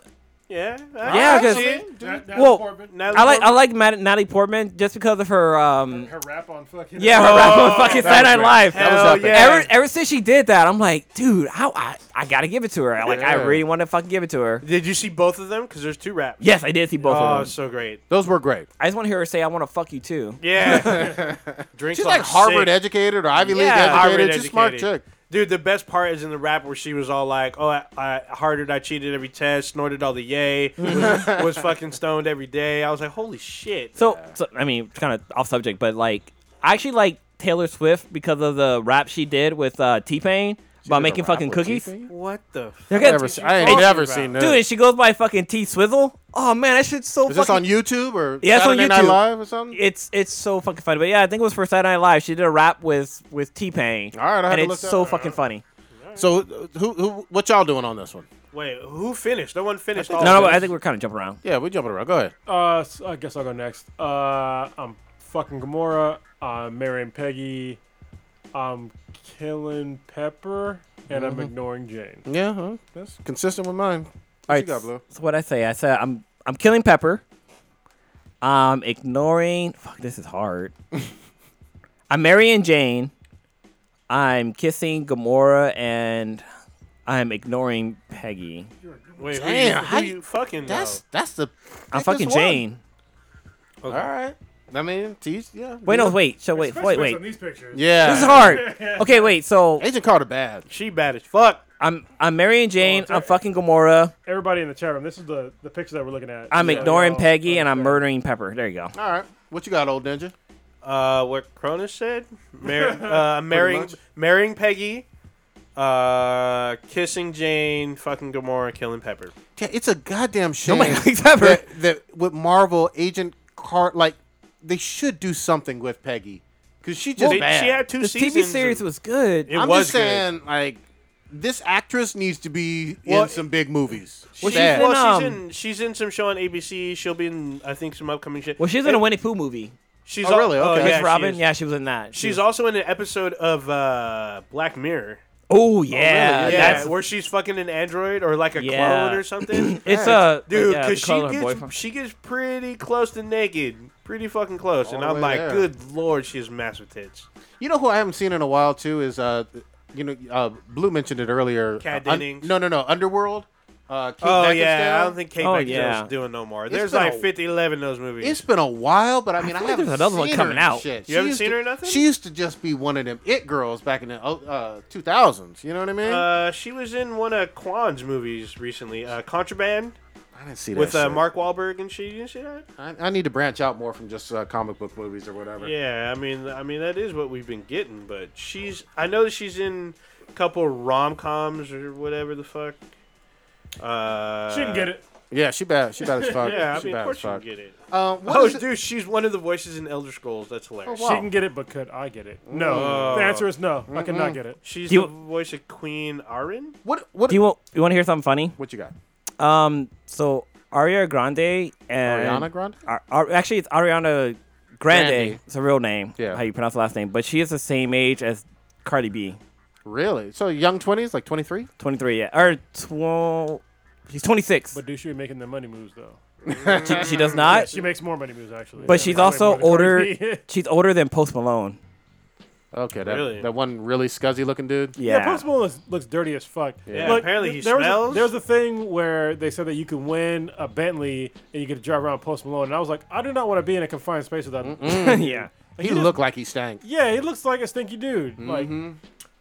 yeah. uh, Yeah, 'cause- Shit, dude. Natalie Well, Portman, I like I like Mad- Natalie Portman just because of her um her rap on fucking. yeah her rap on fucking Oh, that was Saturday Night great. Live. That was Hell epic. yeah. Ever ever since she did that, I'm like, dude, I I, I gotta give it to her. Like I Yeah. really want to fucking give it to her. Did you see both of them? Because there's two raps. Yes, I did see both Oh, of them. so great. Those were great. I just want to hear her say, "I want to fuck you too." Yeah. Drink She's like sick. Harvard educated or Ivy League Yeah. educated. Harvard She's a smart educated. chick. Dude, the best part is in the rap where she was all like, "Oh, I, I hardened, I cheated every test, snorted all the yay, was, was fucking stoned every day." I was like, "Holy shit!" So, so I mean, kind of off subject, but like, I actually like Taylor Swift because of the rap she did with uh, T Pain about did a making rap fucking with cookies. T-Pain? what the? F- They're I, never, good. se- I ain't talking never about? seen Dude, that. and she goes by fucking T Swizzle. Oh man, that shit's so Is this fucking. on YouTube or Yeah, it's on Saturday Night YouTube. Live or something? it's it's so fucking funny. But yeah, I think it was for Saturday Night Live. She did a rap with with T Pain. All right, I have and to it's look that so up. fucking funny. So, uh, who, who, what y'all doing on this one? Wait, who finished? No one finished. Oh, all No, no, of but it. I think we're kind of jumping around. Yeah, we jumping around. Go ahead. Oh. Uh, so I guess I'll go next. Uh, I'm fucking Gamora. Uh, I'm marrying Peggy. I'm killing Pepper, and I'm Mm-hmm. ignoring Jane. Yeah, huh? that's consistent with mine. What All you got, Blue? So what I say? I said I'm I'm killing Pepper. I'm ignoring. Fuck, this is hard. I'm marrying Jane. I'm kissing Gamora, and I'm ignoring Peggy. Wait, Damn, who how you, who you- you fucking That's know? that's the. I'm thickest fucking one. Jane. All right. I mean, teach. Yeah. Wait, no, yeah. wait. So wait, wait, wait. these pictures. Yeah. This is hard. Okay, wait. So Agent Carter bad. She bad as fuck. I'm I'm marrying Jane. it's I'm a- fucking Gamora. Everybody in the chat room, this is the the picture that we're looking at. I'm Yeah, ignoring y'all- Peggy, and Oh, okay. I'm murdering Pepper. There you go. All right. What you got, old ninja? Uh, what Cronus said? Mar- uh, marrying much. marrying Peggy, uh, kissing Jane, fucking Gamora, killing Pepper. Yeah, it's a goddamn shame. Nobody likes Pepper. That, that with Marvel, Agent Carter, like they should do something with Peggy because she just They- bad. she had two The seasons. TV series and- was good. It I'm was just good. saying, like this actress needs to be Well, in some big movies. Well, she's Bad. in- Well, she's um, in she's in some show on ABC. She'll be in I think some upcoming shit. Well, she's in And a Winnie Pooh movie. She's Oh, al- really? Okay. Miss Miss she Robin. is. yeah, she was in that. She She's was- also in an episode of uh, Black Mirror. Oh yeah, really? Yeah, that's where she's fucking an android or like a Yeah. clone or something. it's a Dude, yeah, the because color of she her gets boyfriend. she gets pretty close to naked, pretty fucking close, and the I'm way like, there. good lord, she has massive tits. You know who I haven't seen in a while too is uh, you know, uh, Blue mentioned it earlier. Kat Uh, un- Dennings. no, no, no, Underworld. Uh, Kate Oh Beckinsale. yeah, I don't think Kate Oh, Beckinsale's yeah. doing no more. There's been like a- 50, 11 of those movies. It's been a while, but I mean, I, like haven't there's another seen one coming her in out. Shit. You haven't used seen to- her in nothing? She used to just be one of them it girls back in the oh, uh, 2000s. You know what I mean? uh, she was in one of Quan's movies recently, uh, Contraband I didn't see that with uh, shit. Mark Wahlberg, and she you didn't see that. I, I need to branch out more from just uh, comic book movies or whatever. Yeah, I mean, I mean that is what we've been getting. But she's, I know that she's in a couple rom coms or whatever the fuck. Uh, She can get it. Yeah, she bad. She bad as fuck. Yeah, I she mean, bad of course as she can fuck. get it. Uh, what Oh, is it- dude, she's one of the voices in Elder Scrolls. That's hilarious. Oh, wow. She can get it, but could I get it? No. Oh. The answer is no. I cannot get it. She's Do you- the voice of Queen Arin. What? What? Do you want you want to hear something funny? what you got? Um, so Ariana Grande and Ariana Grande. Ar- Ar- actually it's Ariana Grande. Grande. It's a real name. Yeah. how you pronounce the last name? But she is the same age as Cardi B, Really? So young twenties, like twenty three. 23. Yeah, or tw- she's 26. But do she be making the money moves though? she, she does not. She makes more money moves actually. But she's Probably more also than Cardi older. B. She's older than Post Malone. Okay, that Really? that one really scuzzy looking dude. Yeah, Yeah. Post Malone looks, looks dirty as fuck. Yeah, apparently he there was a- smells. there was a thing where they said that you could win a Bentley and you could drive around Post Malone, and I was like, I do not want to be in a confined space with that. Hmm. yeah. He, he just- looked like he stank. Yeah, he looks like a stinky dude. Like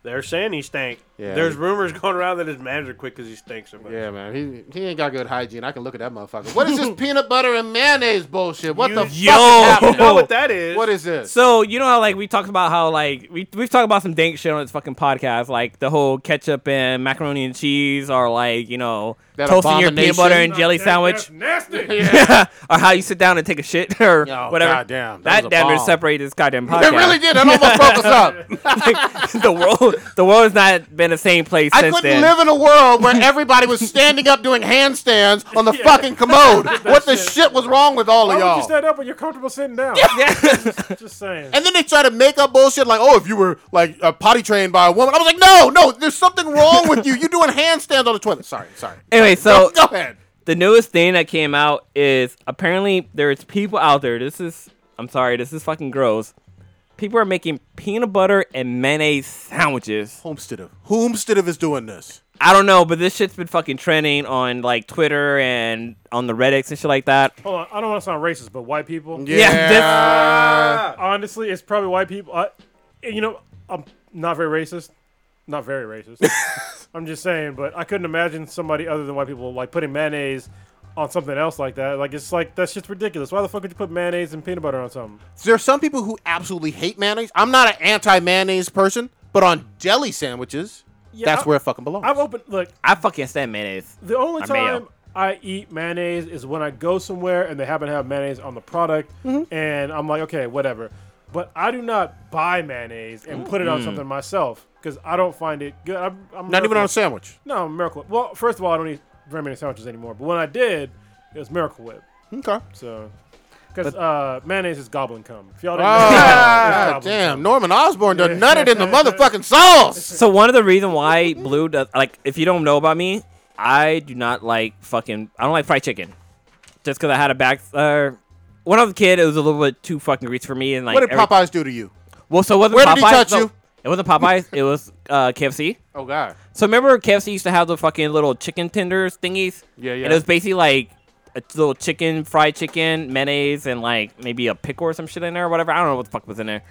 They're saying he stank. Yeah. There's rumors going around that his manager quit because he stinks so much. Yeah, man. He he ain't got good hygiene. I can look at that motherfucker. What is this peanut butter and mayonnaise bullshit? What the You- fuck? Yo! is You know happening? what that is? What is this? So you know how like we talked about how like we we've talked about some dank shit on this fucking podcast, like the whole ketchup and macaroni and cheese, or like you know That toasting your peanut butter abomination. and jelly sandwich, nasty. or how you sit down and take a shit or Oh, whatever. goddamn, that was a that damn near bomb. separated this goddamn podcast. It really did. That almost broke us up. Like, the world, the world has not been in the same place I since couldn't then. live in a world where everybody was standing up doing handstands on the fucking commode. what the shit was wrong with all Why of would you y'all? stand up when you're comfortable sitting down? Just saying. And then they try to make up bullshit like, oh, if you were like uh, potty trained by a woman. I was like, no, no, there's something wrong with you. You're doing handstands on the toilet. Sorry, sorry. anyway, so Go ahead. the newest thing that came out is apparently there's people out there. This is I'm sorry, this is fucking gross. People are making peanut butter and mayonnaise sandwiches. Homesteader. Homesteader is doing this. I don't know, but this shit's been fucking trending on like Twitter and on the Reddits and shit like that. Hold on, I don't want to sound racist, but white people. Yeah, Ah, Honestly, it's probably white people. I, and you know, I'm not very racist. Not very racist. I'm just saying, but I couldn't imagine somebody other than white people like putting mayonnaise on something else like that. Like it's like that's just ridiculous. Why the fuck would you put mayonnaise and peanut butter on something? there are some people who absolutely hate mayonnaise. I'm not an anti mayonnaise person, but on deli sandwiches, that's I- where it fucking belongs. I've opened look. I fucking stand mayonnaise. The only Or time mayo. I eat mayonnaise is when I go somewhere and they happen to have mayonnaise on the product, Mm-hmm. and I'm like, okay, whatever. But I do not buy mayonnaise and put it on something myself because I don't find it good. I'm, I'm Mm. not even on a Miracle- sandwich. No, I'm Miracle. Whip. Well, first of all, I don't eat very many sandwiches anymore. But when I did, it was Miracle Whip. Okay. So, because uh, mayonnaise is goblin cum. If y'all didn't know, it's Ah, goblin damn, cum. Norman Osborn done nutted in the motherfucking sauce. So one of the reason why Blue does like if you don't know about me, I do not like fucking I don't like fried chicken. Just because I had a back uh, when I was a kid, it was a little bit too fucking greasy for me. And like, What did every- Popeyes do to you? Well, so it wasn't Where Popeyes. did he touch no. you? It wasn't Popeyes. it was uh, KFC. Oh God. So remember, KFC used to have the fucking little chicken tenders thingies. Yeah, yeah. And it was basically like a little chicken, fried chicken, mayonnaise, and like maybe a pickle or some shit in there or whatever. I don't know what the fuck was in there.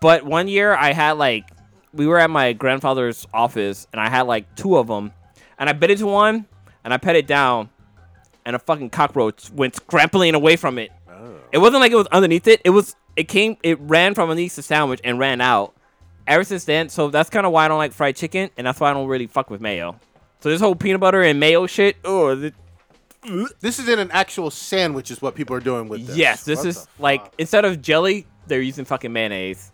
But one year I had like we were at my grandfather's office and I had like two of them, and I bit into one and I pet it down, and a fucking cockroach went scrambling away from it. Oh. It wasn't like it was underneath it. It was it came it ran from underneath the sandwich and ran out. Ever since then, so that's kind of why I don't like fried chicken, and that's why I don't really fuck with mayo. So this whole peanut butter and mayo shit, oh, th- This is in an actual sandwich, is what people are doing with this. yes, this What is the- like instead of jelly, they're using fucking mayonnaise.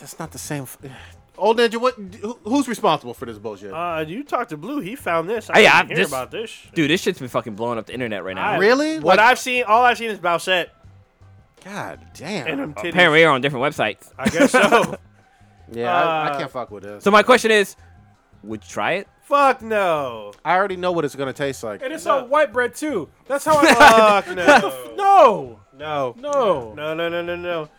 that's not the same. F- Old Ninja, what? who- Who's responsible for this bullshit? Uh, you talked to Blue. He found this. I Hey, didn't I- hear this- about this. shit. Dude, this shit's been fucking blowing up the internet right now. I- Oh, Really? What Like- I've seen, all I've seen is Bowsette God and them damn. titties. Apparently, we're on different websites. I guess so. Yeah, I, I uh, can't fuck with this. So my question is, would you try it? Fuck no. I already know what it's gonna taste like. And it's on white bread too. That's how I. Fuck no. no, No. no, No. No. No. No. No. Just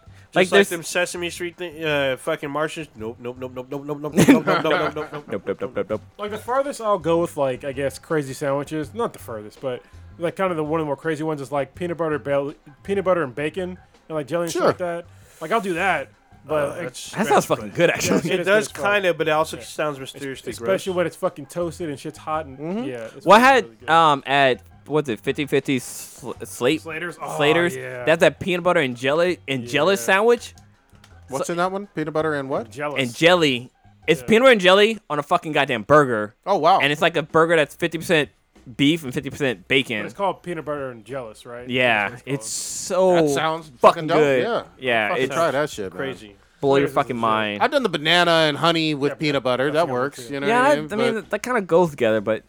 Like like, there's- them Sesame Street thing, uh, fucking Martians. Nope. Nope. Nope. Nope. Nope. Nope. Nope. Nope. Nope. Nope. Nope. Nope. Nope. Nope, nope, nope, nope, nope. Like the farthest I'll go with like I guess crazy sandwiches. Not the furthest, but like kind of the one of the more crazy ones is like peanut butter, bel- peanut butter and bacon, and like jelly and Sure. shit like that. Like I'll do that, Oh, but like, Uh, that's- That sounds fucking good, actually. Shit It is does good as fuck. kind of, but it also sounds mysteriously gross. especially when it's fucking toasted and shit's hot and Mm-hmm. yeah. It's Well, fucking I had really good. um at what's it 50-50 sl- slate Slater's. Oh, Slater's. yeah. That's that peanut butter and jelly and jelly Yeah. sandwich What's in that one? Peanut butter and what? jealous. and jelly. It's peanut butter and jelly on a fucking goddamn burger, Oh wow. and it's like a burger that's fifty percent beef and fifty percent bacon. it's called peanut butter and jealous, right? That's Yeah, what it's called. so That sounds fucking fucking dope, good. yeah. yeah, Fucking it's try that shit. man. Crazy. blow your Flavors is fucking shit. mind. I've done the banana and honey with peanut butter. That yeah, works. too. You know yeah, what I, I I mean? mean But- that kind of goes together, but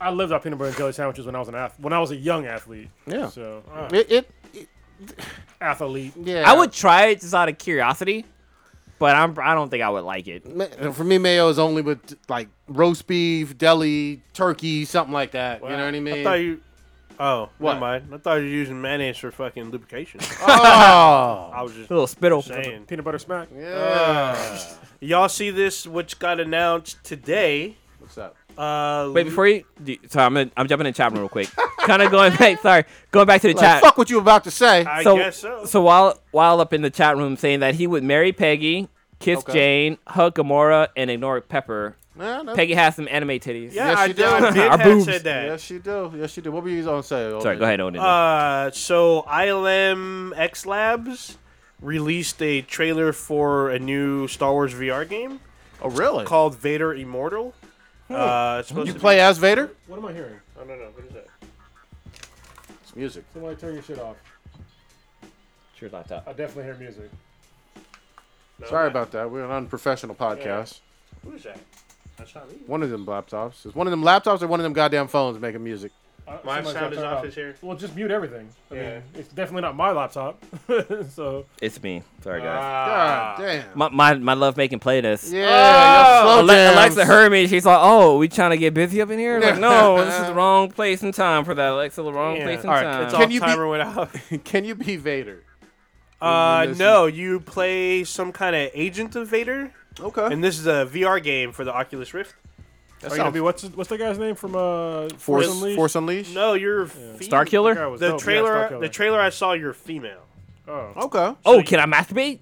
I lived on peanut butter and jelly sandwiches when I was an ath- when I was a young athlete. Yeah. So uh, it, it, it- athlete. yeah. I would try it just out of curiosity, but I'm I don't think I would like it. Ma- For me, mayo is only with like roast beef, deli, turkey, something like that. You know what I mean? I thought you. Oh, What? never mind. I thought you were using mayonnaise for fucking lubrication. oh, I was just A little spittle. saying. Peanut butter smack. yeah. Y'all see this, which got announced today. What's up? Uh, Wait, before you, do, sorry, I'm gonna, I'm jumping in the chat room real quick. kind of going back, sorry, going back to the Like, chat. fuck what you about to say. I guess so. while while up in the chat room saying that he would marry Peggy, kiss Okay. Jane, hug Gamora, and ignore Pepper. Man, that's- Peggy has some anime titties. yeah, Yes, I you did. do. I did Our have boobs. said that. Yes, you do. Yes, you do. What were you going to say? Sorry, Oldman? go ahead, Odin. Uh, so ILM X Labs released a trailer for a new Star Wars VR game Oh, really? called Vader Immortal. Uh, it's supposed You to play as Vader? What am I hearing? Be, I don't know Oh, what is that. It's music. Somebody turn your shit off. your laptop. I definitely hear music. Sorry about that. We're an unprofessional podcast. Who's that? That's not me. One of them laptops. Is one of them laptops or one of them goddamn phones making music? Uh, My somebody's sound is laptop. off is here. Well, just mute everything. I Yeah. mean, it's definitely not my laptop. so It's me. Sorry, guys. Ah. God damn. my, my, my love making playlist. yeah, y'all slow Ale- jams. Alexa heard me. She's like, "Oh, we trying to get busy up in here?" Like, no, this is the wrong place and time for that, Alexa. The wrong Yeah. place and All right, time. it's Can off you be- timer went off. Can you be Vader? Uh, listen. no, you play some kind of agent of Vader, Okay. and this is a VR game for the Oculus Rift. that are you gonna be what's what's the guy's name from uh Force Unleashed? Force Unleashed? No, you're Star Guy Killer. was The dope. Yeah, trailer, Star Killer. the trailer I saw, you're female. Oh. Okay. Oh, can I masturbate?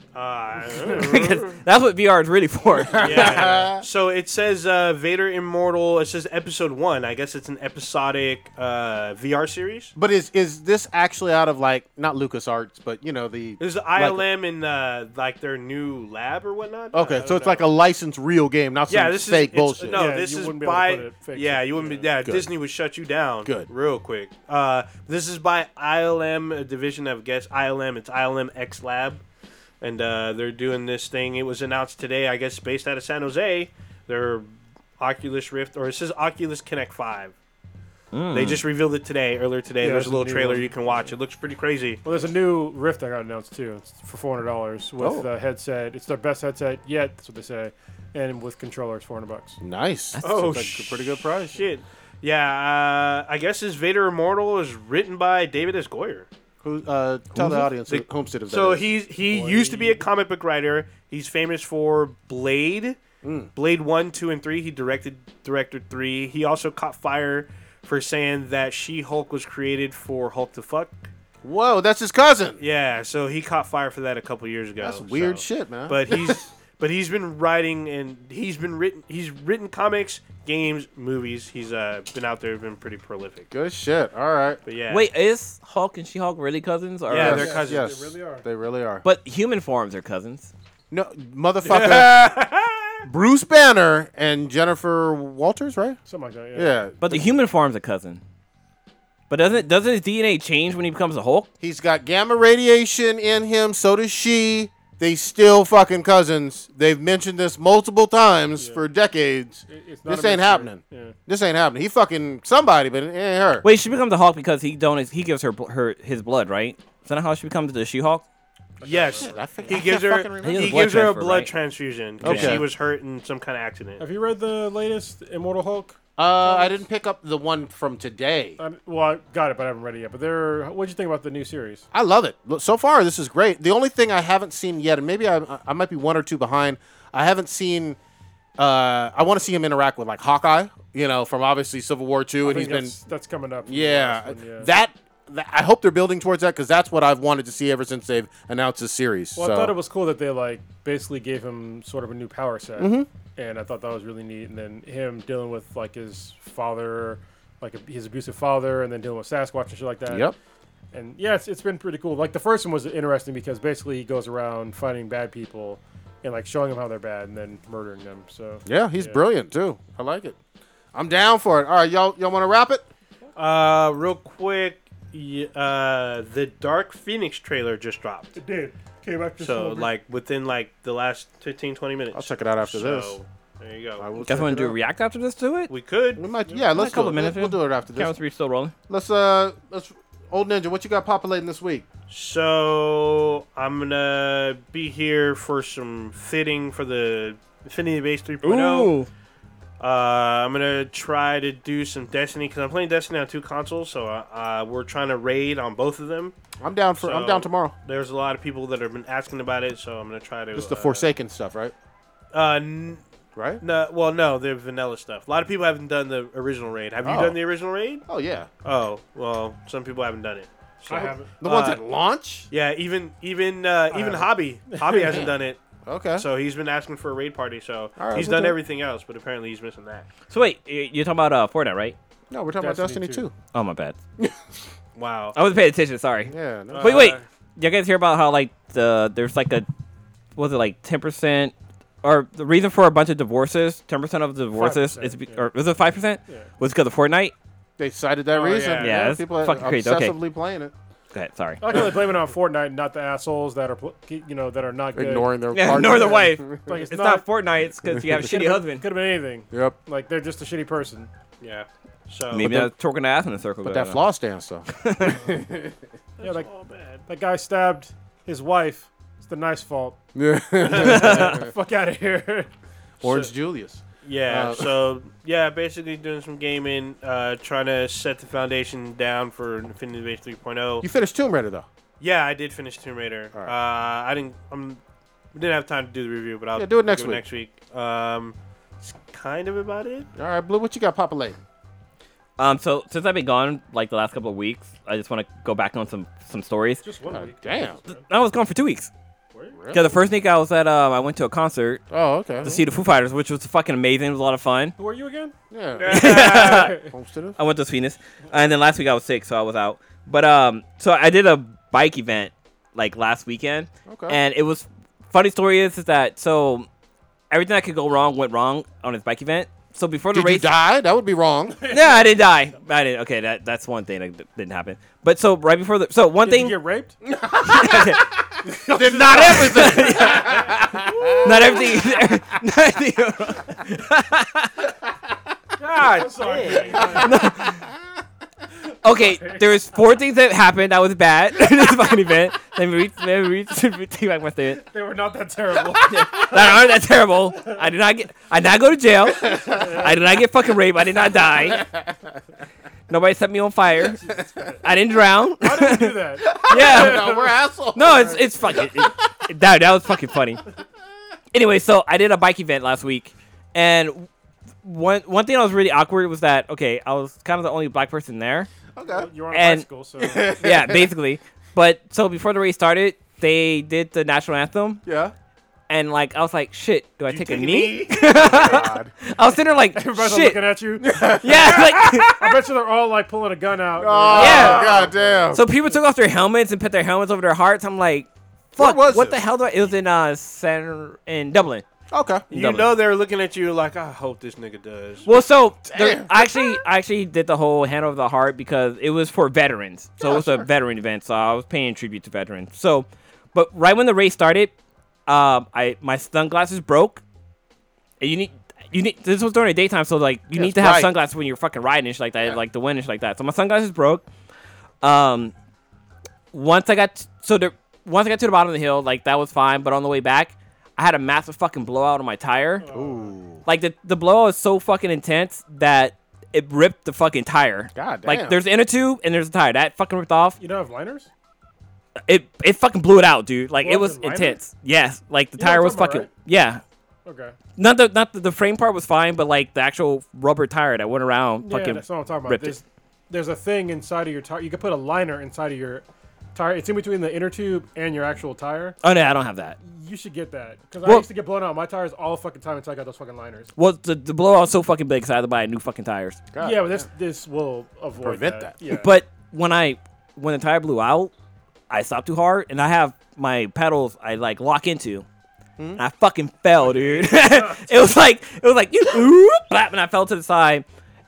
Uh, Because that's what VR is really for. yeah. So it says uh, Vader Immortal. It says Episode One. I guess it's an episodic uh, VR series. But is is this actually out of like not Lucas Arts, but you know the There's the like- ILM in uh, like their new lab or whatnot. I Okay, don't so it's know. like a licensed real game, not some yeah, this fake is, it's- bullshit. No, Yeah, this you is wouldn't be able to by put it fake. yeah, you wouldn't be yeah. Good. Disney would shut you down. Good. real quick. Uh, this is by ILM, a division of guess ILM. It's ILM X Lab, and uh, they're doing this thing. It was announced today, I guess, based out of San Jose. Their Oculus Rift, or it says Oculus Connect Five. Hmm. They just revealed it today, earlier today. Yeah, There's that's a a little new trailer one. you can watch. It looks pretty crazy. Well, there's a new Rift that got announced too. It's for four hundred dollars with Oh. the headset. It's their best headset yet. That's what they say. And with controller, it's four hundred bucks. Nice. Oh, Seems like a pretty good price. Shit. Yeah, uh, I guess this Vader Immortal is written by David S. Goyer. Who uh, tell the audience The- who Homestead is? So he he used to be a comic book writer. He's famous for Blade, Hmm. Blade one, two, and three. He directed directed three. He also caught fire for saying that She Hulk was created for Hulk to fuck. Whoa, that's his cousin. Yeah, so he caught fire for that a couple years ago. That's weird so. shit, man. But he's but he's been writing and he's been written he's written comics, games, movies. He's uh been out there, been pretty prolific. good shit. All right. But yeah, Wait, is Hulk and She-Hulk really cousins? Or Yeah, Yes, they're cousins. Yes, They really are. They really are. but human forms are cousins. no, motherfucker. Bruce Banner and Jennifer Walters, right? Something like that. Yeah. Yeah. But the human form's a cousin. But doesn't doesn't his DNA change when he becomes a Hulk? He's got gamma radiation in him. So does she. They still fucking cousins. They've mentioned this multiple times for decades. It- it's not This a ain't mystery. happening. Yeah. This ain't happening. He fucking somebody, but it ain't her. Wait, she becomes a Hulk because he donates he gives her bl- her his blood, right? Is that how she becomes the She-Hulk? Yes, I think- I he can't gives her fucking remember. He has he a blood gives her a transfer, blood right? transfusion because Okay. she was hurt in some kind of accident. Have you read the latest Immortal Hulk? Uh, I didn't pick up the one from today. I, well, I got it, but I haven't read it yet. But there, what'd you think about the new series? I love it. Look, So far, this is great. The only thing I haven't seen yet, and maybe I, I might be one or two behind, I haven't seen. Uh, I want to see him interact with like Hawkeye, you know, from obviously Civil War Two, I and think he's been that's, that's coming up. yeah, Last one, yeah. That, that I hope they're building towards that because that's what I've wanted to see ever since they've announced this series. Well, so. I thought it was cool that they like basically gave him sort of a new power set, Mm-hmm. and I thought that was really neat. And then him dealing with like his father, like his abusive father, and then dealing with Sasquatch and shit like that. Yep. And yeah, it's, it's been pretty cool. Like the first one was interesting because basically he goes around finding bad people and like showing them how they're bad and then murdering them. So Yeah, he's brilliant too. I like it. I'm down for it. All right, y'all, y'all want to wrap it? Uh, real quick, y- uh, the Dark Phoenix trailer just dropped. it did. Came after So like within like the last 15, 20 minutes. I'll check it out after so, this. There you go. I will Guys check want it to do a out. react after this to it? we could. We might, yeah, let's a couple do it. minutes, We'll yeah. do it after this. Camera three still rolling. Let's uh, let's old ninja. What you got populating this week? So I'm gonna be here for some fitting for the Infinity Base 3.0. Uh, I'm gonna try to do some Destiny because I'm playing Destiny on two consoles. So uh, uh, we're trying to raid on both of them. I'm down for. I'm So- uh, down tomorrow. There's a lot of people that have been asking about it, so I'm gonna try to. Just the uh, Forsaken stuff, right? Uh, n- Right. no, well, no, the vanilla stuff. A lot of people haven't done the original raid. Have you Oh. done the original raid? Oh yeah, Oh, well, some people haven't done it. So- I haven't. the ones Uh, that launch. Yeah, even even uh, even haven't. Hobby, Hobby hasn't done it. Okay. So he's been asking for a raid party. So All right, he's we'll done do it. everything else, but apparently he's missing that. So wait, y- you're talking about uh, Fortnite, right? no, we're talking Destiny about Destiny Two. Oh my bad. Oh. Wow. I wasn't paying attention. Sorry. Yeah. No. Wait, wait. Uh, You guys hear about how like the there's like a was it like ten percent or the reason for a bunch of divorces? Ten percent of the divorces is be, 5%, or was it five percent? Was because of Fortnite? they cited that reason. yeah. Yeah, that's people are fucking crazy. Okay. obsessively playing it. Go ahead. Sorry. Oh, I can really blame it on Fortnite, not the assholes that are pl- you know that are not good. Ignoring their Yeah, partner. ignore the wife. Like, It's not Fortnite. It's because you have a shitty husband. Could have been anything. Yep. Like they're just a shitty person. Yeah. So Maybe that's talking to ass in a circle. But uh, going that on. flaw stance though. Yeah, like that guy stabbed his wife. It's the knife's fault. Yeah. Fuck out of here. Orange Julius. Yeah. Uh, so yeah, basically doing some gaming, uh, trying to set the foundation down for Infinity Base oh. 3.0. You finished Tomb Raider though. yeah, I did finish Tomb Raider. All Uh, I didn't. I'm. We didn't have time to do the review, but I'll Yeah, do it next week. Next week. Um, it's kind of about it. All right, Blue. What you got, Papa Lay? Um, so since I've been gone like the last couple of weeks, I just want to go back on some some stories. Just one Oh, week. damn. I was gone for two weeks. Really? Yeah, the first week I was at, um, I went to a concert Oh, okay. to see the Foo Fighters, which was fucking amazing. It was a lot of fun. Who are you again? Yeah. Homesteader? I went to Phoenix, and then last week I was sick, so I was out. But um, so I did a bike event like last weekend, Okay. and it was funny. Story is, is that so everything that could go wrong went wrong on this bike event. So before the Did you race, die? That would be wrong. no, I didn't die. I didn't. Okay, that that's one thing that didn't happen. But so right before the so one Did thing you get raped? Did not everything. Not everything. not everything- God, okay, there was four things that happened that was bad in this fucking event. Let me read. Let me read. Take back my statement. They were not that terrible. That aren't that terrible. I did not get. I did not go to jail. I did not get fucking raped. I did not die. Nobody set me on fire. I didn't drown. How did you do that? yeah. no, we're assholes. No, it's it's fucking it, it- that that was fucking funny. Anyway, so I did a bike event last week, and one one thing that was really awkward was that okay, I was kind of the only black person there. Okay. You're on a And- bicycle, so yeah. yeah, basically. But so before the race started, they did the national anthem, Yeah. and like I was like, shit, do I take, a knee? God. I was sitting there like, everybody's shit, looking at you. yeah. Like, I bet you they're all like pulling a gun out. Oh, Yeah. God damn. so people took off their helmets and put their helmets over their hearts. I'm like, fuck, was what it? the hell? Do I? It was in uh, San in Dublin. okay. you Dublin. know they're looking at you like I hope this nigga does. Well, so there, I actually, I actually did the whole hand over the heart because it was for veterans. So it was a veteran event. So I was paying tribute to veterans. So, but right when the race started, um, I my sunglasses broke. And you need. You need, this was during the daytime, so like you need to have bright. sunglasses when you're fucking riding and shit like that, like the wind and shit like that. So my sunglasses broke. Um, once I got t- so the once I got to the bottom of the hill, like that was fine. But on the way back, I had a massive fucking blowout on my tire. Like the the blowout was so fucking intense that it ripped the fucking tire. God damn. Like there's an inner tube and there's a tire that fucking ripped off. You don't have liners? It it fucking blew it out, dude. Like it Blowout was in Lyman? intense. Yes, like the know what tire I'm was talking about, fucking right? yeah. Okay. Not the not the, the frame part was fine, but like the actual rubber tire that went around yeah, fucking that's what I'm talking about. ripped it. There's, there's a thing inside of your tire. You could put a liner inside of your tire. It's in between the inner tube and your actual tire. Oh no, I don't have that. You should get that because I Well- used to get blown out my tires all the fucking time until I got those fucking liners. Well, the, the blowout was so fucking big, so I had to buy new fucking tires. God yeah, but this this will avoid Prevent that. Yeah. But when I when the tire blew out, I stopped too hard, and I have my pedals I like lock into. Hmm? And I fucking fell, dude. it was like it was like you oop, blap, and I fell to the side.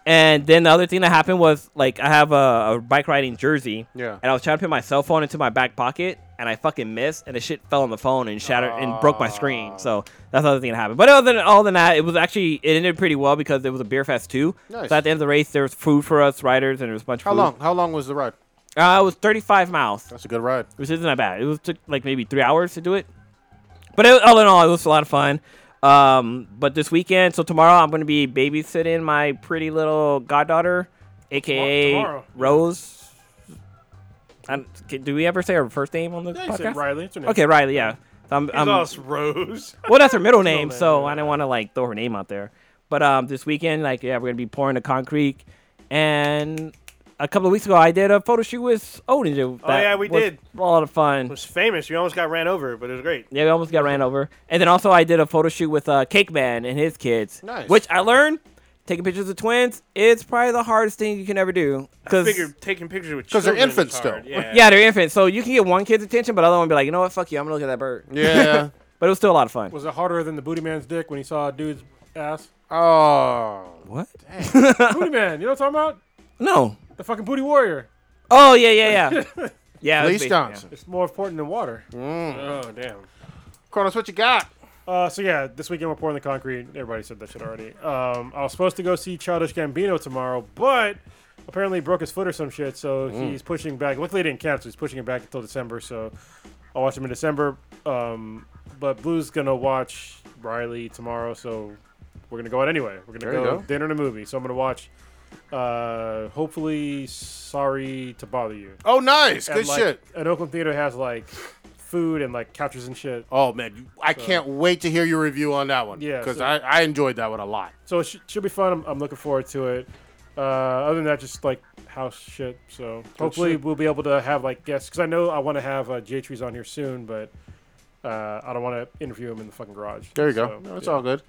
And then the other thing that happened was like I have a, a bike riding jersey, Yeah. and I was trying to put my cell phone into my back pocket, and I fucking missed, and the shit fell on the phone and shattered and broke my Ah. screen. So that's the other thing that happened. But other than all than that, it was actually it ended pretty well because it was a beer fest too. Nice. So at the end of the race, there was food for us riders, and there was a bunch of How food. long? How long was the ride? Uh, it was 35 miles, That's a good ride. which isn't that bad. It was took like maybe three hours to do it, but it, all in all, it was a lot of fun. Um, but this weekend, so tomorrow, I'm going to be babysitting my pretty little goddaughter, aka Tomorrow. Rose. I'm, can, do we ever say her first name on the yeah, you said podcast? Riley. It's her name. Okay, Riley. Yeah. So I'm, I'm, Sauce Rose. well, that's her middle name, name, so yeah. I didn't want to like throw her name out there. But um, this weekend, like, yeah, we're gonna be pouring the concrete. And a couple of weeks ago, I did a photo shoot with Odin. dude. Oh, That yeah, we was did. A lot of fun. was famous. We almost got ran over, but it was great. Yeah, we almost got ran over. And then also, I did a photo shoot with uh, Cake Man and his kids. Nice. Which I learned taking pictures of twins is probably the hardest thing you can ever do. I Cause figured taking pictures with 'Cause they're children is infants hard. still. Yeah. yeah, they're infants, so you can get one kid's attention, but the other one be like, you know what, fuck you, I'm gonna look at that bird. Yeah. But it was still a lot of fun. Was it harder than the booty man's dick when he saw a dude's ass? oh. What? booty man, you know what I'm talking about? No. The fucking booty warrior. Oh yeah, yeah, yeah. Yeah, it was Elise basi- Johnson. It's more important than water. Mm. Oh damn. Cronus, what you got? Uh, so yeah, this weekend we're pouring the concrete. Everybody said that shit already. Um, I was supposed to go see Childish Gambino tomorrow, but apparently he broke his foot or some shit, so Mm. he's pushing back. Luckily, they didn't cancel. He's pushing it back until December, so I'll watch him in December. Um, but Blue's gonna watch Riley tomorrow, so we're gonna go out anyway. We're gonna There you go, go. dinner and a movie. So I'm gonna watch. Uh, hopefully, sorry to bother you. Oh, nice. And, Good like, shit. An Oakland theater has like food and like couches and shit. Oh man, you, I can't wait to hear your review on that one. Yeah, because so- I, I enjoyed that one a lot. so it should, should be fun. I'm, I'm looking forward to it. Uh, other than that, just like house shit. So hopefully shit. we'll be able to have like guests because I know I want to have uh, J Trees on here soon, but uh, I don't want to interview him in the fucking garage. There you go. So, no, it's yeah. all good.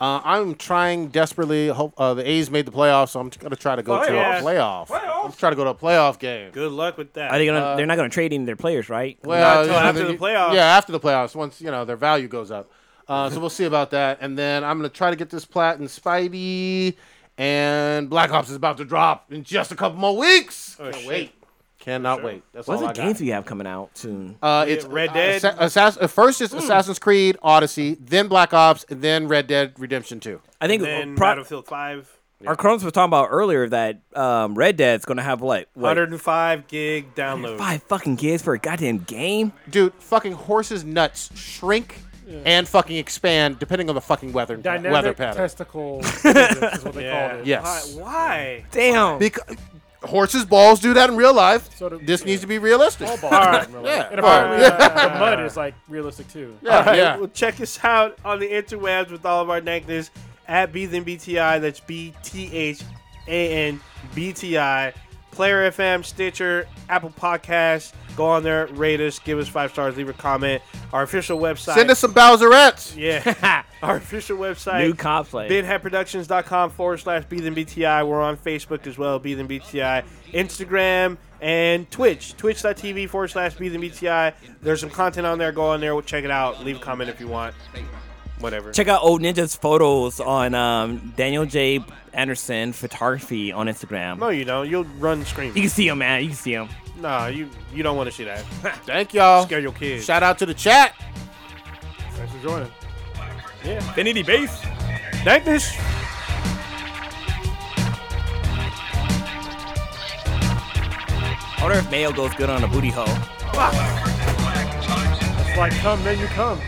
Uh, I'm trying desperately. Hope uh, the A's made the playoffs, so I'm gonna try to go to Playoffs? a playoff. Playoffs? I'm trying to go to a playoff game. Good luck with that. Are they gonna? they're not gonna trade in their players, right? Uh, Well, until you know, after then the you- playoffs. Yeah, after the playoffs, once you know their value goes up. Uh, so we'll see about that. And then I'm gonna try to get this Platt and Spidey, and Black Ops is about to drop in just a couple more weeks. Oh, Can't shit. wait. Cannot wait. That's What's all the I got. games we have coming out soon? Uh, it's Red uh, Dead. Hmm. Assa- Assass- uh, first is Assassin's Creed Odyssey, then Black Ops, and then Red Dead Redemption Two. I think Then pro- Battlefield 5, our Chromes was talking about earlier that um, Red Dead's gonna have like what, 105 gig download. five fucking gigs for a goddamn game. Dude, fucking horses' nuts shrink and fucking expand depending on the fucking weather Dynamic weather pattern. testicle physics is what they Yeah. called it. Yes. Why? Damn. Because horses' balls do that in real life. So do- this yeah. needs to be realistic. Ball ball. Yeah. And apparently uh, the mud is like realistic too. Yeah, All right, yeah. Well, check us out on the interwebs with all of our nankness at BTHANBTI. That's B T H A N B T I. Player FM, Stitcher, Apple Podcasts. Go on there, rate us, give us five stars, leave a comment. Our official website. Send us some Bowserettes. Yeah. our official website. New cosplay. BinHatProductions.com forward slash Be Than BTI. We're on Facebook as well, Be Than BTI. Instagram and Twitch, twitch.tv forward slash Be Than BTI. There's some content on there. Go on there, check it out. Leave a comment if you want. Whatever. Check out old ninja's photos on um, Daniel J. Anderson photography on Instagram. No, you don't. You'll run You screaming. can see him, man. You can see him. Nah, you you don't want to see that. Thank y'all. Scare your kids. Shout out to the chat. Thanks for joining. Infinity Base. Magnus! I wonder if mayo goes good on a booty hole. It's like come, then you come.